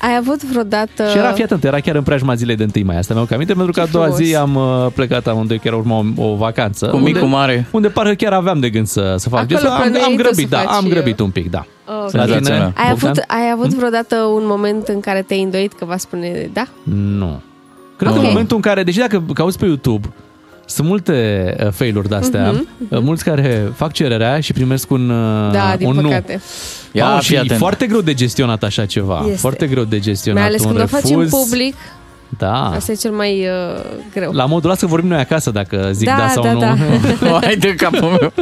Speaker 4: Ai avut vreodată...
Speaker 3: Și era, fii atent, era chiar în preajma zilei de 1 mai, asta mi-au aminte, pentru că a doua
Speaker 4: Da. Frumos.
Speaker 3: zi am uh, plecat amândoi, chiar urma o, o vacanță.
Speaker 5: Cu micul mare.
Speaker 3: Unde parcă chiar aveam de gând să, să fac
Speaker 4: Acolo
Speaker 3: gestul. Am,
Speaker 4: plănuiai
Speaker 3: am
Speaker 4: tu să
Speaker 3: grăbit, da,
Speaker 4: faci,
Speaker 3: am
Speaker 4: uh,
Speaker 3: grăbit un pic, da.
Speaker 4: Ok.
Speaker 3: La tine,
Speaker 4: Ai
Speaker 3: Bogdan? Hm?
Speaker 4: avut, ai avut vreodată un moment în care te-ai îndoit că va spune da?
Speaker 3: Ah, Nu. Cred că
Speaker 4: Ok.
Speaker 3: în momentul în care, deși dacă cauți pe YouTube, sunt multe uh, fail-uri de-astea,
Speaker 4: Mhm,
Speaker 3: uh-huh, mulți care fac cererea și primesc un, uh,
Speaker 4: Da, din
Speaker 3: un
Speaker 4: păcate.
Speaker 3: nu.
Speaker 5: Ia,
Speaker 3: Ia,
Speaker 5: fii
Speaker 3: și e
Speaker 5: atent.
Speaker 3: foarte greu de gestionat așa ceva.
Speaker 4: Este.
Speaker 3: Foarte greu de gestionat
Speaker 4: Mai ales
Speaker 3: un
Speaker 4: când
Speaker 3: refuz.
Speaker 4: o faci în public,
Speaker 3: Da.
Speaker 4: asta e cel mai uh, greu.
Speaker 3: La modul ăsta că vorbim noi acasă dacă zic da,
Speaker 4: Da,
Speaker 3: sau
Speaker 4: da,
Speaker 3: nu. *laughs*
Speaker 4: da.
Speaker 5: Hai de capul meu.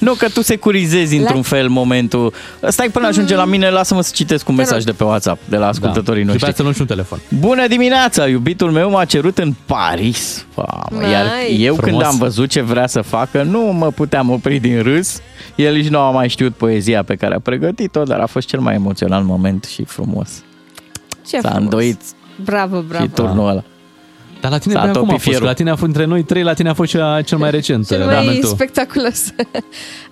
Speaker 5: Nu, că tu securizezi într-un fel momentul. Stai până ajunge la mine, lasă-mă să citesc un mesaj de pe WhatsApp de la ascultătorii
Speaker 3: Da. Și
Speaker 5: noștri.
Speaker 3: pe aia să luăm și un telefon.
Speaker 5: Bună dimineața! Iubitul meu m-a cerut în Paris. Mamă,
Speaker 3: Mai.
Speaker 5: iar eu
Speaker 3: Frumos.
Speaker 5: când am văzut ce vrea să facă, nu mă puteam opri din râs. El nici nu a mai știut poezia pe care a pregătit-o, dar a fost cel mai emoționant moment și frumos.
Speaker 4: Ce
Speaker 5: S-a
Speaker 4: frumos.
Speaker 5: îndoit
Speaker 4: Bravo, bravo.
Speaker 5: și turnul ăla.
Speaker 3: Dar la tine
Speaker 5: S-a
Speaker 3: pe acum a
Speaker 5: topit
Speaker 3: fost,
Speaker 5: fierul.
Speaker 3: la tine a fost între noi trei, la tine a fost cea, cel mai recent.
Speaker 4: Cel
Speaker 3: da.
Speaker 4: mai
Speaker 3: momentul.
Speaker 4: spectaculos. *laughs*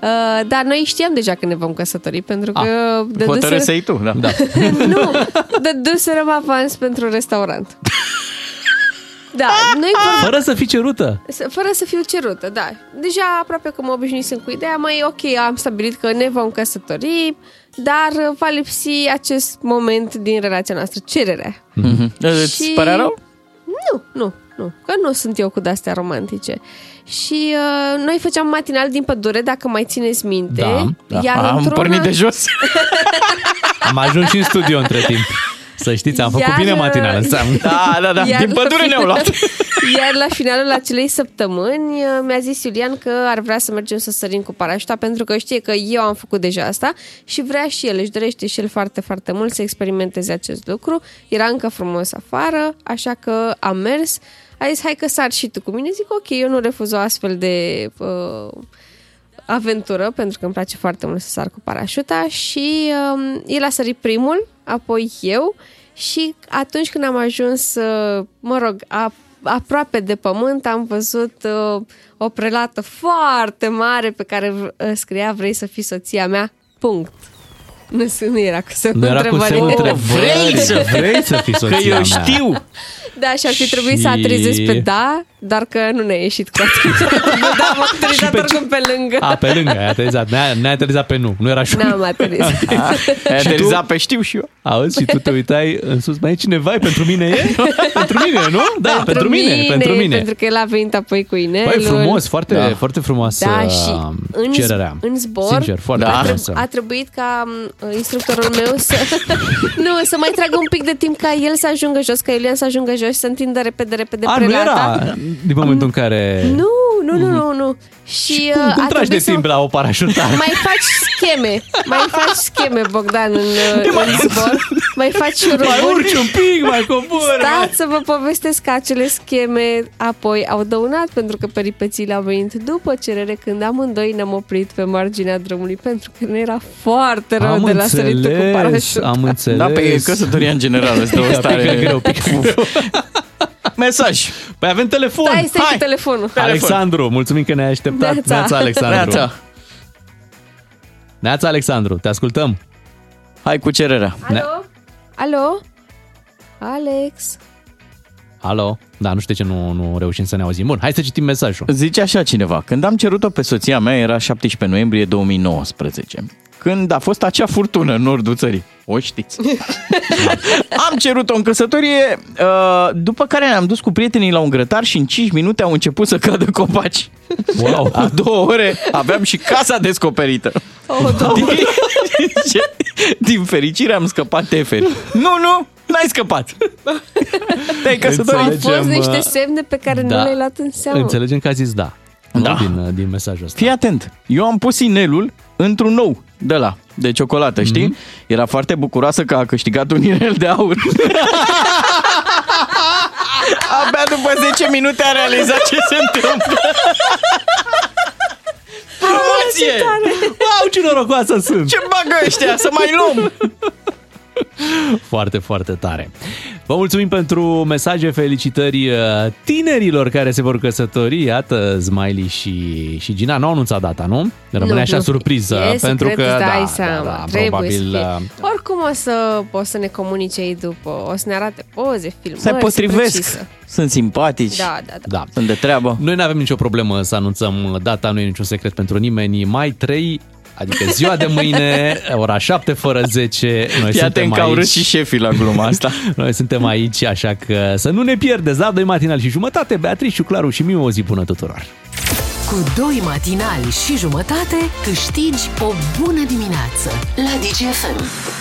Speaker 4: Uh, dar noi știam deja că ne vom căsători, pentru că
Speaker 3: Ah,
Speaker 4: de
Speaker 5: Hotărâi să-i tu, da.
Speaker 4: *laughs*
Speaker 5: da.
Speaker 4: dăduserăm avans pentru
Speaker 3: *laughs*
Speaker 4: restaurant. Da, noi vor...
Speaker 3: Fără să fii cerută.
Speaker 4: S- Fără să fiu cerută, da. Deja aproape că mă obișnuisem cu ideea, mai ok, am stabilit că ne vom căsători, dar va lipsi acest moment din relația noastră, cererea.
Speaker 5: Mhm. Îți părea rău?
Speaker 4: Nu, nu, nu. Că nu sunt eu cu de-astea romantice. Și uh, noi făceam matinal din pădure, dacă mai țineți minte.
Speaker 3: Da.
Speaker 4: Iar
Speaker 3: Am
Speaker 4: într-una-
Speaker 3: pornit de jos. *laughs* Am ajuns și în studio între timp. Să știți, am făcut
Speaker 4: Iar,
Speaker 3: bine matinal,
Speaker 4: uh,
Speaker 3: înseamnă.
Speaker 5: Da, da, da.
Speaker 4: Iar
Speaker 5: Din
Speaker 4: la
Speaker 5: pădure ne-au luat.
Speaker 4: Iar la finalul acelei săptămâni uh, mi-a zis Iulian că ar vrea să mergem să sărim cu parașuta pentru că știe că eu am făcut deja asta și vrea și el, își dorește și el foarte, foarte mult să experimenteze acest lucru. Era încă frumos afară, așa că am mers. A zis, hai că sar și tu cu mine. Zic, ok, eu nu refuz o astfel de uh, aventură, pentru că îmi place foarte mult să sar cu parașuta și um, el a sărit primul, apoi eu și atunci când am ajuns, uh, mă rog, a, aproape de pământ, am văzut uh, o prelată foarte mare pe care uh, scria vrei să fii soția mea, punct. Nu, s- nu era cu semnul
Speaker 3: Nu era cu
Speaker 4: întrebării. *laughs*
Speaker 3: semnul întrebării. Vrei să- vrei să fii soția
Speaker 5: Că eu
Speaker 3: mea.
Speaker 5: știu.
Speaker 4: Da, și ar fi trebuit
Speaker 3: Și-
Speaker 4: să atrezesc pe da, dar că nu ne-a ieșit cu
Speaker 3: *laughs*
Speaker 4: atunci. da, m-am aterizat
Speaker 3: pe
Speaker 4: oricum pe lângă.
Speaker 3: A, pe
Speaker 4: *laughs*
Speaker 3: lângă, ai aterizat. Ne-ai ne-ai aterizat pe nu. Nu era și
Speaker 4: N-am aterizat.
Speaker 5: Ai
Speaker 3: *laughs* Și
Speaker 5: aterizat
Speaker 3: tu?
Speaker 5: pe știu și eu.
Speaker 3: Auzi, și tu te uitai în sus, mai e cineva? E pentru mine
Speaker 4: *laughs*
Speaker 3: e? pentru mine, nu? Da, pentru, mine, pentru mine.
Speaker 4: Pentru că el a venit apoi cu inelul.
Speaker 3: Băi, frumos, foarte, da. foarte frumoasă um,
Speaker 4: Da, și în,
Speaker 3: cererea.
Speaker 4: în zbor
Speaker 3: Sincer, foarte
Speaker 4: a,
Speaker 3: da.
Speaker 4: treb-
Speaker 3: frumoasă.
Speaker 4: a trebuit ca m, instructorul meu să...
Speaker 3: *laughs*
Speaker 4: nu, să mai tragă un pic de timp ca el să ajungă jos, ca Iulian să ajungă jos și să întindă repede, repede
Speaker 3: A, nu
Speaker 4: prelata.
Speaker 3: era din momentul în care...
Speaker 4: Nu, nu, nu, nu, nu. Și
Speaker 3: Cum,
Speaker 4: uh,
Speaker 3: cum
Speaker 4: a
Speaker 3: tragi de
Speaker 4: trebuit să-
Speaker 3: timp la o parașutare?
Speaker 4: Mai faci scheme, mai faci scheme, Bogdan, în, uh,
Speaker 3: mai-
Speaker 4: în zbor. Mai faci șuruburi.
Speaker 3: Mai urci un pic, mai cobori. mai-
Speaker 4: Stați să vă povestesc că acele scheme apoi au dăunat pentru că peripețiile au venit după cerere când amândoi ne-am oprit pe marginea drumului pentru că nu era foarte rău
Speaker 3: Am
Speaker 4: de la săritul cu
Speaker 3: înțeles,
Speaker 4: parașut.
Speaker 3: am înțeles. Da,
Speaker 5: Da, pe căsătoria în
Speaker 3: *laughs*
Speaker 5: general este o
Speaker 3: Pică,
Speaker 5: stare...
Speaker 3: pică greu, pică *laughs* greu.
Speaker 5: Mesaj.
Speaker 3: Păi avem telefon.
Speaker 4: Stai, stai
Speaker 3: Hai!
Speaker 4: cu telefonul.
Speaker 3: Alexandru, mulțumim că ne-ai așteptat.
Speaker 4: Neața.
Speaker 3: Neața, Alexandru.
Speaker 5: Neața.
Speaker 3: Neața, Alexandru, te ascultăm.
Speaker 5: Hai cu cererea.
Speaker 4: Alo? Alo? Alex?
Speaker 3: Alo? Da, nu știu de ce nu, nu reușim să ne auzim. Bun, hai să citim mesajul.
Speaker 5: Zice așa cineva, când am cerut-o pe soția mea era 17 noiembrie 2019, când a fost acea furtună în nordul țării. O
Speaker 3: *laughs*
Speaker 5: știți. am cerut-o în căsătorie, uh, după care ne-am dus cu prietenii la un grătar și în 5 minute au început să cadă copaci.
Speaker 3: Wow.
Speaker 5: A două ore aveam și casa descoperită. din, zice, din fericire am scăpat teferi. Nu, nu, n-ai scăpat. Te-ai
Speaker 4: Au
Speaker 5: căsătorit.
Speaker 4: fost niște semne pe care
Speaker 5: Da.
Speaker 4: nu le-ai luat în seamă.
Speaker 3: Înțelegem că a zis da.
Speaker 5: Da.
Speaker 3: Nu? Din, din mesajul ăsta.
Speaker 5: Fii atent, eu am pus inelul într-un nou de la, de ciocolată,
Speaker 3: Mhm.
Speaker 5: știi? Era foarte bucuroasă că a câștigat un inel de
Speaker 3: *laughs*
Speaker 5: aur. Abia după 10 minute a realizat ce se întâmplă. Promoție!
Speaker 3: Au, ce norocoasă sunt!
Speaker 5: Ce bagă ăștia? Să mai luăm!
Speaker 3: Foarte, foarte tare. Vă mulțumim pentru mesaje, felicitări uh, tinerilor care se vor căsători. Iată, Smiley și, și Gina nu au anunțat data, nu? Rămâne
Speaker 4: Nu,
Speaker 3: așa
Speaker 4: nu.
Speaker 3: surpriză,
Speaker 4: E
Speaker 3: pentru
Speaker 4: secret,
Speaker 3: că
Speaker 4: îți dai
Speaker 3: da, da,
Speaker 4: seama.
Speaker 3: da,
Speaker 4: Trebuie
Speaker 3: probabil
Speaker 4: să
Speaker 3: uh,
Speaker 4: Oricum o să, o să ne comunice ei după, o să ne arate poze, filmări,
Speaker 5: Se potrivesc,
Speaker 4: precisă.
Speaker 5: sunt simpatici.
Speaker 4: Da, da, da.
Speaker 3: da.
Speaker 5: Sunt de treabă.
Speaker 3: Noi nu avem nicio problemă să anunțăm data, nu e niciun secret pentru nimeni. Mai 3, adică ziua de
Speaker 5: *laughs*
Speaker 3: măine, ora 7 fără 10, noi
Speaker 5: Fii atent
Speaker 3: suntem
Speaker 5: că au
Speaker 3: aici.
Speaker 5: râs și șefii la gluma asta.
Speaker 3: *laughs* Noi suntem aici, așa că să nu ne pierdeți la 2 matinal și jumătate. Beatrice, Claru și Miu, o zi bună tuturor!
Speaker 1: Cu doi matinali și jumătate câștigi o bună dimineață la DGFM.